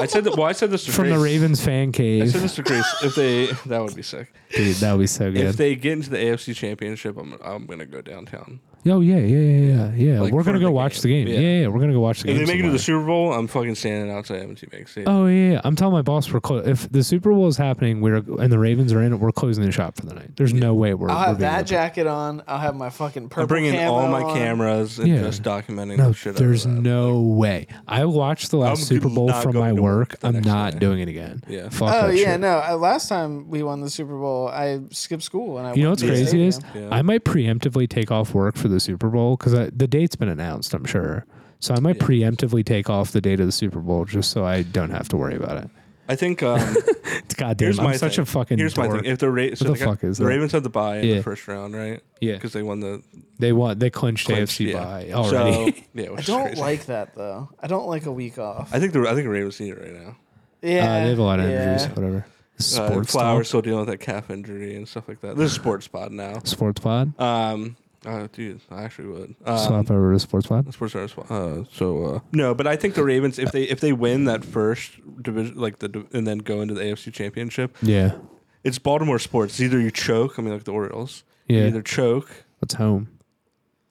Speaker 1: I said that. Well, I said this to
Speaker 3: from the
Speaker 1: Grace.
Speaker 3: Ravens fan
Speaker 1: I said
Speaker 3: cave.
Speaker 1: this to Grace. If they, that would be sick.
Speaker 3: Dude, that would be so
Speaker 1: If
Speaker 3: good.
Speaker 1: they get into the AFC Championship, I'm I'm gonna go downtown.
Speaker 3: Oh yeah, yeah, yeah, yeah, yeah.
Speaker 1: Like,
Speaker 3: we're
Speaker 1: for
Speaker 3: gonna go
Speaker 1: the game.
Speaker 3: watch the game.
Speaker 1: Yeah.
Speaker 3: Yeah. yeah, we're gonna go watch the
Speaker 1: If
Speaker 3: game.
Speaker 1: they make it to the
Speaker 3: somewhere.
Speaker 1: Super Bowl, I'm fucking standing outside M&T Bank Stadium.
Speaker 3: Oh yeah, yeah. I'm telling my boss we're close. If the Super Bowl is happening, we're and the Ravens are in it. We're closing the shop for the night. There's no way we're.
Speaker 2: I'll
Speaker 3: we're
Speaker 2: have
Speaker 3: being
Speaker 2: Uh, that
Speaker 3: open.
Speaker 2: jacket on. I'll have my fucking purple.
Speaker 1: I'm bringing
Speaker 2: camo
Speaker 1: all my
Speaker 2: on.
Speaker 1: cameras and
Speaker 3: Yeah.
Speaker 1: just documenting
Speaker 3: No,
Speaker 1: the shit. out of
Speaker 3: there's
Speaker 1: that.
Speaker 3: no way. I watched the last
Speaker 1: I'm
Speaker 3: Super
Speaker 1: good-
Speaker 3: Bowl
Speaker 1: not
Speaker 3: from
Speaker 1: going
Speaker 3: my
Speaker 1: to work
Speaker 3: work.
Speaker 1: the
Speaker 3: I'm
Speaker 1: next
Speaker 3: not
Speaker 1: day.
Speaker 3: doing it again.
Speaker 1: Yeah.
Speaker 3: Fuck
Speaker 2: Oh
Speaker 3: that
Speaker 2: yeah,
Speaker 3: shit.
Speaker 2: no. I, last time we won the Super Bowl, I skipped school and I.
Speaker 3: You know
Speaker 2: went
Speaker 3: what's
Speaker 2: to the
Speaker 3: crazy is
Speaker 2: stadium.
Speaker 1: Yeah.
Speaker 3: I might preemptively take off work for the Super Bowl because the date's been announced. I'm sure, so I might
Speaker 1: Yeah.
Speaker 3: preemptively take off the date of the Super Bowl just so I don't have to worry about it.
Speaker 1: I
Speaker 3: <laughs>
Speaker 1: think um,
Speaker 3: It's goddamn.
Speaker 1: here's
Speaker 3: I'm
Speaker 1: my
Speaker 3: such
Speaker 1: thing.
Speaker 3: a fucking.
Speaker 1: Here's my
Speaker 3: dork.
Speaker 1: thing. If the Ra- so
Speaker 3: the
Speaker 1: they got-
Speaker 3: fuck is
Speaker 1: the
Speaker 3: that?
Speaker 1: Ravens had the bye in
Speaker 3: Yeah.
Speaker 1: the first round, right?
Speaker 3: Yeah,
Speaker 1: Because they won the
Speaker 3: they want they clinched,
Speaker 1: clinched,
Speaker 3: AFC
Speaker 1: yeah.
Speaker 3: by <laughs> already. Uh,
Speaker 1: So, yeah,
Speaker 2: I
Speaker 1: which is
Speaker 2: don't
Speaker 1: crazy.
Speaker 2: like that though. I don't like a week off.
Speaker 1: I think the I think the Ravens need it right now.
Speaker 2: Yeah,
Speaker 3: uh, they have a lot of
Speaker 2: yeah.
Speaker 3: injuries. Whatever.
Speaker 1: Uh,
Speaker 3: Sports
Speaker 1: Flowers
Speaker 3: talk?
Speaker 1: still dealing with that calf injury and stuff like that. This is sports pod now.
Speaker 3: Sports pod.
Speaker 1: Um, oh, dude, I actually would. Um,
Speaker 3: Swap over to sports pod.
Speaker 1: sports are uh, so uh, no, but I think the Ravens if they if they win that first division like the div- and then go into the AFC Championship,
Speaker 3: Yeah.
Speaker 1: it's Baltimore sports. It's either you choke, I mean like the Orioles, you
Speaker 3: Yeah.
Speaker 1: either choke
Speaker 3: What's home?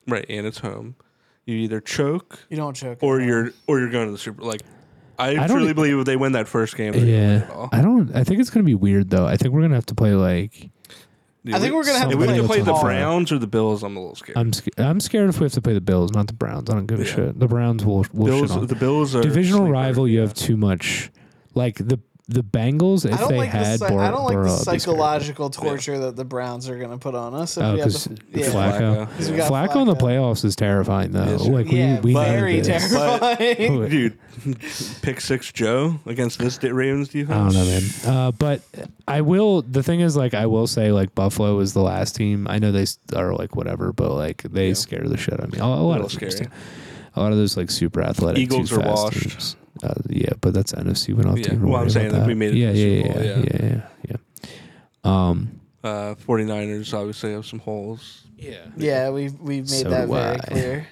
Speaker 1: right and it's home. You either choke
Speaker 2: You don't choke.
Speaker 1: or
Speaker 2: anymore.
Speaker 1: you're or you're going to the Super. Like I,
Speaker 3: don't
Speaker 1: truly
Speaker 3: e-
Speaker 1: believe if they win that first game, they're gonna win it
Speaker 3: Yeah,
Speaker 1: all.
Speaker 3: I don't. I think it's gonna be weird though. I think we're gonna have to play like.
Speaker 2: I think we're gonna have to
Speaker 1: If we have
Speaker 2: play,
Speaker 1: to play the
Speaker 3: Baltimore.
Speaker 1: Browns or the Bills, I'm a little scared.
Speaker 3: I'm sc- I'm scared if we have to play the Bills, not the Browns. I don't give a
Speaker 1: Yeah.
Speaker 3: shit. The Browns will will shit
Speaker 1: Bills,
Speaker 3: on.
Speaker 1: the Bills are
Speaker 3: Divisional
Speaker 1: sleeper,
Speaker 3: rival. You
Speaker 1: yeah.
Speaker 3: have too much. Like the the Bengals if
Speaker 2: I don't
Speaker 3: they
Speaker 2: like the
Speaker 3: had
Speaker 2: psy-
Speaker 3: Bor-
Speaker 2: I don't like the
Speaker 3: Burrow, it'd be scary.
Speaker 2: psychological torture that the Browns are gonna put on us. If
Speaker 3: Oh,
Speaker 2: we have
Speaker 3: because
Speaker 2: the, yeah.
Speaker 3: Flacco.
Speaker 1: Flacco. 'Cause
Speaker 2: we got
Speaker 3: Flacco in the
Speaker 2: Flacco.
Speaker 3: playoffs is terrifying though.
Speaker 1: Yes, sir.
Speaker 3: like we
Speaker 2: yeah,
Speaker 3: we
Speaker 2: very
Speaker 3: need this.
Speaker 2: terrifying.
Speaker 1: Dude, pick six Joe against this di- Ravens defense.
Speaker 3: I don't know, man. Uh, but I will. The thing is, like, I will say, like, Buffalo is the last team. I know they s- are like whatever, but like they
Speaker 1: Yeah.
Speaker 3: scare the shit out of me. A, a lot of
Speaker 1: little
Speaker 3: teams
Speaker 1: scary.
Speaker 3: do. A lot of those like super athletic
Speaker 1: Eagles
Speaker 3: too
Speaker 1: are
Speaker 3: fast
Speaker 1: washed.
Speaker 3: teams. Uh, yeah, but that's NFC. We don't have to
Speaker 1: Yeah.
Speaker 3: even
Speaker 1: Well, I'm
Speaker 3: worry
Speaker 1: saying
Speaker 3: about
Speaker 1: that we made it to
Speaker 3: Yeah,
Speaker 1: the
Speaker 3: yeah,
Speaker 1: Super
Speaker 3: yeah,
Speaker 1: Bowl,
Speaker 3: yeah, yeah, yeah, yeah. Um. <sighs>
Speaker 1: Uh, 49ers obviously have some holes.
Speaker 3: Yeah.
Speaker 2: <laughs>
Speaker 3: <laughs>
Speaker 2: Yeah, we we made
Speaker 3: So
Speaker 2: that
Speaker 3: do
Speaker 2: very
Speaker 3: I. <laughs>
Speaker 2: clear.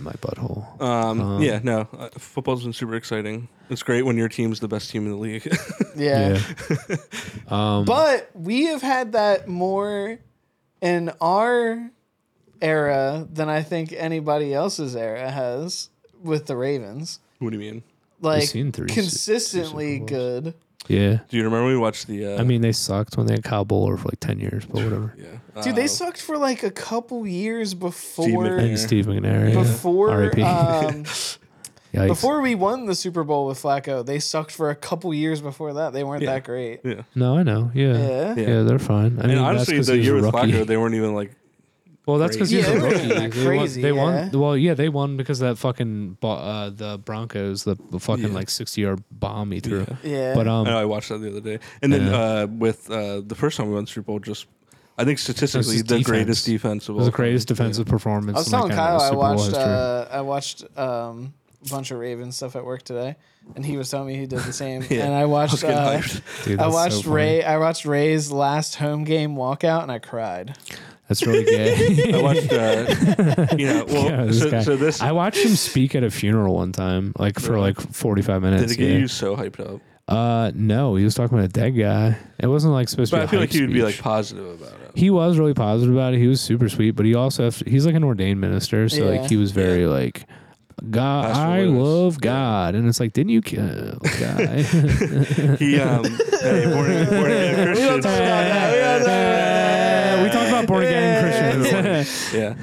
Speaker 3: My butthole.
Speaker 1: Um,
Speaker 3: Um,
Speaker 1: yeah, no, uh, football's been super exciting. It's great when your team's the best team in the league. <laughs>
Speaker 2: Yeah.
Speaker 3: Yeah. um.
Speaker 2: But we have had that more in our era than I think anybody else's era has with the Ravens.
Speaker 1: what do you mean?
Speaker 2: Like
Speaker 3: seen three Su-
Speaker 2: consistently
Speaker 3: Super
Speaker 2: good.
Speaker 1: <laughs>
Speaker 3: yeah.
Speaker 1: Do you remember we watched the? Uh,
Speaker 3: I mean, they sucked when they had Kyle Bowler for like ten years, but whatever.
Speaker 1: yeah,
Speaker 2: Dude, they
Speaker 1: Uh,
Speaker 2: sucked for like a couple years
Speaker 1: Demon-
Speaker 3: <laughs>
Speaker 2: before
Speaker 3: And Steve McNair. yeah.
Speaker 2: before
Speaker 3: R.I.P.
Speaker 2: um,
Speaker 3: <laughs> Yikes.
Speaker 2: before we won the Super Bowl with Flacco. They sucked for a couple years before that. They weren't
Speaker 1: Yeah.
Speaker 2: that great.
Speaker 1: Yeah,
Speaker 3: No, I know. Yeah.
Speaker 2: Yeah.
Speaker 3: Yeah,
Speaker 1: Yeah.
Speaker 3: they're fine. I mean,
Speaker 1: and honestly,
Speaker 3: that's
Speaker 1: the year with Flacco,
Speaker 3: Flacco.
Speaker 1: they weren't even like.
Speaker 3: Well, that's because he was
Speaker 2: Yeah,
Speaker 3: a
Speaker 2: they were
Speaker 3: rookie.
Speaker 2: kinda
Speaker 3: They won.
Speaker 2: crazy,
Speaker 3: They
Speaker 2: yeah.
Speaker 3: won. Well, yeah, they won because of that fucking bo- uh, the Broncos, the the fucking
Speaker 1: Yeah.
Speaker 3: like sixty yard bomb he threw.
Speaker 1: Yeah.
Speaker 2: Yeah.
Speaker 3: But um,
Speaker 1: I know I watched that the other day, and then
Speaker 3: Yeah.
Speaker 1: uh, with uh, the first time we won Super Bowl, just I think statistically
Speaker 3: his
Speaker 1: the
Speaker 3: defense.
Speaker 1: greatest defense of
Speaker 3: it was
Speaker 1: all
Speaker 3: the greatest
Speaker 1: time.
Speaker 3: defensive performance.
Speaker 2: I was
Speaker 3: in, like,
Speaker 2: telling
Speaker 3: I don't know,
Speaker 2: Kyle I
Speaker 3: Super Bowl
Speaker 2: watched
Speaker 3: history.
Speaker 2: uh, I watched um, a bunch of Ravens stuff at work today, and he was telling me he did the same.
Speaker 3: <laughs>
Speaker 1: Yeah.
Speaker 2: And I
Speaker 1: I was
Speaker 2: watched
Speaker 1: getting
Speaker 2: uh,
Speaker 1: hyped.
Speaker 3: Dude,
Speaker 2: I
Speaker 3: that's so
Speaker 2: watched
Speaker 3: funny.
Speaker 2: Ray I watched Ray's last home game walkout, and I cried.
Speaker 3: That's
Speaker 2: <laughs>
Speaker 3: really gay. <laughs>
Speaker 1: I watched, uh, you know, well,
Speaker 3: Yeah, this
Speaker 1: so,
Speaker 3: guy.
Speaker 1: so this
Speaker 3: I watched him speak at a funeral one time, like for
Speaker 1: Really?
Speaker 3: like forty five
Speaker 1: did
Speaker 3: minutes.
Speaker 1: it get
Speaker 3: yeah.
Speaker 1: you so hyped up?
Speaker 3: Uh, no, he was talking about a dead guy. It wasn't like supposed to
Speaker 1: But
Speaker 3: be.
Speaker 1: I
Speaker 3: a
Speaker 1: feel like
Speaker 3: hype
Speaker 1: you'd be like
Speaker 3: speech.
Speaker 1: positive about it.
Speaker 3: he was really positive about it. He was super sweet, but he also have he's like an ordained minister, so
Speaker 2: Yeah.
Speaker 3: like he was very like God,
Speaker 1: Pastor
Speaker 3: I
Speaker 1: Lewis.
Speaker 3: love God, and it's like, didn't
Speaker 1: <laughs>
Speaker 3: you kill <laughs> God?
Speaker 1: He, um,
Speaker 3: <laughs>
Speaker 1: hey, morning, morning,
Speaker 2: don't
Speaker 1: Christians.
Speaker 2: talk about that.
Speaker 3: we talked about born again Christians. <laughs>
Speaker 1: Yeah.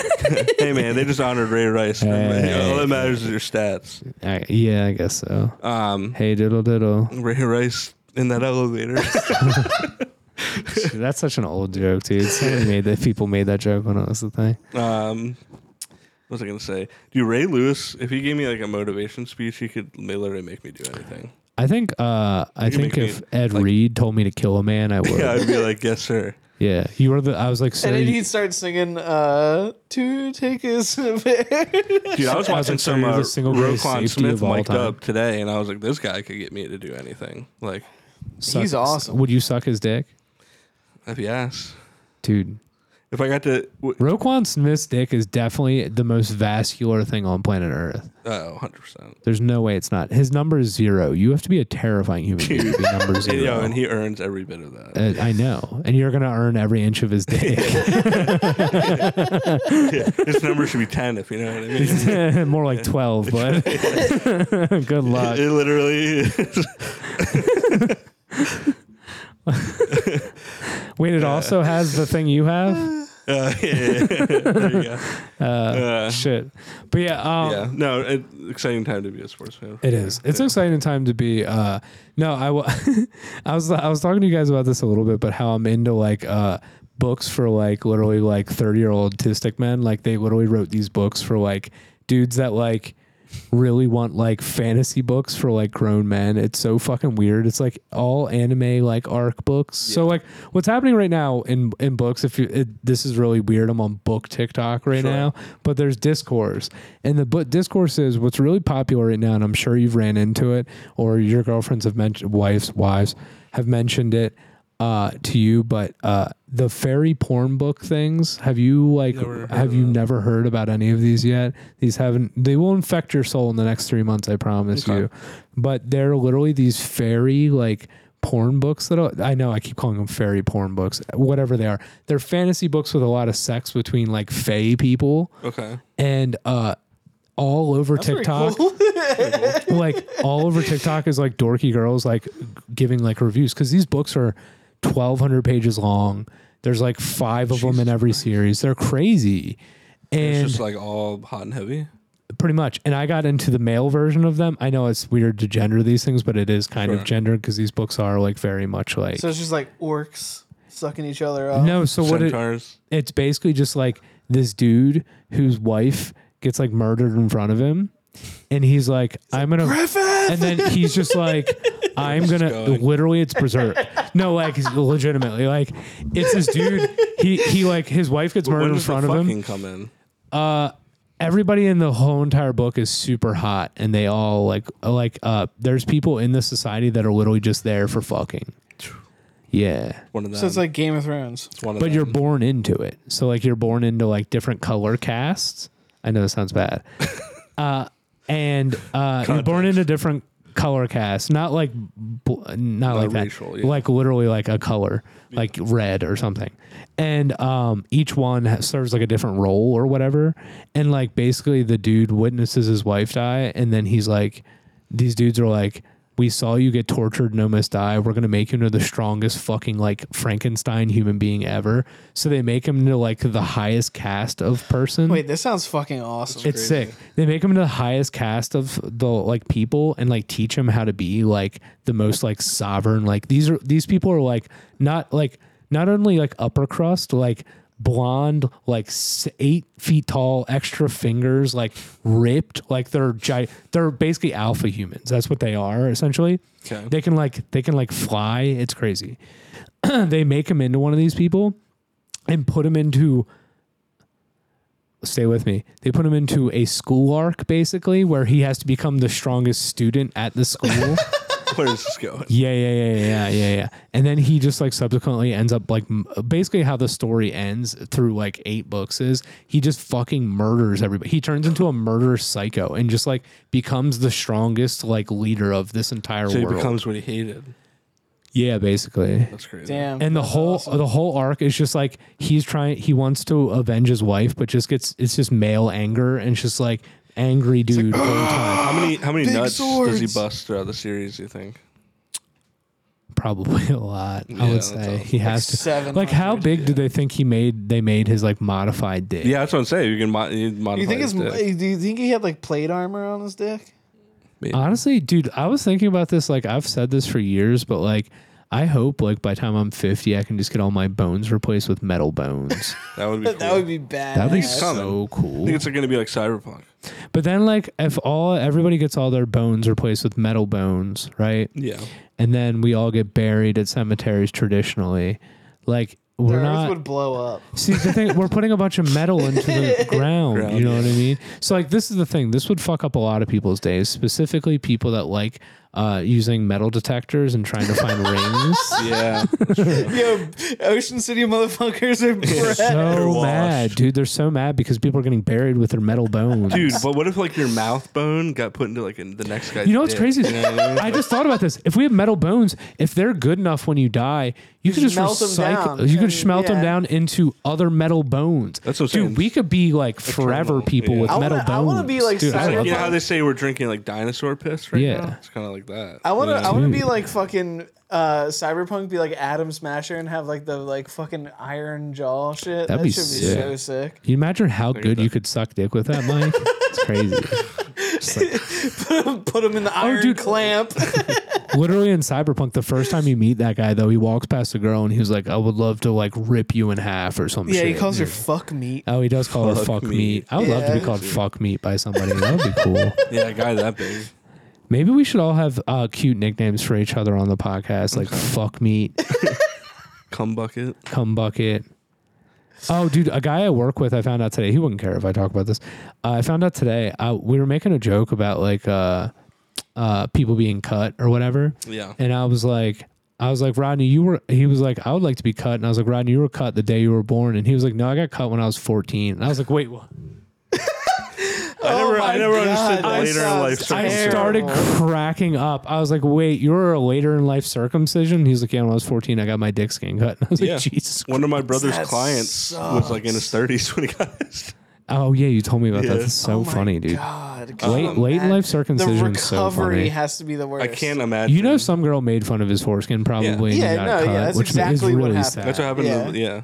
Speaker 1: <laughs> hey man, they just honored Ray Rice.
Speaker 3: Hey.
Speaker 1: All that matters is your stats.
Speaker 3: I- yeah, I guess so.
Speaker 1: Um,
Speaker 3: Hey,
Speaker 1: <laughs>
Speaker 3: diddle diddle.
Speaker 1: Ray Rice in that
Speaker 3: <laughs>
Speaker 1: elevator.
Speaker 3: That's such an old joke, dude. Somebody made that. People made that joke when it was the thing.
Speaker 1: um, what was I gonna say? Dude, Ray Lewis. If he gave me like a motivation speech, he could may literally make me do anything.
Speaker 3: I think. Uh, I
Speaker 1: You can
Speaker 3: think
Speaker 1: make
Speaker 3: if
Speaker 1: me,
Speaker 3: Ed
Speaker 1: like-
Speaker 3: Reed told me to kill a man, I would.
Speaker 1: Yeah,
Speaker 3: yeah.
Speaker 1: I'd be like, yes,
Speaker 3: <laughs>
Speaker 1: sir.
Speaker 3: you were the. I was like, sir,
Speaker 2: and then
Speaker 3: you-
Speaker 2: he'd start singing uh, to take his
Speaker 3: <laughs>
Speaker 1: Dude, I was
Speaker 3: I was
Speaker 1: watching
Speaker 3: like,
Speaker 1: some
Speaker 3: "You're
Speaker 1: uh,
Speaker 3: the single greatest
Speaker 1: Roquan
Speaker 3: safety
Speaker 1: Smith
Speaker 3: of all
Speaker 1: mic'd
Speaker 3: time."
Speaker 1: up today, and I was like, this guy could get me to do anything. Like,
Speaker 3: suck-
Speaker 2: he's awesome.
Speaker 3: Would you suck his dick,
Speaker 1: if he asked,
Speaker 3: dude?
Speaker 1: if I got to, w-
Speaker 3: Roquan Smith's dick is definitely the most vascular thing on planet Earth.
Speaker 1: oh, 100 percent.
Speaker 3: There's no way it's not. His number is zero. You have to be a terrifying human being
Speaker 1: <laughs>
Speaker 3: to be number zero.
Speaker 1: Yo, and he earns every bit of
Speaker 3: <laughs>
Speaker 1: that.
Speaker 3: Uh, I know, and you're gonna earn every inch of his
Speaker 1: <laughs>
Speaker 3: dick.
Speaker 1: His number should be 10, if you know what
Speaker 3: <laughs>
Speaker 1: I mean.
Speaker 3: More
Speaker 1: <laughs>
Speaker 3: like twelve, but <laughs> good luck.
Speaker 1: It literally <laughs> is.
Speaker 3: Wait, it also has the thing you have.
Speaker 1: <laughs> Uh, yeah, yeah, yeah. There you go.
Speaker 3: <laughs> Uh,
Speaker 1: Uh,
Speaker 3: shit, but yeah, um,
Speaker 1: yeah. No, it, exciting time to be a sports fan.
Speaker 3: It is. It's an exciting time to be. Uh, no, I wa- <laughs> I was I was talking to you guys about this a little bit, but how I'm into like uh, books for like literally like 30 year old autistic men. Like they literally wrote these books for like dudes that like really want like fantasy books for like grown men. It's so fucking weird. It's like all anime like arc books. So like what's happening right now in in books if you it, this is really weird. I'm on book TikTok right
Speaker 1: Sure.
Speaker 3: now, but there's discourse. And the book discourse is what's really popular right now and I'm sure you've ran into it or your girlfriends have mentioned wives wives have mentioned it uh to you but uh the fairy porn book things have you like
Speaker 1: Never heard
Speaker 3: have
Speaker 1: of
Speaker 3: you
Speaker 1: that.
Speaker 3: never heard about any of these yet. These haven't. They will infect your soul in the next three months. I promise
Speaker 1: Okay.
Speaker 3: you. But they're literally these fairy like porn books that are, I know I keep calling them fairy porn books. Whatever they are, they're fantasy books with a lot of sex between like fey people
Speaker 1: Okay.
Speaker 3: and uh all over TikTok like all over TikTok is like dorky girls like giving like reviews because these books are 1,200 pages long. There's like five of them in every series. They're crazy,
Speaker 1: It's
Speaker 3: and
Speaker 1: just like all hot and heavy.
Speaker 3: pretty much. And I got into the male version of them. I know it's weird to gender these things, but it is kind of
Speaker 1: Sure.
Speaker 3: gendered because these books are like very much like
Speaker 2: So it's just like orcs sucking each other up.
Speaker 3: no. So what it,
Speaker 1: Centaurs.
Speaker 3: it's basically just like this dude whose wife gets like murdered in front of him, and he's like, "I'm gonna," and then he's
Speaker 1: <laughs>
Speaker 3: just like. I'm gonna
Speaker 1: going.
Speaker 3: literally it's berserk. No, like legitimately, like it's this dude. He he like his wife gets
Speaker 1: When
Speaker 3: murdered in
Speaker 1: does
Speaker 3: front
Speaker 1: the
Speaker 3: of him.
Speaker 1: fucking come in?
Speaker 3: Uh, everybody in the whole entire book is super hot, and they all like like uh. There's people in this society that are literally just there for fucking. Yeah,
Speaker 1: One of them.
Speaker 2: So it's like Game of Thrones.
Speaker 1: It's one of
Speaker 3: but you're
Speaker 1: them.
Speaker 3: born into it. So like you're born into like different color casts. I know that
Speaker 1: <laughs>
Speaker 3: sounds bad. uh, and uh, you're born into different color casts, not like bl- not, like that,
Speaker 1: racial, yeah.
Speaker 3: like literally like a color, like red or something. And um, each one ha- serves like a different role or whatever. And like basically, the dude witnesses his wife die, and then he's like, these dudes are like. We saw you get tortured and almost die. We're gonna make you into the strongest fucking like Frankenstein human being ever. So they make him into like the highest caste of person.
Speaker 2: Wait, this sounds fucking awesome.
Speaker 3: It's sick. They make him the highest cast of the like people and like teach him how to be like the most like sovereign. Like these are these people are like not like not only like upper crust like blonde like s- eight feet tall extra fingers like ripped like they're gi- they're basically alpha humans that's what they are essentially
Speaker 1: Okay.
Speaker 3: <laughs> they can like they can like fly it's crazy <clears throat> they make him into one of these people and put him into stay with me they put him into a school arc basically where he has to become the strongest student at
Speaker 1: <laughs>
Speaker 3: the school
Speaker 1: Where is this going?
Speaker 3: yeah yeah yeah yeah yeah yeah and then he just like subsequently ends up like m- basically how the story ends through like eight books is he just fucking murders everybody he turns into a murder psycho and just like becomes the strongest like leader of this
Speaker 1: <laughs>
Speaker 3: entire
Speaker 1: So he
Speaker 3: world
Speaker 1: becomes what he hated.
Speaker 3: yeah basically
Speaker 1: That's crazy.
Speaker 2: Damn.
Speaker 3: and the
Speaker 2: that's
Speaker 3: whole
Speaker 2: awesome.
Speaker 3: the whole arc is just like he's trying he wants to avenge his wife but just gets it's just male anger and it's just like
Speaker 1: <gasps>
Speaker 3: angry dude all the time
Speaker 1: How many how many
Speaker 2: Big
Speaker 1: nuts does he
Speaker 2: swords.
Speaker 1: bust throughout the series? You think?
Speaker 3: probably a lot i
Speaker 1: Yeah,
Speaker 3: would
Speaker 1: that's
Speaker 3: say
Speaker 1: awesome.
Speaker 3: he has to
Speaker 2: seven.
Speaker 3: like how big do they think he made they made his like modified dick
Speaker 1: Yeah, that's what I'm saying. You can mo- you can modify.
Speaker 2: You think it's?
Speaker 1: his dick.
Speaker 2: Do you think he had like plate armor on his dick?
Speaker 3: honestly dude i was thinking about this like i've said this for years but like i hope like by the time i'm 50 i can just get all my bones replaced with metal bones
Speaker 1: <laughs> that would be cool.
Speaker 2: That would be bad.
Speaker 3: that'd be
Speaker 1: it's coming.
Speaker 3: so cool
Speaker 1: I think it's going to be like Cyberpunk.
Speaker 3: But then like if all everybody gets all their bones replaced with metal bones, right?
Speaker 1: Yeah.
Speaker 3: And then we all get buried at cemeteries traditionally. Like
Speaker 2: The
Speaker 3: we're
Speaker 2: earth
Speaker 3: not
Speaker 2: would blow up. <laughs>
Speaker 3: <laughs> see the thing we're putting a bunch of metal into the
Speaker 1: <laughs>
Speaker 3: ground,
Speaker 1: Ground,
Speaker 3: You know what I
Speaker 1: yeah.
Speaker 3: mean? So like this is the thing. This would fuck up a lot of people's days, specifically people that like uh, using metal detectors and trying to find rings.
Speaker 1: <laughs> Yeah.
Speaker 2: Yo, Ocean City motherfuckers are
Speaker 3: They're
Speaker 2: bred.
Speaker 1: <laughs> They're
Speaker 3: so
Speaker 1: washed.
Speaker 3: mad, dude. They're so mad because people are getting buried with their metal bones.
Speaker 1: Dude, but what if like your mouth bone got put into like in the next guy's
Speaker 3: You know what's
Speaker 1: dick?
Speaker 3: crazy?
Speaker 1: You know what I mean?
Speaker 3: I just thought about this. If we have metal bones, if they're good enough when you die, you could just
Speaker 2: melt 'em
Speaker 3: recycle.
Speaker 2: down.
Speaker 3: You could
Speaker 2: And-
Speaker 3: smelt them
Speaker 2: yeah.
Speaker 3: down into other metal bones.
Speaker 1: That's what I'm saying.
Speaker 3: Dude, we could be like forever
Speaker 1: Eternal,
Speaker 3: people
Speaker 1: yeah.
Speaker 3: with
Speaker 1: I
Speaker 3: metal
Speaker 2: wanna-
Speaker 3: bones.
Speaker 2: I wanna be like
Speaker 3: Dude, I
Speaker 2: Cyberpunk.
Speaker 1: It's like,
Speaker 3: love
Speaker 1: you know
Speaker 3: that.
Speaker 1: how they say we're drinking like dinosaur piss right
Speaker 3: Yeah.
Speaker 1: now? It's kind of like that.
Speaker 2: I want to.
Speaker 1: You know?
Speaker 2: I want to be like fucking uh, cyberpunk. Be like Adam Smasher and have like the like fucking iron jaw shit.
Speaker 3: That'd
Speaker 2: that
Speaker 3: be
Speaker 2: should be
Speaker 3: sick.
Speaker 2: so sick.
Speaker 3: <laughs> you imagine how
Speaker 1: at
Speaker 3: good
Speaker 1: that.
Speaker 3: you could suck dick with that, Mike? it's crazy. <laughs>
Speaker 2: Put him in the iron
Speaker 3: Oh, dude. <laughs>
Speaker 2: clamp.
Speaker 3: Literally in Cyberpunk, the first time you meet that guy, though, he walks past a girl and he was like, "I would love to like rip you in half or some
Speaker 2: yeah,
Speaker 3: shit."
Speaker 2: he calls her fuck meat.
Speaker 3: Oh, he does call her
Speaker 1: Fuck
Speaker 3: fuck meat.
Speaker 1: meat.
Speaker 3: I would love to be
Speaker 2: Yeah.
Speaker 3: called fuck meat by somebody. That would
Speaker 1: <laughs>
Speaker 3: be cool.
Speaker 1: yeah, a guy that big.
Speaker 3: Maybe we should all have uh, cute nicknames for each other on the podcast, like "fuck meat,"
Speaker 1: Cum bucket.
Speaker 3: "cum bucket." Oh, dude, a guy I work with, I found out today. He wouldn't care if I talk about this. Uh, I found out today. Uh, we were making a joke about like uh, uh, people being cut or whatever,
Speaker 1: Yeah.
Speaker 3: and I was like, I was like, Rodney, you were. He was like, I would like to be cut, and I was like, Rodney, you were cut the day you were born, and he was like, No, I got cut when I was 14, and I was like, Wait, what?
Speaker 1: I never,
Speaker 2: my
Speaker 1: I never
Speaker 2: God,
Speaker 1: understood the Oh.
Speaker 2: that
Speaker 1: later in
Speaker 2: sounds
Speaker 1: life.
Speaker 3: Oh I
Speaker 1: circumcision.
Speaker 3: started cracking up. I was like, "Wait, you were a later in life circumcision?" He's like, "Yeah, when I was 14, I got my dick skin cut." <laughs> And I was
Speaker 1: Yeah.
Speaker 3: like, "Jesus."
Speaker 1: One of my brother's
Speaker 2: That
Speaker 1: clients was like in his 30s when he got his.
Speaker 3: Oh yeah, you told me about that.
Speaker 1: Yeah.
Speaker 3: That's so
Speaker 2: Oh my
Speaker 3: funny, dude.
Speaker 2: God,
Speaker 3: Late-
Speaker 2: come
Speaker 3: late in
Speaker 2: back.
Speaker 3: life circumcision
Speaker 2: The
Speaker 3: is so
Speaker 2: recovery
Speaker 3: funny.
Speaker 2: has to be the worst.
Speaker 1: I can't imagine.
Speaker 3: You know, some girl made fun of his foreskin probably.
Speaker 1: Yeah.
Speaker 3: and he
Speaker 2: Yeah,
Speaker 3: got
Speaker 2: no,
Speaker 3: cut,
Speaker 2: yeah, that's
Speaker 3: which ma- is
Speaker 2: exactly what
Speaker 3: really
Speaker 2: happened.
Speaker 3: sad.
Speaker 1: That's what happened.
Speaker 2: Yeah.
Speaker 1: To, yeah.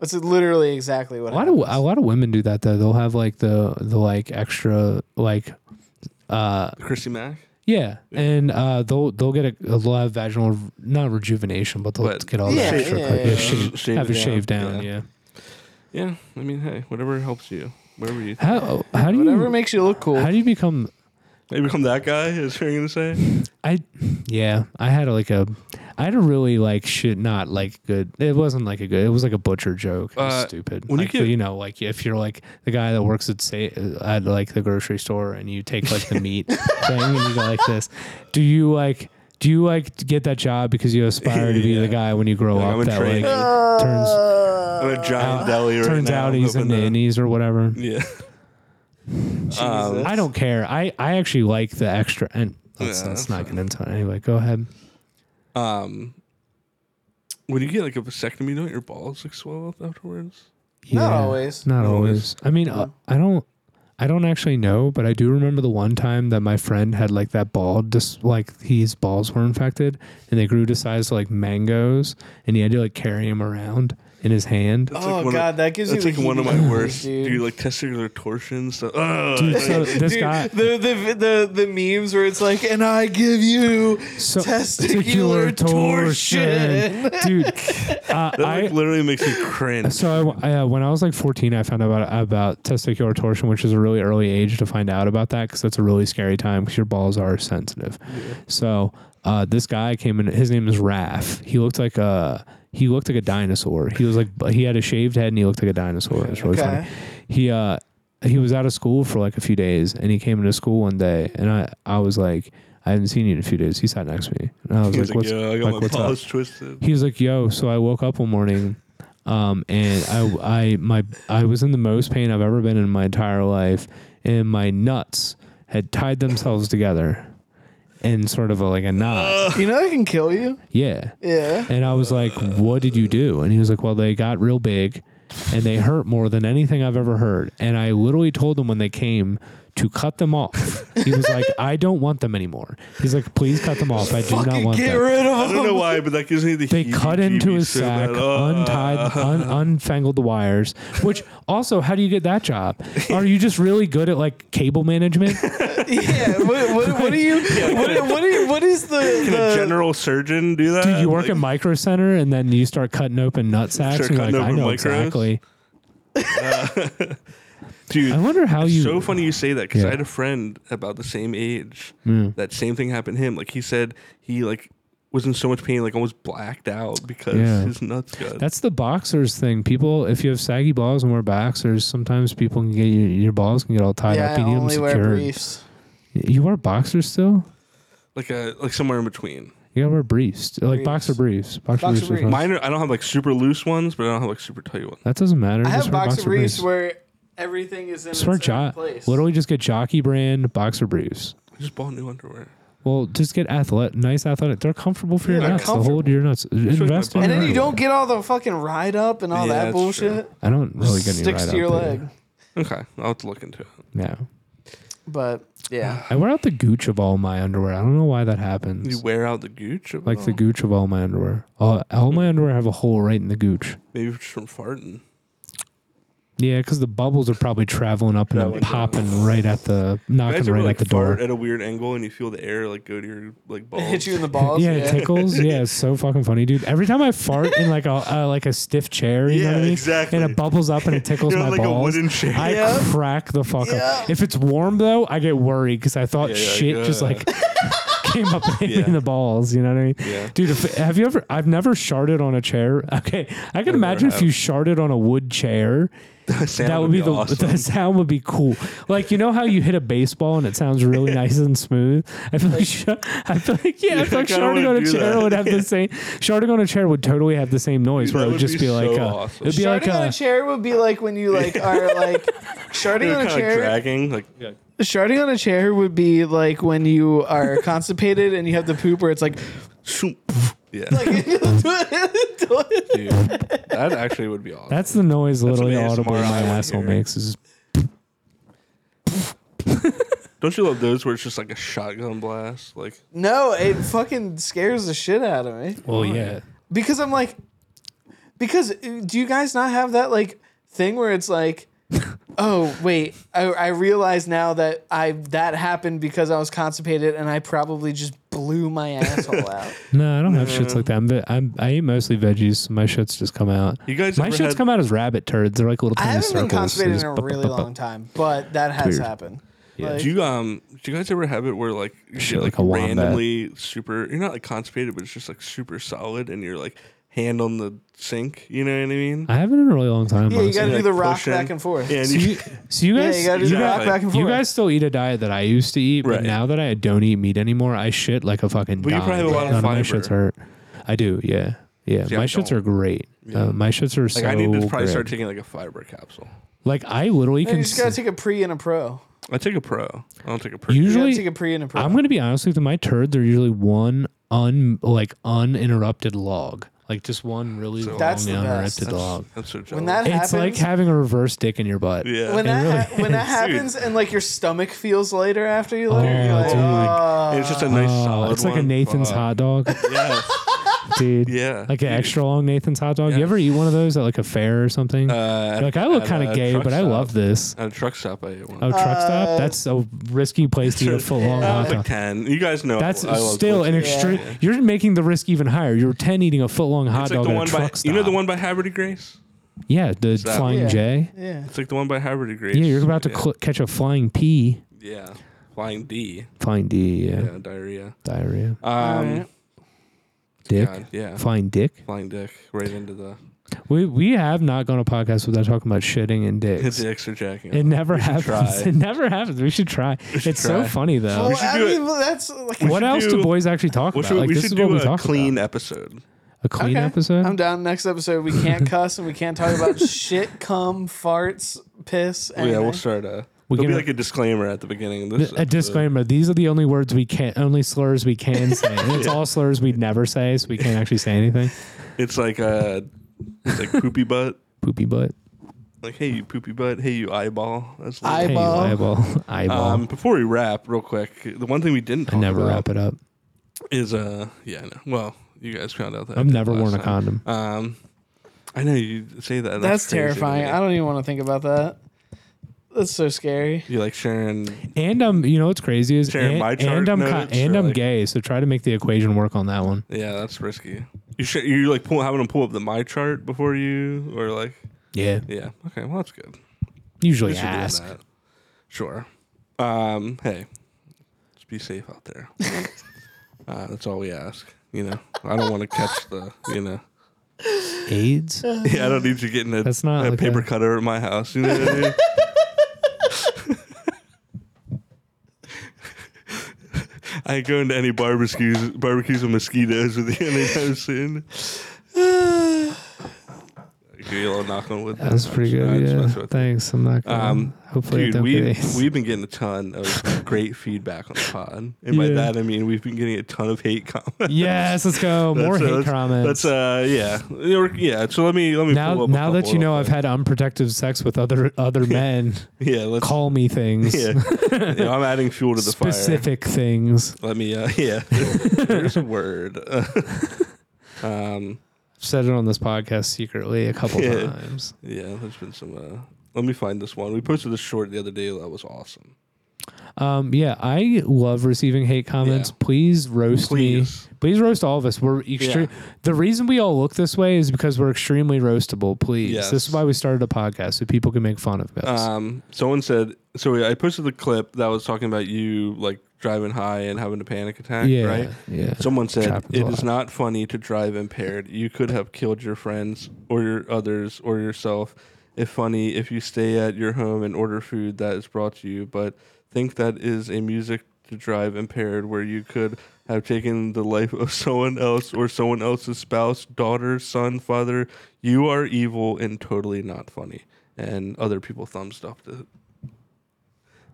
Speaker 2: That's literally exactly what
Speaker 3: A lot of
Speaker 2: happened.
Speaker 3: a lot of women do that though. They'll have like the the like extra like uh
Speaker 1: Christy Mack.
Speaker 3: yeah, and uh they'll they'll get a they'll have vaginal not rejuvenation, but they'll
Speaker 1: But-
Speaker 3: get all
Speaker 2: Yeah,
Speaker 3: that extra
Speaker 2: yeah,
Speaker 3: cur-
Speaker 2: yeah,
Speaker 3: yeah,
Speaker 2: yeah.
Speaker 3: shave-
Speaker 1: Shave
Speaker 3: have
Speaker 1: it
Speaker 3: it shaved
Speaker 1: down,
Speaker 3: down.
Speaker 1: yeah.
Speaker 3: Yeah.
Speaker 1: Yeah, I mean, hey, whatever helps you, whatever you. Think.
Speaker 3: How how do
Speaker 2: Whatever
Speaker 3: you
Speaker 2: makes you look cool.
Speaker 3: how do you become?
Speaker 1: You become that guy. Is what you're gonna say?
Speaker 3: I yeah, I had like a I had a really like shit not like good. It wasn't like a good. It was like a butcher joke. It was
Speaker 1: Uh,
Speaker 3: stupid.
Speaker 1: when you
Speaker 3: Like,
Speaker 1: get-
Speaker 3: you know like if you're like the guy that works at say at like the grocery store and you take like
Speaker 1: <laughs>
Speaker 3: the meat thing and you go like this. Do you like do you like get that job because you aspire to
Speaker 1: <laughs>
Speaker 3: be
Speaker 1: Yeah.
Speaker 3: the guy when you grow
Speaker 1: Like, I'm
Speaker 3: up
Speaker 1: a
Speaker 3: that
Speaker 1: trainee.
Speaker 3: like turns
Speaker 1: I'm a giant
Speaker 3: Uh,
Speaker 1: deli right
Speaker 3: turns
Speaker 1: now,
Speaker 3: out he's a
Speaker 1: hoping to-
Speaker 3: nannies or whatever.
Speaker 1: <laughs> Yeah. Um,
Speaker 2: Jesus.
Speaker 3: I don't care. I I actually like the extra and. Let's,
Speaker 1: Yeah,
Speaker 3: let's
Speaker 1: that's
Speaker 3: not get into it anyway. Go ahead.
Speaker 1: Um, when you get like a vasectomy, don't your balls like swell up afterwards?
Speaker 2: Not
Speaker 3: Yeah.
Speaker 2: always.
Speaker 3: Not
Speaker 1: Not always.
Speaker 3: always. I mean, uh, I don't. I don't actually know, but I do remember the one time that my friend had like that ball, just like his balls were infected, and they grew to size like mangoes, and he had to like carry him around in his hand.
Speaker 1: That's
Speaker 2: oh
Speaker 1: like one
Speaker 2: god,
Speaker 1: Of,
Speaker 2: that gives
Speaker 1: that's
Speaker 2: you
Speaker 1: like
Speaker 2: the
Speaker 1: one of my
Speaker 2: heebie-jeebies,
Speaker 1: worst.
Speaker 2: dude.
Speaker 1: Dude, like testicular torsion stuff. Ugh.
Speaker 3: Dude, so this
Speaker 2: Dude,
Speaker 3: guy,
Speaker 2: the, the the the memes where it's like, and I give you
Speaker 3: so,
Speaker 2: testicular torsion.
Speaker 3: <laughs>
Speaker 2: <laughs>
Speaker 3: dude. Uh,
Speaker 1: that like,
Speaker 3: I,
Speaker 1: literally makes me
Speaker 3: <laughs>
Speaker 1: cringe.
Speaker 3: So I, uh, when I was like 14, I found out about, about testicular torsion, which is a really early age to find out about that because that's a really scary time because your balls are sensitive. So uh, this guy came in. His name is Raph. He looked like a he looked like a dinosaur. He was like he had a shaved head and he looked like a dinosaur. It was really
Speaker 2: Okay.
Speaker 3: funny. He uh he was out of school for like a few days and he came into school one day and I I was like I haven't seen you in a few days. He sat next to me and I was
Speaker 1: He's
Speaker 3: like,
Speaker 1: like,
Speaker 3: what's
Speaker 1: yeah, I got
Speaker 3: like,
Speaker 1: my
Speaker 3: what's up?"
Speaker 1: balls twisted.
Speaker 3: he was like, "Yo, so I woke up one morning, um, and I, I, my, I was in the most pain I've ever been in my entire life, and my nuts had tied themselves together in sort of a, like a knot,
Speaker 2: You know, I can kill you.
Speaker 3: yeah."
Speaker 2: Yeah.
Speaker 3: And I was like, "What did you do?" And he was like, "Well, they got real big, and they hurt more than anything I've ever heard." And I literally told them when they came to cut them off. He
Speaker 2: <laughs>
Speaker 3: was like, "I don't want them anymore." He's like, "Please cut them off. I do not
Speaker 2: Fucking
Speaker 3: want
Speaker 2: get
Speaker 3: them."
Speaker 2: rid
Speaker 1: I
Speaker 2: of
Speaker 1: don't
Speaker 3: <laughs>
Speaker 1: know
Speaker 2: them.
Speaker 1: why, but that gives me the.
Speaker 3: they cut into
Speaker 1: heebie-jeebies
Speaker 3: his
Speaker 1: so
Speaker 3: sack,
Speaker 1: bad. Ugh. <laughs>
Speaker 3: untied, un, unfangled the wires. Which also, how do you get that job? Are you just really good at like cable
Speaker 1: <laughs>
Speaker 3: management?
Speaker 2: yeah. What, what, what are you? What, what, are you, what is the,
Speaker 1: Can
Speaker 3: <laughs>
Speaker 1: a
Speaker 2: the
Speaker 1: general surgeon do that?
Speaker 3: Do you work
Speaker 1: Like,
Speaker 3: at Micro Center and then you start cutting open nut sacks?
Speaker 1: Start
Speaker 3: and you're
Speaker 1: cutting
Speaker 3: like, I
Speaker 1: open
Speaker 3: know
Speaker 1: micros?
Speaker 3: exactly.
Speaker 1: dude?
Speaker 3: I wonder how you.
Speaker 1: so funny you say that because I
Speaker 3: Yeah.
Speaker 1: had a friend about the same age.
Speaker 3: Mm.
Speaker 1: That same thing happened to him. Like he said, he like was in so much pain, like almost blacked out because
Speaker 3: Yeah.
Speaker 1: his nuts got.
Speaker 3: That's the boxers thing. People, if you have saggy balls and wear boxers, sometimes people can get your, your balls can get all tied
Speaker 2: yeah,
Speaker 3: up.
Speaker 2: I
Speaker 3: You need them
Speaker 2: only wear
Speaker 3: secured.
Speaker 2: briefs.
Speaker 3: You wear boxers still?
Speaker 1: like a like somewhere in between.
Speaker 3: You gotta wear briefs, like
Speaker 2: Briefs.
Speaker 3: boxer briefs. Boxer,
Speaker 2: Boxer
Speaker 3: briefs. are
Speaker 2: briefs.
Speaker 3: fun.
Speaker 1: Mine, are, I don't have like super loose ones, but I don't have like super tight ones.
Speaker 3: That doesn't matter.
Speaker 2: I
Speaker 3: Just
Speaker 2: have
Speaker 3: wear
Speaker 2: boxer briefs
Speaker 3: briefs.
Speaker 2: where everything is in
Speaker 3: Just wear
Speaker 2: its own
Speaker 3: jo-
Speaker 2: place.
Speaker 3: literally just get jockey brand boxer briefs.
Speaker 1: I just bought new underwear.
Speaker 3: Well, just get athletic, nice athletic. They're comfortable for
Speaker 2: Yeah,
Speaker 3: your
Speaker 2: they're
Speaker 3: nuts. The whole of your nuts.
Speaker 1: my
Speaker 3: Invest in
Speaker 1: butt.
Speaker 2: and
Speaker 3: your
Speaker 2: then you
Speaker 3: underwear.
Speaker 2: don't get all the fucking ride up and all
Speaker 1: Yeah,
Speaker 2: that
Speaker 1: that's true.
Speaker 2: bullshit.
Speaker 3: I don't really get any
Speaker 2: Sticks
Speaker 3: right
Speaker 2: to your
Speaker 3: up, but
Speaker 2: leg.
Speaker 1: Okay, I'll have to look into it.
Speaker 3: Yeah,
Speaker 2: But yeah.
Speaker 3: I wear out the gooch of all my underwear. I don't know why that happens.
Speaker 1: You wear out the gooch, of it
Speaker 3: like the
Speaker 1: all?
Speaker 3: gooch of all my underwear. All, all my underwear have a hole right in the gooch.
Speaker 1: maybe it's from farting.
Speaker 3: Yeah, because the bubbles are probably traveling up and
Speaker 1: Traveling
Speaker 3: then
Speaker 1: down.
Speaker 3: popping right at the knocking
Speaker 1: Imagine
Speaker 3: right
Speaker 1: like
Speaker 3: at the
Speaker 1: fart
Speaker 3: door.
Speaker 1: at a weird angle and you feel the air like go to your like balls.
Speaker 2: <laughs> Hit you in the balls.
Speaker 3: <laughs> yeah, it tickles. Yeah, it's so fucking funny, dude. Every time I fart in like a uh, like a stiff chair, you know
Speaker 1: Yeah,
Speaker 3: what I mean?
Speaker 1: exactly.
Speaker 3: And it bubbles up and it
Speaker 1: <laughs>
Speaker 3: tickles
Speaker 1: You're
Speaker 3: my
Speaker 1: on, like a
Speaker 3: balls.
Speaker 1: wooden chair.
Speaker 3: I
Speaker 2: Yeah.
Speaker 3: crack the fuck
Speaker 2: Yeah.
Speaker 3: up. If it's warm though, I get worried because I thought
Speaker 1: Yeah, you're
Speaker 3: shit
Speaker 1: like,
Speaker 3: just
Speaker 1: "Ugh."
Speaker 3: like <laughs> came up
Speaker 1: <laughs>
Speaker 3: and hit me
Speaker 1: Yeah.
Speaker 3: in the balls. You know what I mean?
Speaker 1: Yeah.
Speaker 3: Dude, if, have you ever? I've never sharded on a chair. <laughs> Okay, I can imagine if
Speaker 1: have.
Speaker 3: you sharded on a wood chair.
Speaker 1: <laughs> Sound
Speaker 3: that would be, the <laughs>
Speaker 1: awesome.
Speaker 3: the sound would be cool. Like you know how you hit a baseball and it
Speaker 1: <laughs>
Speaker 3: sounds really nice and smooth. I feel like sh- I feel like yeah, I feel like
Speaker 1: I kinda wanna
Speaker 3: sharding on a
Speaker 1: do
Speaker 3: chair
Speaker 1: that.
Speaker 3: would have the same. Sharding on a chair would totally have the same noise.
Speaker 1: Dude,
Speaker 3: where
Speaker 1: that would
Speaker 3: it would just
Speaker 1: be
Speaker 3: be, like
Speaker 1: so
Speaker 3: uh,
Speaker 1: awesome.
Speaker 3: it'd be
Speaker 2: Sharding
Speaker 3: like
Speaker 2: on
Speaker 3: a,
Speaker 2: a chair would be like when you
Speaker 3: <laughs>
Speaker 2: like are like sharding on a
Speaker 1: kind of
Speaker 2: chair.
Speaker 1: dragging like
Speaker 2: Sharding on a chair would be like when you
Speaker 3: <laughs>
Speaker 2: are constipated and you have the poop where it's like <laughs>
Speaker 1: shoom. yeah.
Speaker 2: Dude,
Speaker 1: dude,
Speaker 2: <laughs>
Speaker 1: that actually would be awesome.
Speaker 3: that's the noise literally
Speaker 1: an
Speaker 3: audible
Speaker 1: ASMR
Speaker 3: in my
Speaker 1: I wanna
Speaker 3: asshole
Speaker 1: hear.
Speaker 3: makes. Is
Speaker 1: Don't you love those where it's just like a shotgun blast? Like
Speaker 2: No, it fucking scares the shit out of me.
Speaker 3: well, yeah.
Speaker 2: Because I'm like Because uh, do you guys not have that like thing where it's
Speaker 3: <laughs>
Speaker 2: like, oh wait, I, I realize now that I that happened because I was constipated and I probably just blew
Speaker 3: <laughs>
Speaker 2: my asshole out.
Speaker 3: No, I don't have shits like that. I'm, ve- I'm I eat mostly veggies, so my shits just come out.
Speaker 1: You guys
Speaker 3: my
Speaker 1: ever
Speaker 3: shits
Speaker 1: had-
Speaker 3: come out as rabbit turds. They're like little
Speaker 2: I
Speaker 3: tiny
Speaker 2: haven't
Speaker 3: circles.
Speaker 2: been constipated
Speaker 3: They
Speaker 2: in a
Speaker 3: just bup,
Speaker 2: really
Speaker 3: bup, bup,
Speaker 2: long time, but that has
Speaker 3: Weird.
Speaker 2: happened.
Speaker 3: Yeah.
Speaker 2: Like,
Speaker 1: Do you um do you guys ever have it where like you
Speaker 3: Shit
Speaker 1: get like,
Speaker 3: like a wombat.
Speaker 1: randomly super you're not like constipated but it's just like super solid and you're like hand on the sink, you know what I mean?
Speaker 3: I haven't in a really long time.
Speaker 2: yeah, you
Speaker 3: honestly.
Speaker 2: got to do
Speaker 1: like,
Speaker 2: the rock
Speaker 1: pushing.
Speaker 2: back and forth.
Speaker 1: Yeah, and
Speaker 3: so
Speaker 1: you, <laughs>
Speaker 3: <laughs> you, so you
Speaker 2: Yeah,
Speaker 3: guys,
Speaker 2: you got to do
Speaker 3: you
Speaker 2: the
Speaker 3: guys-
Speaker 2: rock back and forth.
Speaker 3: You guys still eat a diet that I used to eat,
Speaker 1: Right.
Speaker 3: but now that I don't eat meat anymore, I shit like a fucking.
Speaker 1: But you
Speaker 3: dime.
Speaker 1: probably have a lot of
Speaker 3: None my
Speaker 1: fiber.
Speaker 3: shits hurt. I do, yeah, yeah.
Speaker 1: See, I
Speaker 3: my shits
Speaker 1: don't.
Speaker 3: are great. Uh, my shits are
Speaker 1: like
Speaker 3: so.
Speaker 1: I need to probably
Speaker 3: great.
Speaker 1: start taking like a fiber capsule.
Speaker 3: like I literally
Speaker 2: No,
Speaker 3: can.
Speaker 2: you just got to
Speaker 3: s-
Speaker 2: take a pre and a pro.
Speaker 1: I take a pro. I don't take a pro.
Speaker 2: You got to take
Speaker 3: usually,
Speaker 2: a pre and a pro.
Speaker 3: I'm gonna be honest with you. My turds are usually one un like uninterrupted log, like just one really
Speaker 1: So-
Speaker 3: long
Speaker 2: That's the
Speaker 3: uninterrupted
Speaker 2: best.
Speaker 3: log.
Speaker 1: That's so jealous.
Speaker 2: when that
Speaker 3: It's
Speaker 2: happens,
Speaker 3: like having a reverse dick in your butt.
Speaker 1: yeah.
Speaker 2: when that
Speaker 3: really <laughs>
Speaker 2: ha- when that
Speaker 1: is. Dude.
Speaker 2: happens and like your stomach feels lighter after you look,
Speaker 3: Oh,
Speaker 2: you're like,
Speaker 3: dude.
Speaker 2: "Oh."
Speaker 1: it's just a nice
Speaker 3: Oh,
Speaker 1: solid
Speaker 3: it's like a
Speaker 1: one.
Speaker 3: Nathan's
Speaker 1: Fuck. <laughs>
Speaker 3: hot dog,
Speaker 1: Yes.
Speaker 3: dude.
Speaker 1: Yeah.
Speaker 3: Like an
Speaker 1: Dude.
Speaker 3: extra long Nathan's hot dog. You ever eat one of those at like a fair or something?
Speaker 1: Uh,
Speaker 3: You're like I look
Speaker 1: at
Speaker 3: kind
Speaker 1: a
Speaker 3: of gay,
Speaker 1: truck
Speaker 3: but I
Speaker 1: stop.
Speaker 3: love this.
Speaker 1: At a truck stop, I ate one.
Speaker 3: Oh, truck
Speaker 2: Uh,
Speaker 3: stop. That's a risky place to eat a foot long
Speaker 2: Yeah.
Speaker 1: I
Speaker 3: hot
Speaker 1: was like
Speaker 3: dog.
Speaker 1: ten. You guys know.
Speaker 3: That's
Speaker 1: I love
Speaker 3: still an
Speaker 1: Twix.
Speaker 3: extreme. You're making the risk even higher. You're ten eating a foot long hot
Speaker 1: It's like
Speaker 3: dog
Speaker 1: the
Speaker 3: at
Speaker 1: one
Speaker 3: a
Speaker 1: by
Speaker 3: truck stop.
Speaker 1: you know the one by Haverty Grace.
Speaker 3: Yeah, the
Speaker 1: that
Speaker 3: flying
Speaker 2: one?
Speaker 3: J.
Speaker 2: yeah.
Speaker 1: It's like the one by Haverty Grace.
Speaker 3: Yeah, you're about to
Speaker 1: Yeah.
Speaker 3: cl- catch a flying P.
Speaker 1: Yeah. Flying D.
Speaker 3: Flying D.
Speaker 1: Yeah.
Speaker 3: Yeah,
Speaker 1: diarrhea.
Speaker 3: diarrhea.
Speaker 1: Um,
Speaker 2: Alright.
Speaker 3: Dick.
Speaker 1: God, yeah.
Speaker 3: Flying dick.
Speaker 1: Flying dick right into the <laughs>
Speaker 3: We we have not gone a podcast without talking about shitting and
Speaker 1: hit <laughs>
Speaker 3: dicks.
Speaker 1: the extra jacking.
Speaker 3: It never
Speaker 1: We should try.
Speaker 3: happens. <laughs> It never happens. We should try. it's so
Speaker 1: try.
Speaker 3: funny though.
Speaker 2: Well,
Speaker 1: should
Speaker 2: I
Speaker 1: do
Speaker 2: mean, well, that's like,
Speaker 3: what else do,
Speaker 1: do-
Speaker 3: boys actually talk
Speaker 1: Well,
Speaker 3: about?
Speaker 1: should,
Speaker 3: like
Speaker 1: we
Speaker 3: this
Speaker 1: should
Speaker 3: is what
Speaker 1: do
Speaker 3: we
Speaker 1: a
Speaker 3: talk
Speaker 1: clean
Speaker 3: about.
Speaker 1: episode.
Speaker 3: A clean
Speaker 2: Okay.
Speaker 3: episode.
Speaker 2: I'm down. Next episode, we can't
Speaker 3: <laughs>
Speaker 2: cuss and we can't talk about shit, cum, farts, piss.
Speaker 1: Oh, yeah,
Speaker 2: anything.
Speaker 1: we'll start a.
Speaker 3: We
Speaker 1: There'll be
Speaker 3: can-
Speaker 1: like a disclaimer at the beginning of this.
Speaker 3: Th- a
Speaker 1: episode.
Speaker 3: disclaimer these are the only words we can't only slurs
Speaker 1: <laughs>
Speaker 3: we can say and it's all slurs we'd never say so we can't actually say anything
Speaker 1: It's like uh it's like poopy butt.
Speaker 3: poopy butt
Speaker 1: Like hey you poopy butt. Hey you eyeball. That's
Speaker 2: I-
Speaker 3: Hey,
Speaker 2: Eyeball.
Speaker 3: eyeball <laughs> eyeball
Speaker 1: um before we wrap real quick. The one thing we didn't
Speaker 3: i
Speaker 1: talk
Speaker 3: never
Speaker 1: about
Speaker 3: wrap it up
Speaker 1: is uh yeah I know. well you guys found out that I
Speaker 3: i've
Speaker 1: did
Speaker 3: never
Speaker 1: last
Speaker 3: worn a
Speaker 1: time.
Speaker 3: condom
Speaker 1: Um, I know you say that.
Speaker 2: That's
Speaker 1: crazy to
Speaker 2: terrifying.
Speaker 1: me.
Speaker 2: I don't even want to think about that. That's so scary.
Speaker 1: You like sharing?
Speaker 3: and um you know what's crazy is
Speaker 1: Sharing
Speaker 3: and,
Speaker 1: my chart
Speaker 3: and i'm co-
Speaker 1: notes
Speaker 3: and
Speaker 1: or
Speaker 3: i'm
Speaker 1: like-
Speaker 3: gay so try to make the equation work on that one
Speaker 1: Yeah, that's risky. You sh- you like pull having them pull up the my chart before you or like
Speaker 3: yeah
Speaker 1: yeah okay well that's good.
Speaker 3: usually
Speaker 1: At least you're doing
Speaker 3: ask
Speaker 1: that. Sure. Um. Hey, just be safe out there. uh, that's all we ask. You know, I don't want to catch the. You know, <sighs>
Speaker 3: aids
Speaker 1: yeah, I don't need you getting a,
Speaker 3: That's not
Speaker 1: a
Speaker 3: like
Speaker 1: paper
Speaker 3: a-
Speaker 1: cutter at my house. You know what
Speaker 3: <laughs>
Speaker 1: I mean? I ain't going to any barbecues, barbecues with mosquitoes with you anytime
Speaker 3: <sighs>
Speaker 1: soon. Give you a little knock on wood.
Speaker 3: that was pretty
Speaker 1: I
Speaker 3: good
Speaker 1: just mess
Speaker 3: yeah
Speaker 1: with you.
Speaker 3: thanks i'm not gonna
Speaker 1: Um,
Speaker 3: hopefully I
Speaker 1: Dude,
Speaker 3: don't
Speaker 1: <laughs>
Speaker 3: get
Speaker 1: we
Speaker 3: AIDS. <laughs>
Speaker 1: we've been getting a ton of great feedback on the pod, and by
Speaker 3: Yeah.
Speaker 1: that I mean we've been getting a ton of hate comments. <laughs>
Speaker 3: yes let's go more
Speaker 1: That's-
Speaker 3: hate
Speaker 1: that's-
Speaker 3: comments
Speaker 1: That's uh, yeah, Or- yeah. So let me let <laughs> me
Speaker 3: now,
Speaker 1: pull up a
Speaker 3: now that
Speaker 1: couple
Speaker 3: you know
Speaker 1: real
Speaker 3: I've
Speaker 1: quick.
Speaker 3: had unprotected sex with other other men,
Speaker 1: <laughs> yeah, let's
Speaker 3: call me things,
Speaker 1: yeah. <laughs>
Speaker 3: <laughs>
Speaker 1: Yeah, I'm adding fuel to the
Speaker 3: specific things.
Speaker 1: fire. Let me, uh, <laughs> yeah. There's
Speaker 3: <laughs>
Speaker 1: a word. <laughs> um,
Speaker 3: I've said it on this podcast secretly a couple
Speaker 1: Yeah.
Speaker 3: times.
Speaker 1: yeah, there's been some. Uh, let me find this one. We posted this short the other day. That was awesome.
Speaker 3: Um, yeah, I love receiving hate comments.
Speaker 1: Yeah.
Speaker 3: Please roast
Speaker 1: Please.
Speaker 3: me. Please roast all of us. We're extreme.
Speaker 1: Yeah.
Speaker 3: The reason we all look this way is because we're extremely roastable. Please, this
Speaker 1: Yes.
Speaker 3: is why we started a podcast so people can make fun of us.
Speaker 1: Um, someone said, so I posted the clip that was talking about you like driving high and having a panic attack,
Speaker 3: yeah,
Speaker 1: Uh, right?
Speaker 3: yeah.
Speaker 1: Someone said,
Speaker 3: Happens a
Speaker 1: it is
Speaker 3: lot.
Speaker 1: not funny to drive impaired. You could have killed your friends or your others or yourself. If funny, if you stay at your home and order food that is brought to you, but think that is a music to drive impaired where you could have taken the life of <laughs> someone else or someone else's spouse, daughter, son, father. You are evil and totally not funny. And other people thumbs up it.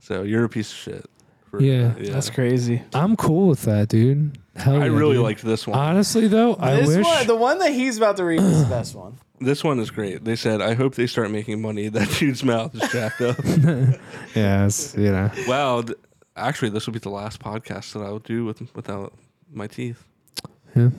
Speaker 1: So you're a piece of shit. for- uh,
Speaker 3: Yeah,
Speaker 2: That's crazy.
Speaker 3: I'm cool with that, dude. Hell
Speaker 1: I
Speaker 3: yeah,
Speaker 1: really
Speaker 3: dude.
Speaker 1: liked this one.
Speaker 3: Honestly, though, I
Speaker 2: this
Speaker 3: wish
Speaker 2: one, the one that he's about to read is
Speaker 3: <clears throat>
Speaker 2: the best one.
Speaker 1: This one is great. They said, "I hope they start making money." <laughs> That dude's mouth is jacked up.
Speaker 3: Yeah, it's, you know.
Speaker 1: wow. th- actually, this will be the last podcast that I will do with without my teeth.
Speaker 3: Yeah.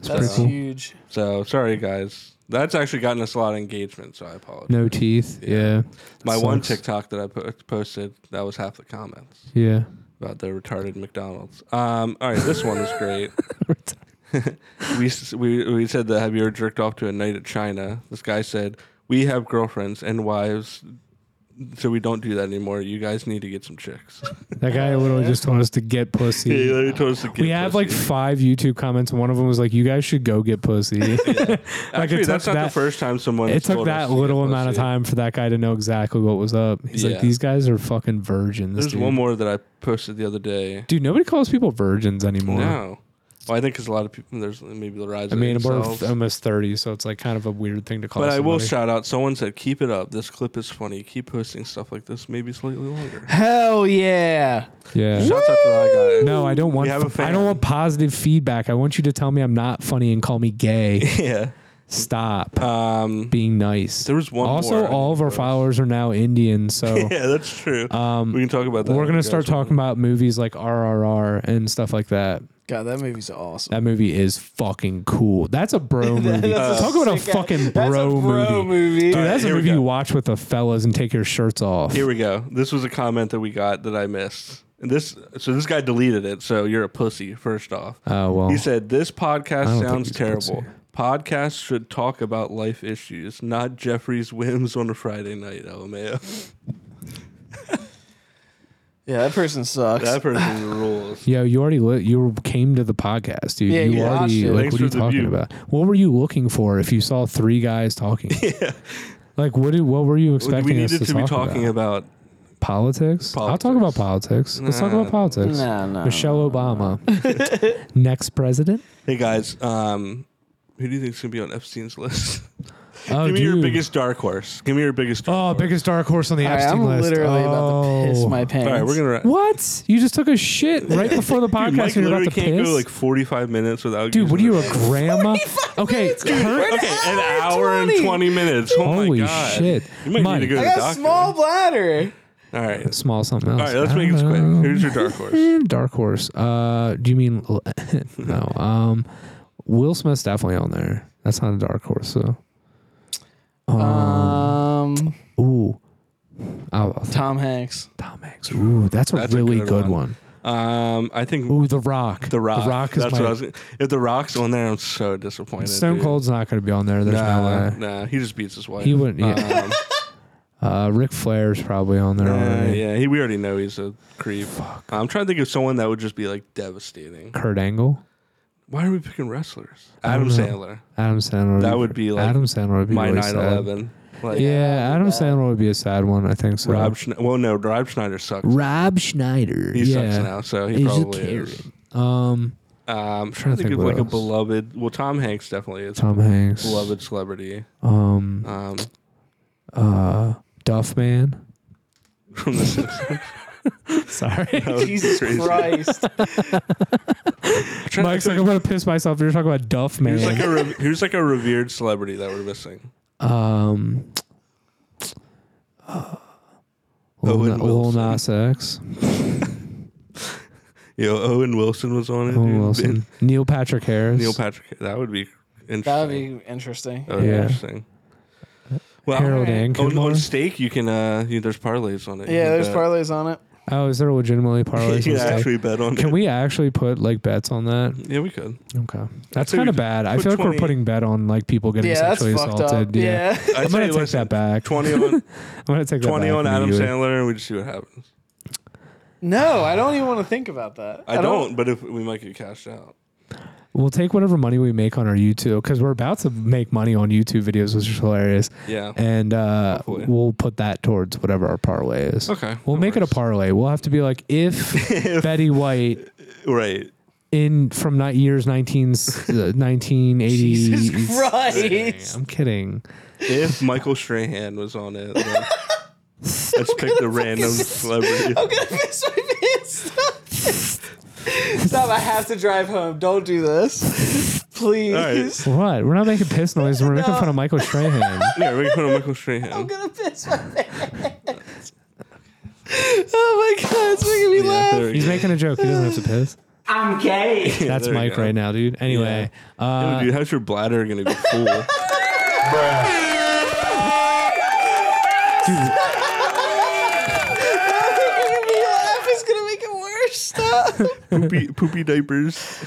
Speaker 2: That's
Speaker 1: pretty cool.
Speaker 2: huge.
Speaker 1: So sorry, guys. That's actually gotten us a lot of engagement, so I apologize.
Speaker 3: No teeth. Yeah.
Speaker 1: My one
Speaker 3: sucks.
Speaker 1: TikTok that I po- posted, that was half the comments
Speaker 3: Yeah.
Speaker 1: about the retarded McDonald's. Um, all right, this one is
Speaker 3: <laughs>
Speaker 1: great. <laughs> we, s- we we said that have you ever jerked off to a night at China? This guy said we have girlfriends and wives, so we don't do that anymore. You guys need to get some <laughs> chicks.
Speaker 3: That guy literally just told us to get pussy.
Speaker 1: literally told us to get
Speaker 3: we have like five YouTube comments, and one of them was like, "You guys should go
Speaker 1: <laughs>
Speaker 3: get pussy." like,
Speaker 1: Actually, that's
Speaker 3: it took
Speaker 1: not the
Speaker 3: that-
Speaker 1: first time someone.
Speaker 3: it
Speaker 1: has
Speaker 3: took
Speaker 1: told us
Speaker 3: that
Speaker 1: to get
Speaker 3: little amount of
Speaker 1: pussy.
Speaker 3: time for that guy to know exactly what was up. He's
Speaker 1: Yeah.
Speaker 3: like, "These guys are fucking virgins."
Speaker 1: There's
Speaker 3: dude.
Speaker 1: one more that I posted the other day.
Speaker 3: Dude, nobody calls people virgins anymore.
Speaker 1: No, well, I think because a lot of people there's maybe the rise.
Speaker 3: I mean, we're
Speaker 1: themselves.
Speaker 3: almost thirty, so it's like kind of a weird thing to call.
Speaker 1: But I will
Speaker 3: somebody.
Speaker 1: shout out. Someone said, "Keep it up. This clip is funny. Keep posting stuff like this, maybe slightly longer."
Speaker 2: Hell yeah.
Speaker 3: Yeah.
Speaker 1: Shouts out to that guy.
Speaker 3: No, I don't want.
Speaker 1: We have a
Speaker 3: I
Speaker 1: fan.
Speaker 3: don't
Speaker 1: <laughs>
Speaker 3: want positive feedback. I want you to tell me I'm not funny and call me gay.
Speaker 1: <laughs> yeah.
Speaker 3: Stop
Speaker 1: Um,
Speaker 3: being nice.
Speaker 1: there was one.
Speaker 3: also,
Speaker 1: more I
Speaker 3: all of our
Speaker 1: noticed.
Speaker 3: followers are now Indian,
Speaker 1: <laughs>
Speaker 3: so
Speaker 1: <laughs> Yeah, that's true.
Speaker 3: um,
Speaker 1: we can talk about that.
Speaker 3: we're
Speaker 1: when
Speaker 3: gonna
Speaker 1: you
Speaker 3: start
Speaker 1: guys want.
Speaker 3: talking about movies like RRR and stuff like that.
Speaker 2: God, that movie's awesome.
Speaker 3: That movie is fucking cool. That's
Speaker 2: <laughs>
Speaker 3: a bro movie.
Speaker 2: That's
Speaker 3: Talk about a
Speaker 2: sick-
Speaker 3: fucking bro,
Speaker 2: that's a bro
Speaker 3: movie.
Speaker 2: movie.
Speaker 3: Dude,
Speaker 1: All right,
Speaker 3: that's a
Speaker 1: here we
Speaker 3: movie
Speaker 1: go.
Speaker 3: you watch with the fellas and take your shirts
Speaker 1: <laughs>
Speaker 3: off.
Speaker 1: Here we go. This was a comment that we got that I missed. And this, so this guy deleted it. So you're a pussy. First off,
Speaker 3: Oh well.
Speaker 1: he said this
Speaker 3: don't
Speaker 1: podcast
Speaker 3: think
Speaker 1: sounds
Speaker 3: he's a pussy.
Speaker 1: terrible. Podcasts should talk about life issues, not Jeffrey's whims on a Friday night. LMAO.
Speaker 2: Yeah, that person sucks.
Speaker 1: <laughs> That person rules.
Speaker 3: Yo, you already li- you came to the podcast, dude.
Speaker 2: Yeah,
Speaker 3: you
Speaker 2: you watched
Speaker 3: already
Speaker 2: it.
Speaker 3: like
Speaker 1: Thanks
Speaker 3: what are you
Speaker 1: for the
Speaker 3: talking
Speaker 1: view.
Speaker 3: about? What were you looking for if you saw three
Speaker 1: <laughs>
Speaker 3: guys talking? Like what did, what were you expecting
Speaker 1: We
Speaker 3: us
Speaker 1: needed
Speaker 3: to,
Speaker 1: to be
Speaker 3: talk
Speaker 1: talking
Speaker 3: about?
Speaker 1: about
Speaker 3: Politics? I'll talk about politics. Let's talk about
Speaker 1: Nah.
Speaker 3: politics.
Speaker 2: no, no.
Speaker 3: Michelle
Speaker 1: <laughs>
Speaker 3: Obama. Next president?
Speaker 1: Hey guys, um, who do you think's gonna be on Epstein's list? <laughs>
Speaker 3: Oh,
Speaker 1: Give me your
Speaker 3: dude.
Speaker 1: biggest dark horse. Give me your biggest. Dark
Speaker 3: Oh,
Speaker 1: horse.
Speaker 3: biggest dark horse on the
Speaker 2: All right,
Speaker 3: Epstein
Speaker 2: I'm
Speaker 3: list.
Speaker 2: literally
Speaker 3: oh.
Speaker 2: about to piss
Speaker 3: <laughs>
Speaker 2: my pants.
Speaker 1: All right, we're gonna. Dude,
Speaker 3: What? You just took
Speaker 1: <laughs>
Speaker 3: a shit right before the podcast
Speaker 1: Mike
Speaker 3: and you're
Speaker 1: literally
Speaker 3: about to
Speaker 1: can't
Speaker 3: piss?
Speaker 1: go like 45 minutes without.
Speaker 3: Dude, what are
Speaker 1: using
Speaker 3: you,
Speaker 1: <laughs> the-
Speaker 3: a grandma? Okay, <laughs>
Speaker 1: <laughs>
Speaker 3: her-
Speaker 1: Okay, an hour and 20 minutes. Oh
Speaker 3: Holy
Speaker 1: my god.
Speaker 3: shit.
Speaker 1: You might
Speaker 3: Mike.
Speaker 1: need to go
Speaker 2: I
Speaker 1: to
Speaker 2: got
Speaker 1: the
Speaker 2: a
Speaker 1: doctor.
Speaker 2: small bladder.
Speaker 1: All right.
Speaker 3: small something else.
Speaker 1: All right, let's
Speaker 3: I
Speaker 1: make
Speaker 3: don't
Speaker 1: this quick.
Speaker 3: know.
Speaker 1: Who's your dark horse?
Speaker 3: Eh, <laughs> Dark horse. Uh, do you mean <laughs> no? Um, Will Smith's definitely on there. That's not a dark horse, though.
Speaker 2: Um,
Speaker 3: Ooh, oh,
Speaker 2: Tom
Speaker 1: <laughs>
Speaker 2: Hanks.
Speaker 3: Tom Hanks. Ooh, that's a
Speaker 1: That's a
Speaker 3: really
Speaker 1: good
Speaker 3: good,
Speaker 1: one.
Speaker 3: one.
Speaker 1: Um, I think
Speaker 3: Ooh, The Rock.
Speaker 1: The Rock.
Speaker 3: The Rock is
Speaker 1: That's
Speaker 3: my.
Speaker 1: what I was. gonna- If The Rock's on there, I'm so disappointed.
Speaker 3: Stone
Speaker 1: dude.
Speaker 3: Cold's not going to be on there. There's
Speaker 1: Nah,
Speaker 3: no way.
Speaker 1: nah, he just beats his wife.
Speaker 3: He wouldn't. Yeah.
Speaker 1: Um,
Speaker 3: Uh, Ric Flair's probably on there.
Speaker 1: Uh,
Speaker 3: already.
Speaker 1: yeah, he, we already know he's a creep. I'm trying to think of someone that would just be like devastating.
Speaker 3: Kurt Angle.
Speaker 1: Why are we picking wrestlers?
Speaker 3: I
Speaker 1: Adam
Speaker 3: don't know.
Speaker 1: Sandler,
Speaker 3: Adam Sandler.
Speaker 1: That would be, like,
Speaker 3: Adam Sandler would be
Speaker 1: my
Speaker 3: really
Speaker 1: 911.
Speaker 3: Sad.
Speaker 1: Like
Speaker 3: Yeah, Adam Sandler would be a sad one. I think so.
Speaker 1: Rob. Schne- well, no, Rob Schneider sucks.
Speaker 3: Rob Schneider.
Speaker 1: He
Speaker 3: yeah.
Speaker 1: sucks now, so he
Speaker 3: He's a
Speaker 1: probably
Speaker 3: Karen.
Speaker 1: is.
Speaker 3: Um,
Speaker 1: Um, I'm trying to think, of
Speaker 3: what
Speaker 1: like a
Speaker 3: else.
Speaker 1: beloved. Well, Tom Hanks definitely is
Speaker 3: Tom
Speaker 1: a
Speaker 3: Hanks.
Speaker 1: beloved celebrity.
Speaker 3: Um,
Speaker 1: Um,
Speaker 3: uh,
Speaker 1: <laughs>
Speaker 3: Duff Man.
Speaker 1: from
Speaker 3: <laughs>
Speaker 1: the Simpsons.
Speaker 3: Sorry.
Speaker 1: That was
Speaker 2: Jesus
Speaker 1: crazy. <laughs>
Speaker 2: Christ.
Speaker 1: I'm trying to
Speaker 3: Mike's like,
Speaker 1: think
Speaker 3: I'm
Speaker 1: of-
Speaker 3: gonna piss myself. You're talking about Duff Man.
Speaker 1: Who's like a re- who's like a revered celebrity that we're missing?
Speaker 3: um, uh, Lil,
Speaker 1: Owen
Speaker 3: Na- Lil
Speaker 1: Oh, Wilson.
Speaker 3: Nas X,
Speaker 1: Yo, Owen Wilson was on it.
Speaker 3: Owen
Speaker 1: dude.
Speaker 3: Wilson, Neil Patrick Harris,
Speaker 1: Neil Patrick. That would be interesting.
Speaker 2: That would be interesting.
Speaker 1: That would be
Speaker 3: Yeah.
Speaker 1: Oh, interesting. Well,
Speaker 3: Harold
Speaker 2: Alright.
Speaker 3: and
Speaker 1: on, on
Speaker 3: Kumar.
Speaker 1: steak, you can uh, you, there's parlays on it. You
Speaker 2: Yeah,
Speaker 1: can
Speaker 2: there's
Speaker 1: bet.
Speaker 2: parlays on it.
Speaker 3: Oh, is there
Speaker 1: <laughs>
Speaker 3: legitimately
Speaker 1: You
Speaker 3: parlays?
Speaker 1: can
Speaker 3: and stuff?
Speaker 1: actually bet on.
Speaker 3: Can
Speaker 1: it.
Speaker 3: we actually put like bets on that?
Speaker 1: Yeah, we could.
Speaker 3: Okay, that's
Speaker 1: say we
Speaker 3: kind of
Speaker 1: just
Speaker 3: bad. I
Speaker 1: put
Speaker 3: feel like
Speaker 1: 20
Speaker 3: we're putting bet on like people getting
Speaker 2: Yeah, that's
Speaker 3: sexually
Speaker 2: fucked up.
Speaker 3: assaulted.
Speaker 2: Yeah. <laughs>
Speaker 1: I
Speaker 3: Yeah, I'm
Speaker 1: tell
Speaker 3: gonna
Speaker 1: you,
Speaker 3: take
Speaker 1: listen,
Speaker 3: that back. <laughs>
Speaker 1: Twenty on
Speaker 3: I'm gonna take that
Speaker 1: twenty
Speaker 3: back
Speaker 1: on Adam
Speaker 3: immediately.
Speaker 1: Sandler, and we just see what happens.
Speaker 2: No, I don't even want to think about that.
Speaker 1: I, don't, but if we might get cashed out.
Speaker 3: We'll take whatever money we make on our YouTube because we're about to make money on YouTube videos, which is hilarious.
Speaker 1: Yeah.
Speaker 3: And uh,
Speaker 1: Hopefully.
Speaker 3: we'll put that towards whatever our parlay is.
Speaker 1: Okay.
Speaker 3: We'll
Speaker 1: that
Speaker 3: make it
Speaker 1: works.
Speaker 3: a parlay. We'll have to be like if Betty White
Speaker 1: Right.
Speaker 3: in from ni- years 19, uh, 1980.
Speaker 2: Jesus Christ. <laughs>
Speaker 3: I'm kidding.
Speaker 1: If Michael Strahan was on it, then
Speaker 2: <laughs>
Speaker 1: let's pick the random celebrity.
Speaker 2: I'm gonna piss my pants. Stop <laughs> it. Stop! I have to drive home. Don't do this, please.
Speaker 1: All
Speaker 3: What? We're not making piss noise. We're making fun of Michael Strahan.
Speaker 1: Yeah, we can put on Michael Strahan.
Speaker 2: <laughs> I'm gonna piss my pants. <laughs> Oh my god, it's making me
Speaker 1: Yeah,
Speaker 2: laugh.
Speaker 1: there we
Speaker 3: He's
Speaker 1: go.
Speaker 3: making a joke. He doesn't have to piss.
Speaker 4: I'm gay.
Speaker 1: Yeah,
Speaker 3: <laughs> That's
Speaker 1: there we
Speaker 3: Mike
Speaker 1: go.
Speaker 3: right now, dude. Anyway, uh, <laughs>
Speaker 1: Yo, dude, how's your bladder gonna be full?
Speaker 2: laugh is gonna make it worse. Stop.
Speaker 1: poopy, poopy diapers.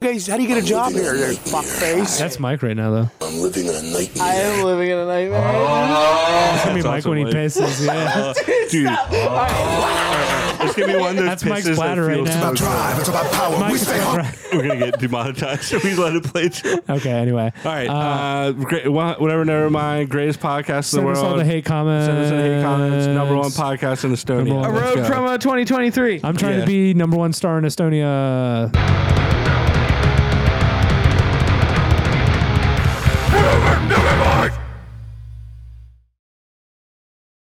Speaker 4: Guys, how do you get a job here, you fuckface?
Speaker 3: That's Mike right now, though.
Speaker 1: Oh,
Speaker 5: I'm living in a nightmare.
Speaker 2: <laughs> I am living in a nightmare.
Speaker 3: It's gonna be
Speaker 1: That's
Speaker 3: Mike
Speaker 1: also
Speaker 3: when he
Speaker 1: Mike.
Speaker 3: pisses.
Speaker 1: <laughs>
Speaker 3: Yeah.
Speaker 1: Uh, Dude. There's gonna be one of those
Speaker 3: That's Mike's
Speaker 1: pisses that
Speaker 3: bladder right
Speaker 1: feels
Speaker 3: now.
Speaker 1: so good.
Speaker 4: Drive, it's about
Speaker 1: Oh,
Speaker 4: power. we stay
Speaker 3: <laughs>
Speaker 4: hungry.
Speaker 1: We're gonna get demonetized <laughs> if we let it play. Through.
Speaker 3: okay. Anyway.
Speaker 1: All right, uh, great, wha- whatever. Never mind. Greatest podcast in the
Speaker 3: Send
Speaker 1: world.
Speaker 3: us all the hate comments.
Speaker 1: Send us the hate comments. Number one podcast in Estonia.
Speaker 3: Number one.
Speaker 2: Road promo 2023.
Speaker 3: I'm trying
Speaker 1: Yeah.
Speaker 3: to be number one star in Estonia.